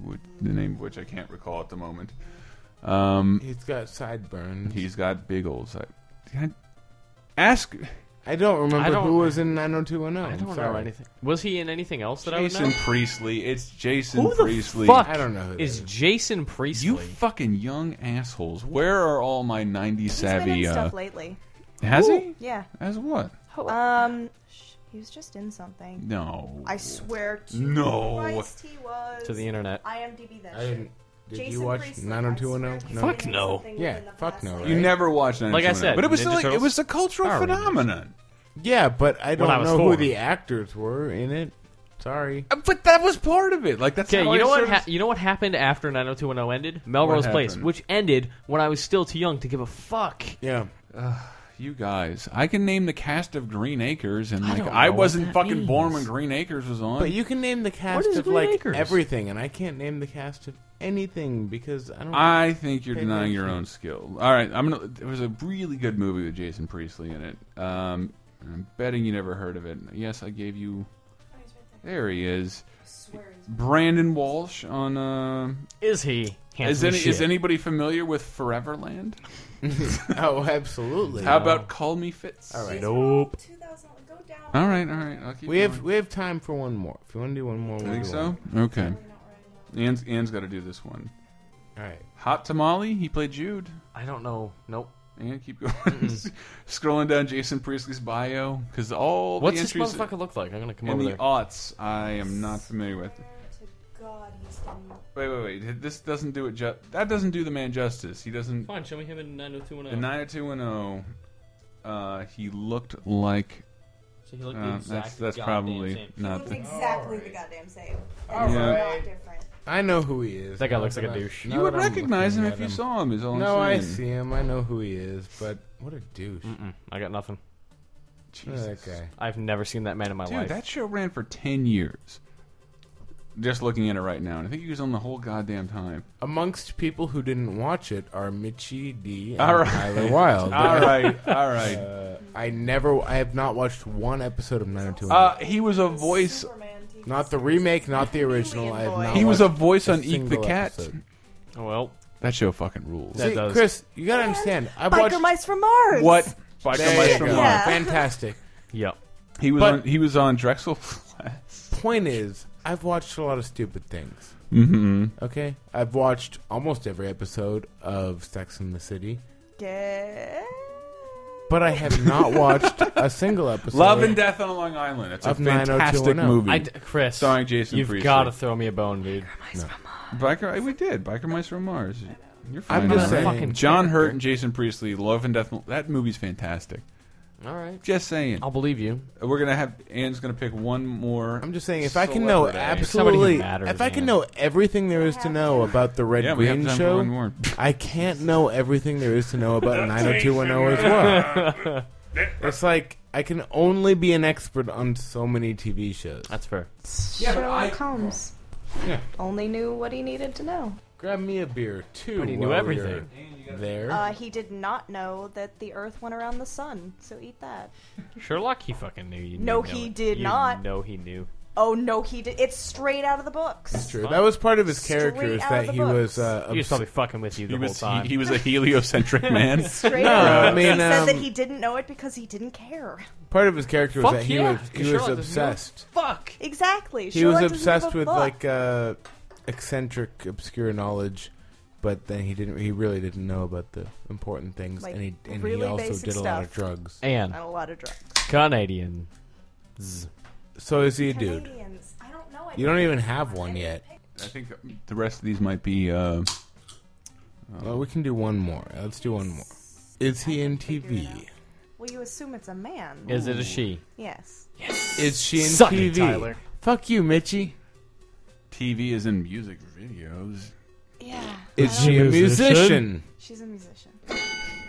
Speaker 2: would- the name of which I can't recall at the moment. Um,
Speaker 3: He's got sideburns.
Speaker 2: He's got big old side. Can I- ask
Speaker 3: I don't remember
Speaker 5: I don't-
Speaker 3: who was in 90210.
Speaker 5: I
Speaker 3: I'm
Speaker 5: don't know
Speaker 3: sorry.
Speaker 5: anything. Was he in anything else that I
Speaker 2: Jason
Speaker 5: would know?
Speaker 2: Priestley. It's Jason
Speaker 5: Who the
Speaker 2: Priestley.
Speaker 5: fuck
Speaker 3: I don't know who that
Speaker 5: is
Speaker 3: is.
Speaker 5: Jason Priestley?
Speaker 2: You fucking young assholes. Where are all my 90s
Speaker 4: He's been
Speaker 2: savvy
Speaker 4: in
Speaker 2: uh,
Speaker 4: stuff lately.
Speaker 2: Has he?
Speaker 4: Yeah.
Speaker 2: As what?
Speaker 4: Um, sh- he was just in something.
Speaker 2: No.
Speaker 4: I swear to
Speaker 2: No.
Speaker 4: Christ, he was.
Speaker 5: to the internet.
Speaker 4: IMDb that
Speaker 3: I
Speaker 4: shit.
Speaker 3: didn't. Did
Speaker 4: Jason
Speaker 3: you watch
Speaker 4: Priestley, I
Speaker 3: 90210?
Speaker 4: swear
Speaker 3: No.
Speaker 4: he's
Speaker 5: Fuck
Speaker 4: been in
Speaker 5: no.
Speaker 4: something
Speaker 3: Yeah,
Speaker 4: within the
Speaker 3: fuck
Speaker 4: past,
Speaker 3: no,
Speaker 4: like,
Speaker 2: You
Speaker 3: Right.
Speaker 2: never watched.
Speaker 5: Like I
Speaker 2: 90210.
Speaker 5: said,
Speaker 2: but it was still
Speaker 5: Ninja
Speaker 2: like it
Speaker 5: Turtles,
Speaker 2: was a cultural
Speaker 5: Power Rangers.
Speaker 2: phenomenon.
Speaker 3: Yeah, but I don't
Speaker 5: I was
Speaker 3: know
Speaker 5: four.
Speaker 3: who the actors were in it. Sorry.
Speaker 2: Uh, But that was part of it. Like that's
Speaker 9: Okay,
Speaker 2: how
Speaker 9: you
Speaker 2: I
Speaker 9: know what?
Speaker 2: sort of-
Speaker 9: Ha- you know what happened after 90210 ended? Melrose Place,
Speaker 2: happened?
Speaker 9: which ended when I was still too young to give a fuck.
Speaker 3: Yeah.
Speaker 2: You guys, I can name the cast of Green Acres, and like
Speaker 9: don't
Speaker 2: I,
Speaker 9: know what
Speaker 2: wasn't
Speaker 9: that
Speaker 2: fucking born when
Speaker 9: means.
Speaker 2: Green Acres was on.
Speaker 3: But you can name the cast
Speaker 9: is
Speaker 3: of
Speaker 9: Green
Speaker 3: like
Speaker 9: Acres?
Speaker 3: everything, and I can't name the cast of anything because I don't.
Speaker 2: I think you're
Speaker 3: Pay
Speaker 2: denying your
Speaker 3: attention.
Speaker 2: own skill. All right, I'm gonna. There was a really good movie with Jason Priestley in it. Um, and I'm betting you never heard of it. Yes, I gave you. There he is,
Speaker 4: I swear he's-
Speaker 2: Brandon Walsh on. Uh,
Speaker 5: Is he?
Speaker 2: is
Speaker 5: Handsome
Speaker 2: any,
Speaker 5: as shit.
Speaker 2: is anybody familiar with Foreverland?
Speaker 3: oh, absolutely.
Speaker 2: How about Call Me Fitz?
Speaker 3: All right.
Speaker 4: He's from
Speaker 8: Nope.
Speaker 4: 2000 Go down.
Speaker 2: all right, all right. I'll keep
Speaker 3: We have
Speaker 2: going.
Speaker 3: we have time for one more. If you want to do one more, we'll
Speaker 2: think
Speaker 3: do
Speaker 2: so.
Speaker 3: one
Speaker 2: Okay,
Speaker 4: We're not writing that.
Speaker 2: Ann's Ann's got to do this one.
Speaker 3: more. All right.
Speaker 2: Hot Tamale. He played Jude.
Speaker 9: I don't know. Nope.
Speaker 2: And keep going. Scrolling down Jason Priestley's bio because all
Speaker 5: What's
Speaker 2: the
Speaker 5: this
Speaker 2: entries
Speaker 5: motherfucker look like? I'm gonna come
Speaker 2: in
Speaker 5: over
Speaker 2: the
Speaker 5: there.
Speaker 2: aughts I am not familiar with.
Speaker 4: Swear to God, he's done.
Speaker 2: Wait, wait, wait. This doesn't do it. Ju- that doesn't do the man justice. He doesn't.
Speaker 5: Fine, show me him in
Speaker 2: The
Speaker 5: 90210.
Speaker 2: nine or two and zero. Uh, he looked like.
Speaker 5: so he looked
Speaker 2: Uh, that's that's probably not.
Speaker 4: Looks
Speaker 2: The,
Speaker 4: exactly the goddamn same.
Speaker 3: All
Speaker 4: It's
Speaker 3: right.
Speaker 4: not different.
Speaker 3: I know who he is.
Speaker 5: That guy looks like a
Speaker 3: Now that I-
Speaker 5: douche.
Speaker 3: now
Speaker 2: you would
Speaker 3: that I'm
Speaker 2: recognize him
Speaker 3: looking
Speaker 2: if
Speaker 3: at
Speaker 2: you saw him. Is all
Speaker 3: No,
Speaker 2: I'm
Speaker 3: I
Speaker 2: saying. Mm,
Speaker 3: see him. I know who he is, but what a douche.
Speaker 5: Mm-mm, I got nothing.
Speaker 2: Jesus.
Speaker 3: Okay.
Speaker 5: I've never seen that man in my
Speaker 2: Dude,
Speaker 5: life.
Speaker 2: that show ran for ten years. Just looking at it right now, and I think he was on the whole goddamn time.
Speaker 3: Amongst people who didn't watch it are Mitchie D and
Speaker 2: All right.
Speaker 3: Tyler Wilde.
Speaker 2: All right, all right.
Speaker 3: Uh, I never, I have not watched one episode of 90210.
Speaker 2: Uh, he was a voice.
Speaker 4: Superman TV
Speaker 3: not the remake, not the original. I have not
Speaker 2: He was a
Speaker 3: watched
Speaker 2: voice
Speaker 3: a
Speaker 2: on Eek the
Speaker 3: single
Speaker 2: Cat.
Speaker 3: episode.
Speaker 5: Oh, well,
Speaker 2: That show fucking rules.
Speaker 5: That
Speaker 3: See,
Speaker 5: does.
Speaker 3: Chris, you gotta understand. I
Speaker 4: Biker
Speaker 3: watched
Speaker 4: Mice from Mars.
Speaker 2: What?
Speaker 3: There
Speaker 2: Biker
Speaker 3: you
Speaker 2: Mice from
Speaker 3: go.
Speaker 2: Mars.
Speaker 4: Yeah.
Speaker 3: Fantastic.
Speaker 5: yep.
Speaker 2: He was
Speaker 3: But-
Speaker 2: on. He was on Drexel Flats.
Speaker 3: Point is, I've watched a lot of stupid things.
Speaker 2: Mm-hmm.
Speaker 3: Okay, I've watched almost every episode of Sex in the City,
Speaker 4: Get-
Speaker 3: but I have not watched a single episode.
Speaker 2: Love and Death on Long Island. It's a
Speaker 3: Of
Speaker 2: fantastic
Speaker 3: 90210.
Speaker 2: movie.
Speaker 5: I d- Chris,
Speaker 2: Starring Jason
Speaker 5: you've
Speaker 2: Priestley.
Speaker 5: got to throw me a bone, dude.
Speaker 2: Biker. We did Biker Mice from Mars. You're fine.
Speaker 3: I'm
Speaker 2: all
Speaker 3: just
Speaker 2: right.
Speaker 3: saying.
Speaker 5: fucking-
Speaker 2: John Hurt and Jason Priestley. Love and Death. That movie's fantastic.
Speaker 9: All right.
Speaker 2: Just saying.
Speaker 5: I'll believe you.
Speaker 2: We're gonna have. Anne's gonna pick one more.
Speaker 3: I'm just saying, if I can know
Speaker 2: Celebrity.
Speaker 3: absolutely,
Speaker 5: Somebody who
Speaker 3: if I can
Speaker 5: matters,
Speaker 3: know everything there is to know about the Red
Speaker 2: yeah, we have
Speaker 3: Green
Speaker 2: time for one
Speaker 3: Show,
Speaker 2: more.
Speaker 3: I can't know everything there is to know about 90210 as well. It's like I can only be an expert on so many TV shows.
Speaker 9: That's fair.
Speaker 4: Sherlock Holmes.
Speaker 3: Yeah.
Speaker 4: Only knew what he needed to know.
Speaker 3: Grab me a beer too.
Speaker 9: But he knew
Speaker 3: while
Speaker 9: everything.
Speaker 3: you're There.
Speaker 4: Uh, he did not know that the Earth went around the sun. So eat that.
Speaker 5: Sherlock, he fucking knew. You
Speaker 4: No,
Speaker 5: knew
Speaker 4: he
Speaker 5: it.
Speaker 4: did
Speaker 5: You
Speaker 4: not.
Speaker 5: No, he knew.
Speaker 4: Oh no, he did. It's straight out of the books. That's
Speaker 3: True. That was part of his
Speaker 4: Straight
Speaker 3: character is
Speaker 4: out
Speaker 3: that
Speaker 4: of the
Speaker 3: he
Speaker 4: books.
Speaker 3: was uh,
Speaker 5: He was
Speaker 3: obs-
Speaker 5: probably fucking with you the
Speaker 2: He
Speaker 5: whole
Speaker 2: was. He,
Speaker 5: time.
Speaker 2: he was a heliocentric man.
Speaker 4: Straight
Speaker 3: No,
Speaker 4: out.
Speaker 3: I
Speaker 4: of the books.
Speaker 3: mean,
Speaker 4: it says that
Speaker 3: um,
Speaker 4: he didn't know it because he didn't care.
Speaker 3: part of his character was
Speaker 9: Fuck
Speaker 3: that he
Speaker 9: yeah,
Speaker 3: was
Speaker 9: 'cause
Speaker 3: he was
Speaker 9: Sherlock doesn't know.
Speaker 3: obsessed.
Speaker 9: Fuck.
Speaker 4: Exactly.
Speaker 3: He
Speaker 4: Sherlock
Speaker 3: was
Speaker 4: doesn't give a
Speaker 3: obsessed with
Speaker 4: fuck.
Speaker 3: like uh, eccentric, obscure knowledge, but then he didn't. He really didn't know about the important things,
Speaker 4: Like,
Speaker 3: and he and he
Speaker 4: really
Speaker 3: also
Speaker 4: basic
Speaker 3: did a lot of
Speaker 4: stuff.
Speaker 3: drugs.
Speaker 4: and
Speaker 5: and
Speaker 4: a lot of drugs.
Speaker 5: Canadian.
Speaker 3: So is he a dude?
Speaker 4: Canadians. I don't know. I
Speaker 3: You don't even have one yet.
Speaker 2: I think the rest of these might be. Uh,
Speaker 3: Well, we can do one more. Let's do one more. Is he in TV?
Speaker 4: Well, you assume it's a man.
Speaker 5: Is it a she?
Speaker 4: Yes.
Speaker 3: Is she in
Speaker 5: Suck it,
Speaker 3: TV?
Speaker 5: Tyler.
Speaker 3: Fuck you, Mitchie.
Speaker 2: TV is in music videos.
Speaker 4: Yeah.
Speaker 3: Is she a
Speaker 8: Musician?
Speaker 3: musician?
Speaker 4: She's a musician.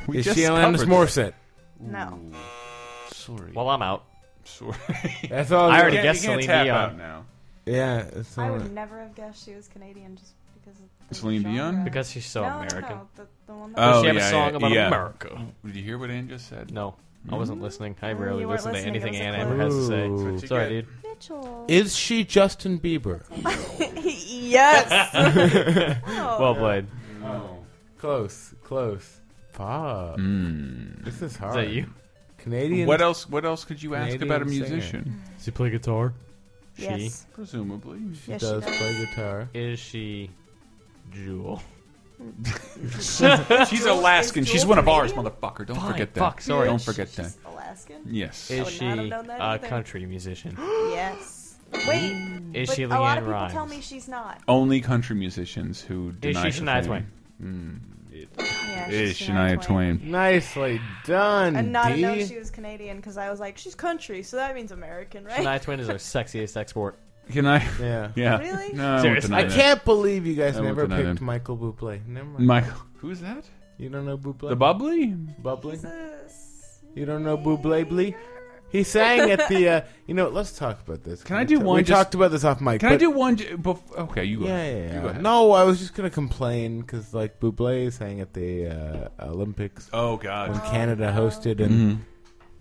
Speaker 2: We
Speaker 3: Is
Speaker 2: just
Speaker 3: she Alanis
Speaker 2: covered
Speaker 3: Morissette?
Speaker 4: No.
Speaker 2: that. Sorry.
Speaker 5: Well, I'm out.
Speaker 2: sorry.
Speaker 3: That's all.
Speaker 5: I already
Speaker 2: You
Speaker 5: guessed
Speaker 2: can't
Speaker 5: Celine
Speaker 2: tap
Speaker 5: Dion.
Speaker 2: out now.
Speaker 3: Yeah. It's
Speaker 4: I
Speaker 3: all
Speaker 4: would
Speaker 3: right.
Speaker 4: never have guessed she was Canadian just because of the
Speaker 2: Celine
Speaker 4: genre.
Speaker 2: Dion?
Speaker 5: Because she's so
Speaker 4: no,
Speaker 5: Oh, American.
Speaker 4: No, no, the, the one that
Speaker 2: Oh,
Speaker 5: Does she have
Speaker 2: yeah,
Speaker 5: a song
Speaker 2: yeah,
Speaker 5: about
Speaker 2: yeah. Mm.
Speaker 5: America?
Speaker 2: Did you hear what Ann just said?
Speaker 5: No, I wasn't listening. I
Speaker 4: Mm,
Speaker 5: rarely
Speaker 4: you weren't
Speaker 5: listen to
Speaker 4: listening.
Speaker 5: anything
Speaker 4: It was a
Speaker 5: Ann ever has to
Speaker 3: clue.
Speaker 5: say.
Speaker 3: Ooh.
Speaker 2: She
Speaker 5: Sorry,
Speaker 2: got-
Speaker 5: dude.
Speaker 4: Mitchell.
Speaker 3: Is she Justin Bieber?
Speaker 4: yes. Wow.
Speaker 5: Well played.
Speaker 2: No.
Speaker 3: Close, close. Fuck.
Speaker 5: Hmm.
Speaker 2: Mm.
Speaker 3: This is
Speaker 5: Is
Speaker 3: hard.
Speaker 5: that you?
Speaker 3: Canadian.
Speaker 2: What else? What else could you ask
Speaker 3: Canadian
Speaker 2: about a
Speaker 3: singer.
Speaker 2: musician?
Speaker 8: Does he play guitar?
Speaker 4: yes.
Speaker 2: Presumably.
Speaker 3: She
Speaker 4: Yes, she
Speaker 3: does
Speaker 4: does.
Speaker 3: play guitar.
Speaker 5: Is she Jewel?
Speaker 2: She's Alaskan.
Speaker 4: is
Speaker 2: She's
Speaker 4: Jewel
Speaker 2: one of ours,
Speaker 4: Canadian?
Speaker 2: motherfucker. Don't
Speaker 5: Fine,
Speaker 2: forget that.
Speaker 5: fuck, sorry.
Speaker 2: Don't forget that.
Speaker 4: She's Alaskan.
Speaker 2: Yes.
Speaker 4: I
Speaker 5: Is
Speaker 4: would
Speaker 5: she
Speaker 4: not have known that
Speaker 5: a
Speaker 4: either.
Speaker 5: country musician?
Speaker 4: yes. Wait,
Speaker 5: Is
Speaker 4: but
Speaker 5: she
Speaker 4: a lot
Speaker 5: Leanne
Speaker 4: of people
Speaker 5: Rhymes?
Speaker 4: tell me she's not.
Speaker 2: Only country musicians who deny
Speaker 5: she
Speaker 2: her
Speaker 5: Shania
Speaker 2: fame.
Speaker 5: Twain?
Speaker 4: Yeah,
Speaker 2: Is
Speaker 4: she's
Speaker 2: Shania Twain.
Speaker 3: Nicely done,
Speaker 4: And not
Speaker 3: D.
Speaker 4: know she was Canadian because I was like, she's country, so that means American, right?
Speaker 5: Shania Twain is our sexiest export.
Speaker 2: Can I?
Speaker 3: Yeah.
Speaker 2: Yeah.
Speaker 4: Really?
Speaker 2: No, I won't
Speaker 5: Seriously?
Speaker 2: deny
Speaker 3: I
Speaker 2: that.
Speaker 3: can't believe you guys
Speaker 2: I won't
Speaker 3: never
Speaker 2: deny
Speaker 3: picked
Speaker 2: that.
Speaker 3: Michael Bublé. Never mind.
Speaker 2: Michael, who's that?
Speaker 3: you don't know Bublé?
Speaker 2: The bubbly?
Speaker 3: Bubbly?
Speaker 4: Jesus.
Speaker 3: You don't know Bublé Blee? He sang at the. Uh, you know, let's talk about this.
Speaker 2: Can I do
Speaker 3: we
Speaker 2: one
Speaker 3: We
Speaker 2: just-
Speaker 3: talked about this off mic.
Speaker 2: Can I
Speaker 3: but-
Speaker 2: do one? j- Bef- okay, you go.
Speaker 3: Yeah,
Speaker 2: ahead.
Speaker 3: yeah,
Speaker 2: You go
Speaker 3: yeah.
Speaker 2: ahead.
Speaker 3: No, I was just gonna complain because like Bublé sang at the uh, Olympics
Speaker 2: Oh God.
Speaker 3: when Canada hosted, and
Speaker 2: Mm-hmm.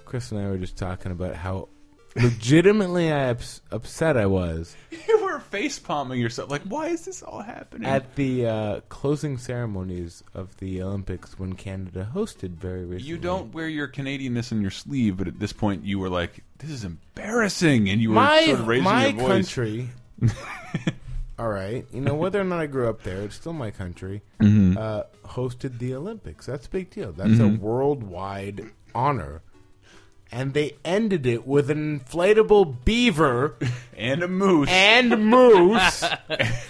Speaker 3: Chris and I were just talking about how legitimately I ups- upset I was
Speaker 2: You were face palming yourself. Like, why is this all happening?
Speaker 3: at the uh, closing ceremonies of the Olympics when Canada hosted very recently.
Speaker 2: you don't wear your Canadianness on your sleeve, but at this point, you were like, "This is embarrassing," and you were
Speaker 3: my
Speaker 2: sort of raising
Speaker 3: my
Speaker 2: your voice.
Speaker 3: country. all right, you know whether or not I grew up there, it's still my country.
Speaker 2: Mm-hmm.
Speaker 3: Uh, hosted the Olympics. That's a big deal. That's a worldwide honor. And they ended it with an inflatable beaver
Speaker 2: and a moose.
Speaker 3: and moose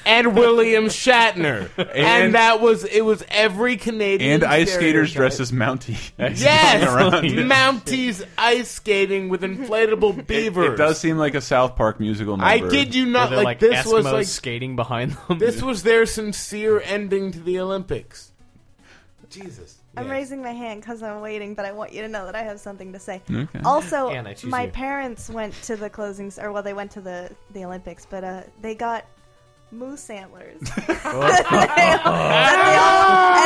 Speaker 3: and William Shatner, and,
Speaker 2: And-
Speaker 3: that was it. Was every Canadian
Speaker 2: and ice skaters
Speaker 3: stereotype.
Speaker 2: dressed as Mountie.
Speaker 3: Yes,
Speaker 2: Running around.
Speaker 3: Mounties ice skating with inflatable
Speaker 2: It,
Speaker 3: beavers.
Speaker 2: it does seem like a South Park musical
Speaker 3: I
Speaker 2: number.
Speaker 3: kid you
Speaker 5: Were
Speaker 3: not.
Speaker 5: there,
Speaker 3: Like,
Speaker 5: like,
Speaker 3: this
Speaker 5: Eskimos
Speaker 3: was like
Speaker 5: skating behind them.
Speaker 3: this was their sincere ending to the Olympics. Jesus,
Speaker 4: I'm
Speaker 3: Yeah.
Speaker 4: raising my hand because I'm waiting, but I want you to know that I have something to say.
Speaker 2: Okay.
Speaker 4: Also,
Speaker 5: Anne, I choose
Speaker 4: my
Speaker 5: you.
Speaker 4: parents went to the closings, or well, they went to the the Olympics, but uh, they got moose antlers. and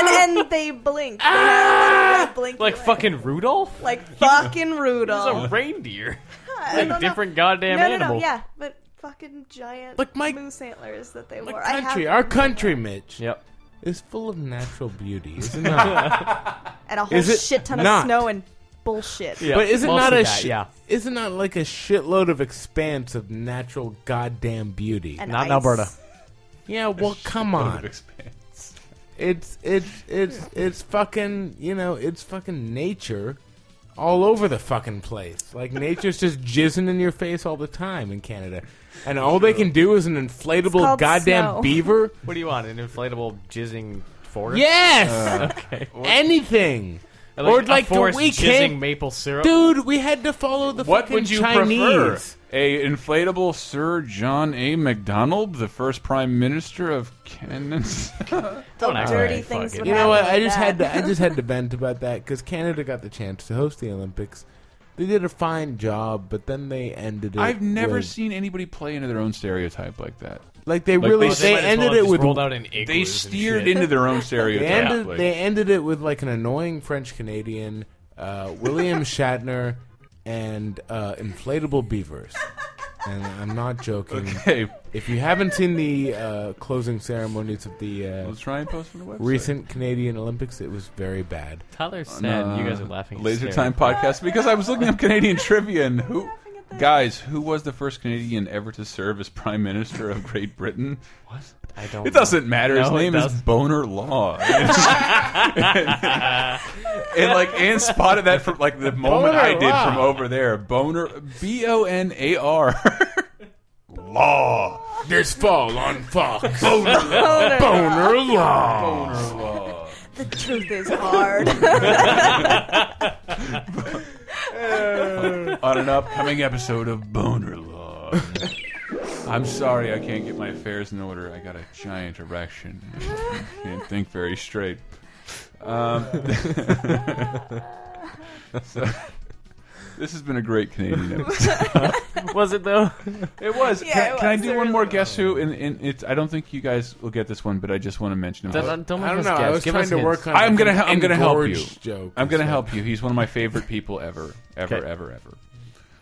Speaker 4: and they blinked. They had a little
Speaker 5: Ah! like
Speaker 4: blink light.
Speaker 5: fucking Rudolph?
Speaker 4: like fucking
Speaker 5: It's a
Speaker 4: Rudolph.
Speaker 5: reindeer.
Speaker 4: I
Speaker 5: It's
Speaker 4: don't know.
Speaker 5: a different goddamn
Speaker 4: no,
Speaker 5: animal.
Speaker 4: No, no, yeah, but fucking giant
Speaker 3: Like my-
Speaker 4: moose antlers that they
Speaker 3: My
Speaker 4: wore.
Speaker 3: country,
Speaker 4: I have,
Speaker 3: our country, Mitch,
Speaker 5: Yep.
Speaker 3: is full of natural beauty, is it not?
Speaker 4: and a whole
Speaker 3: Is it
Speaker 4: shit ton
Speaker 3: not?
Speaker 4: of snow and bullshit.
Speaker 5: Yeah,
Speaker 3: but is it
Speaker 5: mostly
Speaker 3: not a
Speaker 5: that,
Speaker 3: sh-
Speaker 5: yeah.
Speaker 3: is it not like a shitload of expanse of natural goddamn beauty?
Speaker 4: And
Speaker 5: Not in
Speaker 4: ice.
Speaker 5: Alberta.
Speaker 3: yeah, well, come
Speaker 2: Out of
Speaker 3: on,
Speaker 2: expanse.
Speaker 3: it's it's it's it's fucking you know it's fucking nature. All over the fucking place. Like, nature's just jizzing in your face all the time in Canada. And all they can do is an inflatable
Speaker 4: called
Speaker 3: goddamn
Speaker 4: snow.
Speaker 3: beaver
Speaker 5: What do you want? An inflatable jizzing forest?
Speaker 3: Yes.
Speaker 2: Uh,
Speaker 5: Okay.
Speaker 3: Anything.
Speaker 5: Or
Speaker 3: or like
Speaker 5: a forest
Speaker 3: we
Speaker 5: jizzing
Speaker 3: can't,
Speaker 5: maple syrup.
Speaker 3: dude. We had to follow the
Speaker 2: What
Speaker 3: fucking
Speaker 2: would you
Speaker 3: Chinese.
Speaker 2: prefer? A inflatable Sir John A. McDonald, the first Prime Minister of Canada.
Speaker 4: The
Speaker 5: Don't act
Speaker 4: dirty
Speaker 5: like
Speaker 4: things.
Speaker 5: fucking-
Speaker 4: would
Speaker 3: You know what?
Speaker 4: happen
Speaker 3: I
Speaker 4: with
Speaker 3: just
Speaker 4: that.
Speaker 3: had to. I just had to vent about that because Canada got the chance to host the Olympics. They did a fine job, but then they ended it.
Speaker 2: I've never
Speaker 3: with-
Speaker 2: seen anybody play into their own stereotype like that.
Speaker 3: like they
Speaker 2: like, oh,
Speaker 3: really.
Speaker 2: they-
Speaker 3: they
Speaker 5: Oh, might as well
Speaker 3: ended
Speaker 5: have
Speaker 3: it
Speaker 5: just
Speaker 3: with.
Speaker 5: rolled out in igloos
Speaker 2: They
Speaker 5: and
Speaker 2: steered
Speaker 5: shit.
Speaker 2: into their own
Speaker 3: They
Speaker 2: stereotype.
Speaker 3: ended.
Speaker 2: like-
Speaker 3: They ended it with like an annoying French Canadian, uh, William Shatner, and uh, inflatable beavers. And I'm not joking.
Speaker 2: okay,
Speaker 3: If you haven't seen the uh, closing ceremonies of the uh,
Speaker 2: let's try and post on the website.
Speaker 3: recent Canadian Olympics, it was very bad.
Speaker 5: Tyler said you
Speaker 3: uh,
Speaker 5: guys are laughing.
Speaker 2: Laser
Speaker 5: hysterically.
Speaker 2: Time podcast because I was looking up Canadian trivia and who,
Speaker 4: laughing at that.
Speaker 2: guys, who was the first Canadian ever to serve as Prime Minister of Great Britain?
Speaker 5: What? I don't.
Speaker 2: It doesn't matter. His
Speaker 5: Oh, No, it
Speaker 2: name is
Speaker 5: doesn't.
Speaker 2: Boner Law. and, like Anne spotted that from like the moment
Speaker 3: Boner
Speaker 2: I did
Speaker 3: Law.
Speaker 2: from over there. Boner B O N A R Law.
Speaker 3: This fall on Fox,
Speaker 4: Boner.
Speaker 3: Boner Law.
Speaker 2: Boner Law.
Speaker 4: The truth is hard.
Speaker 2: On an upcoming episode of Boner Law. I'm sorry I can't get my affairs in order. I got a giant erection. I can't think very straight. Um, so, this has been a great Canadian episode.
Speaker 5: Was it though?
Speaker 2: It was.
Speaker 4: Yeah,
Speaker 2: can,
Speaker 4: it
Speaker 2: can I
Speaker 4: was.
Speaker 2: do
Speaker 4: It
Speaker 2: one
Speaker 4: really
Speaker 2: more guess who? And, and it's. I don't think you guys will get this one, but I just want to mention
Speaker 5: Don't,
Speaker 2: him. Uh,
Speaker 5: don't, don't
Speaker 3: I
Speaker 5: make
Speaker 3: don't
Speaker 5: us
Speaker 3: know.
Speaker 5: Guess.
Speaker 3: I was
Speaker 5: Give
Speaker 3: trying
Speaker 5: us
Speaker 3: to
Speaker 5: hints.
Speaker 3: work on.
Speaker 2: I'm gonna
Speaker 3: an
Speaker 2: hel- I'm gonna help you.
Speaker 3: engorged Joke
Speaker 2: I'm gonna
Speaker 3: instead.
Speaker 2: help you. He's one of my favorite people ever, ever,
Speaker 5: Okay.
Speaker 2: ever, ever.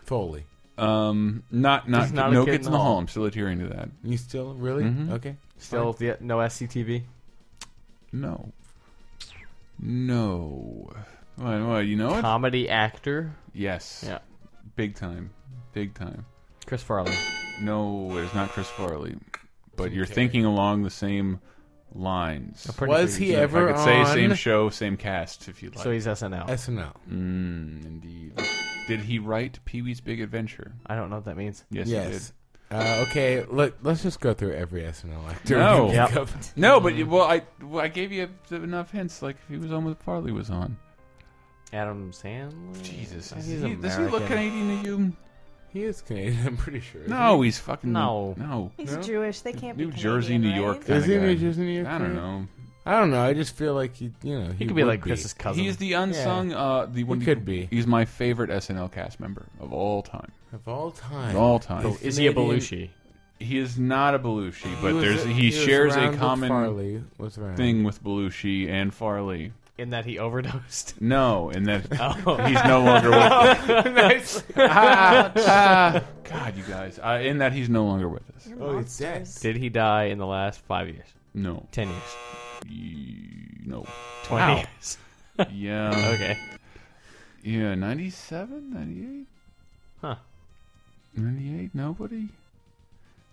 Speaker 3: Foley.
Speaker 2: Um, not not,
Speaker 5: He's not a
Speaker 2: no
Speaker 5: kid
Speaker 2: kids in the hall. I'm still adhering to that.
Speaker 3: You still really
Speaker 2: Mm-hmm.
Speaker 3: okay?
Speaker 5: Still, yeah, no SCTV.
Speaker 2: No, no. What, what, you know it?
Speaker 5: Comedy actor
Speaker 2: Yes.
Speaker 5: Yeah.
Speaker 2: Big time, big time.
Speaker 5: Chris Farley.
Speaker 2: No, it's not Chris Farley, but you're thinking along the same lines.
Speaker 5: Pretty
Speaker 3: Was
Speaker 5: sure
Speaker 3: he
Speaker 2: If
Speaker 3: ever
Speaker 2: I could say
Speaker 3: on
Speaker 2: same show, same cast, if you'd like.
Speaker 5: So he's SNL.
Speaker 3: SNL?
Speaker 2: Mm, indeed. Did he write Pee Wee's Big Adventure?
Speaker 5: I don't know what that means.
Speaker 2: Yes, he did.
Speaker 3: Yes. Uh, okay, let, let's just go through every SNL actor.
Speaker 2: No.
Speaker 3: we can
Speaker 5: Yep.
Speaker 3: think of.
Speaker 2: No, but you- well, I well, I gave you enough hints. Like if he was on with Farley was on.
Speaker 9: Adam Sandler.
Speaker 2: Jesus,
Speaker 9: he's
Speaker 2: is he- does he look
Speaker 9: American.
Speaker 2: Canadian to you?
Speaker 3: He is Canadian, I'm pretty sure. isn't
Speaker 2: No, he's fucking
Speaker 9: No.
Speaker 2: no.
Speaker 4: He's
Speaker 3: No?
Speaker 4: Jewish. They can't
Speaker 2: New
Speaker 4: be
Speaker 2: Jersey,
Speaker 4: Canadian,
Speaker 2: New York
Speaker 3: he?
Speaker 4: Right?
Speaker 3: Is he
Speaker 2: kinda
Speaker 3: New
Speaker 2: guy.
Speaker 3: Jersey, New York?
Speaker 2: I don't
Speaker 3: Canadian?
Speaker 2: know.
Speaker 3: I don't know. I just feel like he, you know, he,
Speaker 5: He could be
Speaker 3: would
Speaker 5: like Chris's cousin.
Speaker 2: He's the unsung. Uh, the one
Speaker 3: He could be.
Speaker 2: He's my favorite SNL cast member of all time.
Speaker 3: of all time.
Speaker 2: Of all time.
Speaker 3: He's
Speaker 5: is he a
Speaker 3: Canadian.
Speaker 5: Belushi?
Speaker 2: He is not a Belushi,
Speaker 3: He
Speaker 2: but
Speaker 3: was-
Speaker 2: there's he,
Speaker 3: was
Speaker 2: shares
Speaker 3: around
Speaker 2: a
Speaker 3: with
Speaker 2: common
Speaker 3: Farley was around.
Speaker 2: thing with Belushi and Farley.
Speaker 5: In that he overdosed.
Speaker 2: No, and that
Speaker 5: Oh.
Speaker 2: he's no longer with us. Ah, ah. God, you guys. Uh, in that he's no longer with us.
Speaker 4: You're
Speaker 3: Oh, he's dead.
Speaker 4: monsters.
Speaker 9: Did he die in the last five years?
Speaker 2: No.
Speaker 9: Ten years?
Speaker 2: Ye- No.
Speaker 5: Twenty
Speaker 2: Wow.
Speaker 5: years.
Speaker 2: Yeah.
Speaker 9: Okay.
Speaker 2: Yeah, 97, 98?
Speaker 9: Huh.
Speaker 2: 98? Nobody?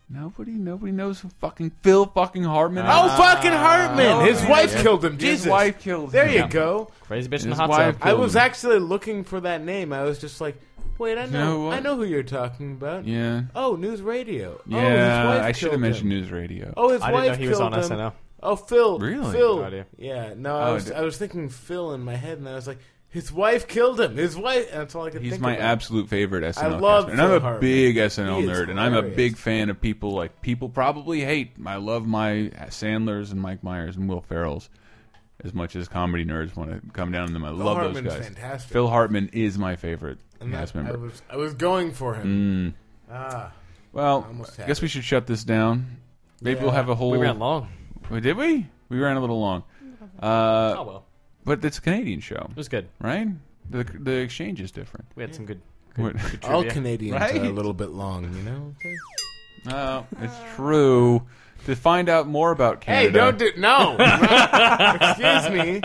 Speaker 2: Nobody? Nobody knows who fucking Phil fucking Hartman
Speaker 3: Oh,
Speaker 2: is?
Speaker 3: fucking Hartman! His wife killed him. Jesus.
Speaker 2: His wife killed
Speaker 3: There
Speaker 2: him.
Speaker 3: you go.
Speaker 5: Crazy bitch in the
Speaker 2: His
Speaker 5: hot
Speaker 2: wife
Speaker 5: tub.
Speaker 3: I
Speaker 2: killed
Speaker 3: was
Speaker 2: him.
Speaker 3: actually looking for that name. I was just like, wait, I
Speaker 2: know
Speaker 3: know,
Speaker 2: what?
Speaker 3: I know who you're talking about.
Speaker 2: Yeah.
Speaker 3: Oh, news radio. oh, his
Speaker 2: Yeah,
Speaker 3: wife
Speaker 2: I should have
Speaker 3: killed
Speaker 2: mentioned
Speaker 3: him.
Speaker 2: News Radio.
Speaker 3: Oh, his
Speaker 5: I
Speaker 3: wife
Speaker 5: didn't know he was
Speaker 3: killed
Speaker 5: on
Speaker 3: him.
Speaker 5: SNL.
Speaker 3: Oh, Phil.
Speaker 2: Really?
Speaker 3: Phil.
Speaker 5: No idea.
Speaker 3: Yeah. No, I
Speaker 2: Oh,
Speaker 3: was
Speaker 2: d-
Speaker 3: I was thinking Phil in my head, and I was like, his wife killed him. His wife. And that's all I could.
Speaker 2: He's
Speaker 3: think
Speaker 2: my
Speaker 3: about.
Speaker 2: absolute favorite SNL.
Speaker 3: I love
Speaker 2: cast. and I'm a
Speaker 3: Phil Hartman.
Speaker 2: big SNL
Speaker 3: He is
Speaker 2: nerd, and I'm a
Speaker 3: hilarious.
Speaker 2: big fan of people like people probably hate. I love my Sandler's and Mike Myers and Will Ferrell's as much as comedy nerds want to come down on them. I love
Speaker 3: Hartman's
Speaker 2: those guys.
Speaker 3: fantastic.
Speaker 2: Phil Hartman is my favorite
Speaker 3: And that-
Speaker 2: cast
Speaker 3: I
Speaker 2: member. Mm.
Speaker 3: was I was going for him. Ah,
Speaker 2: well,
Speaker 3: almost
Speaker 2: I
Speaker 3: had
Speaker 2: guess we should shut this down. Maybe
Speaker 3: Yeah.
Speaker 2: we'll have a whole.
Speaker 5: We ran long.
Speaker 2: Wait, Oh, did we? We ran a little long. Uh,
Speaker 5: Oh well,
Speaker 2: But it's a Canadian show,
Speaker 5: it was good.
Speaker 2: right? The the exchange is different.
Speaker 5: We had some good.
Speaker 2: What-
Speaker 3: all
Speaker 5: Trivia.
Speaker 3: Canadians are a
Speaker 2: Right?
Speaker 3: little bit long, you know.
Speaker 2: Oh, it's true. To find out more about Canada,
Speaker 3: Hey, don't do no. Excuse me.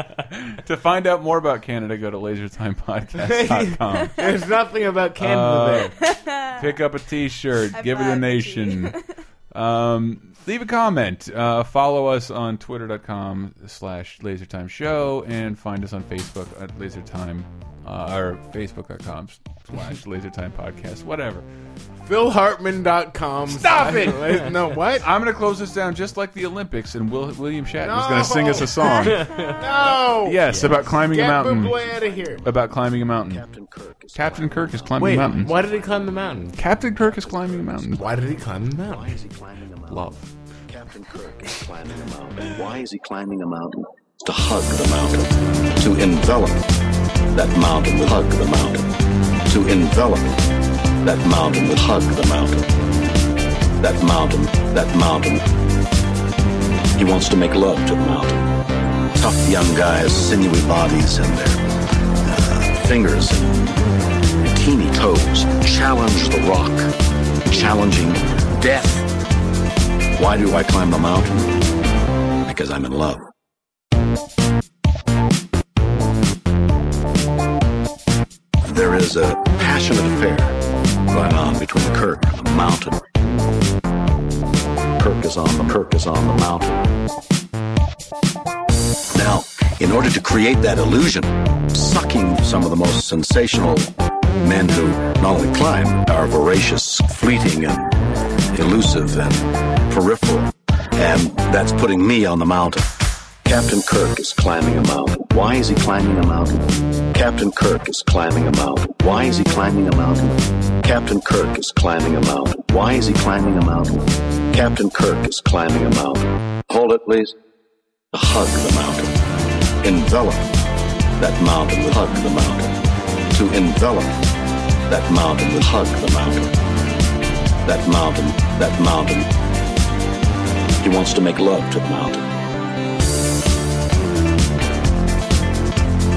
Speaker 2: to find out more about Canada, go to lasertimepodcast.com.
Speaker 3: There's nothing about Canada
Speaker 2: Uh,
Speaker 3: there.
Speaker 2: Pick up a T-shirt,
Speaker 4: I
Speaker 2: give it
Speaker 4: bought
Speaker 2: a
Speaker 4: a
Speaker 2: nation. um, leave a comment. Uh, follow us on twitter.com slash lasertime show and find us on Facebook at lasertime uh, or facebook.com slash lasertime podcast, whatever.
Speaker 3: PhilHartman.com.
Speaker 2: Stop
Speaker 3: it. no, what?
Speaker 2: I'm going to close this down just like the Olympics, and Will, William Shatner's
Speaker 3: No.
Speaker 2: going to sing us a song.
Speaker 3: No.
Speaker 2: yes, about climbing a
Speaker 3: Get
Speaker 2: mountain.
Speaker 3: Buble out Mm. of here.
Speaker 2: about climbing a mountain. Captain Kirk is, climbing
Speaker 3: Wait,
Speaker 2: a mountain.
Speaker 3: why did he climb the mountain?
Speaker 2: Captain Kirk is climbing a mountain.
Speaker 3: Why did he climb the mountain?
Speaker 2: Love.
Speaker 10: Captain Kirk is climbing a mountain. Why is he climbing a mountain? To hug the mountain, to envelop that mountain with hug the mountain, to envelop that mountain with hug the mountain, that mountain, that mountain. He wants to make love to the mountain. Tough young guys, sinewy bodies, and their uh, fingers and teeny toes challenge the rock, challenging death. Why do I climb the mountain? Because I'm in love. There is a passionate affair going on between Kirk and the mountain. Kirk is on the Kirk is on the mountain. Now, in order to create that illusion, sucking some of the most sensational men who not only climb are voracious, fleeting, and elusive and peripheral, and that's putting me on the mountain. Captain Kirk is climbing a mountain. Why is he climbing a mountain? Captain Kirk is climbing a mountain. Why is he climbing a mountain? Captain Kirk is climbing a mountain. Why is he climbing a mountain? Captain Kirk is climbing a mountain. Hold it, please. Hug the mountain. Envelop that mountain with hug the mountain. To envelop that mountain with hug the mountain. That mountain, that mountain. He wants to make love to the mountain.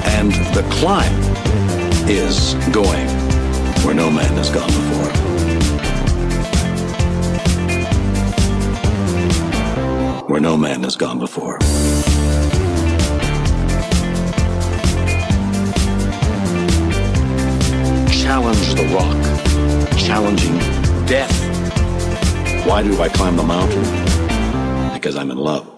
Speaker 10: And the climb is going where no man has gone before. Where no man has gone before. Challenge the rock, challenging death. Why do I climb the mountain? Because I'm in love.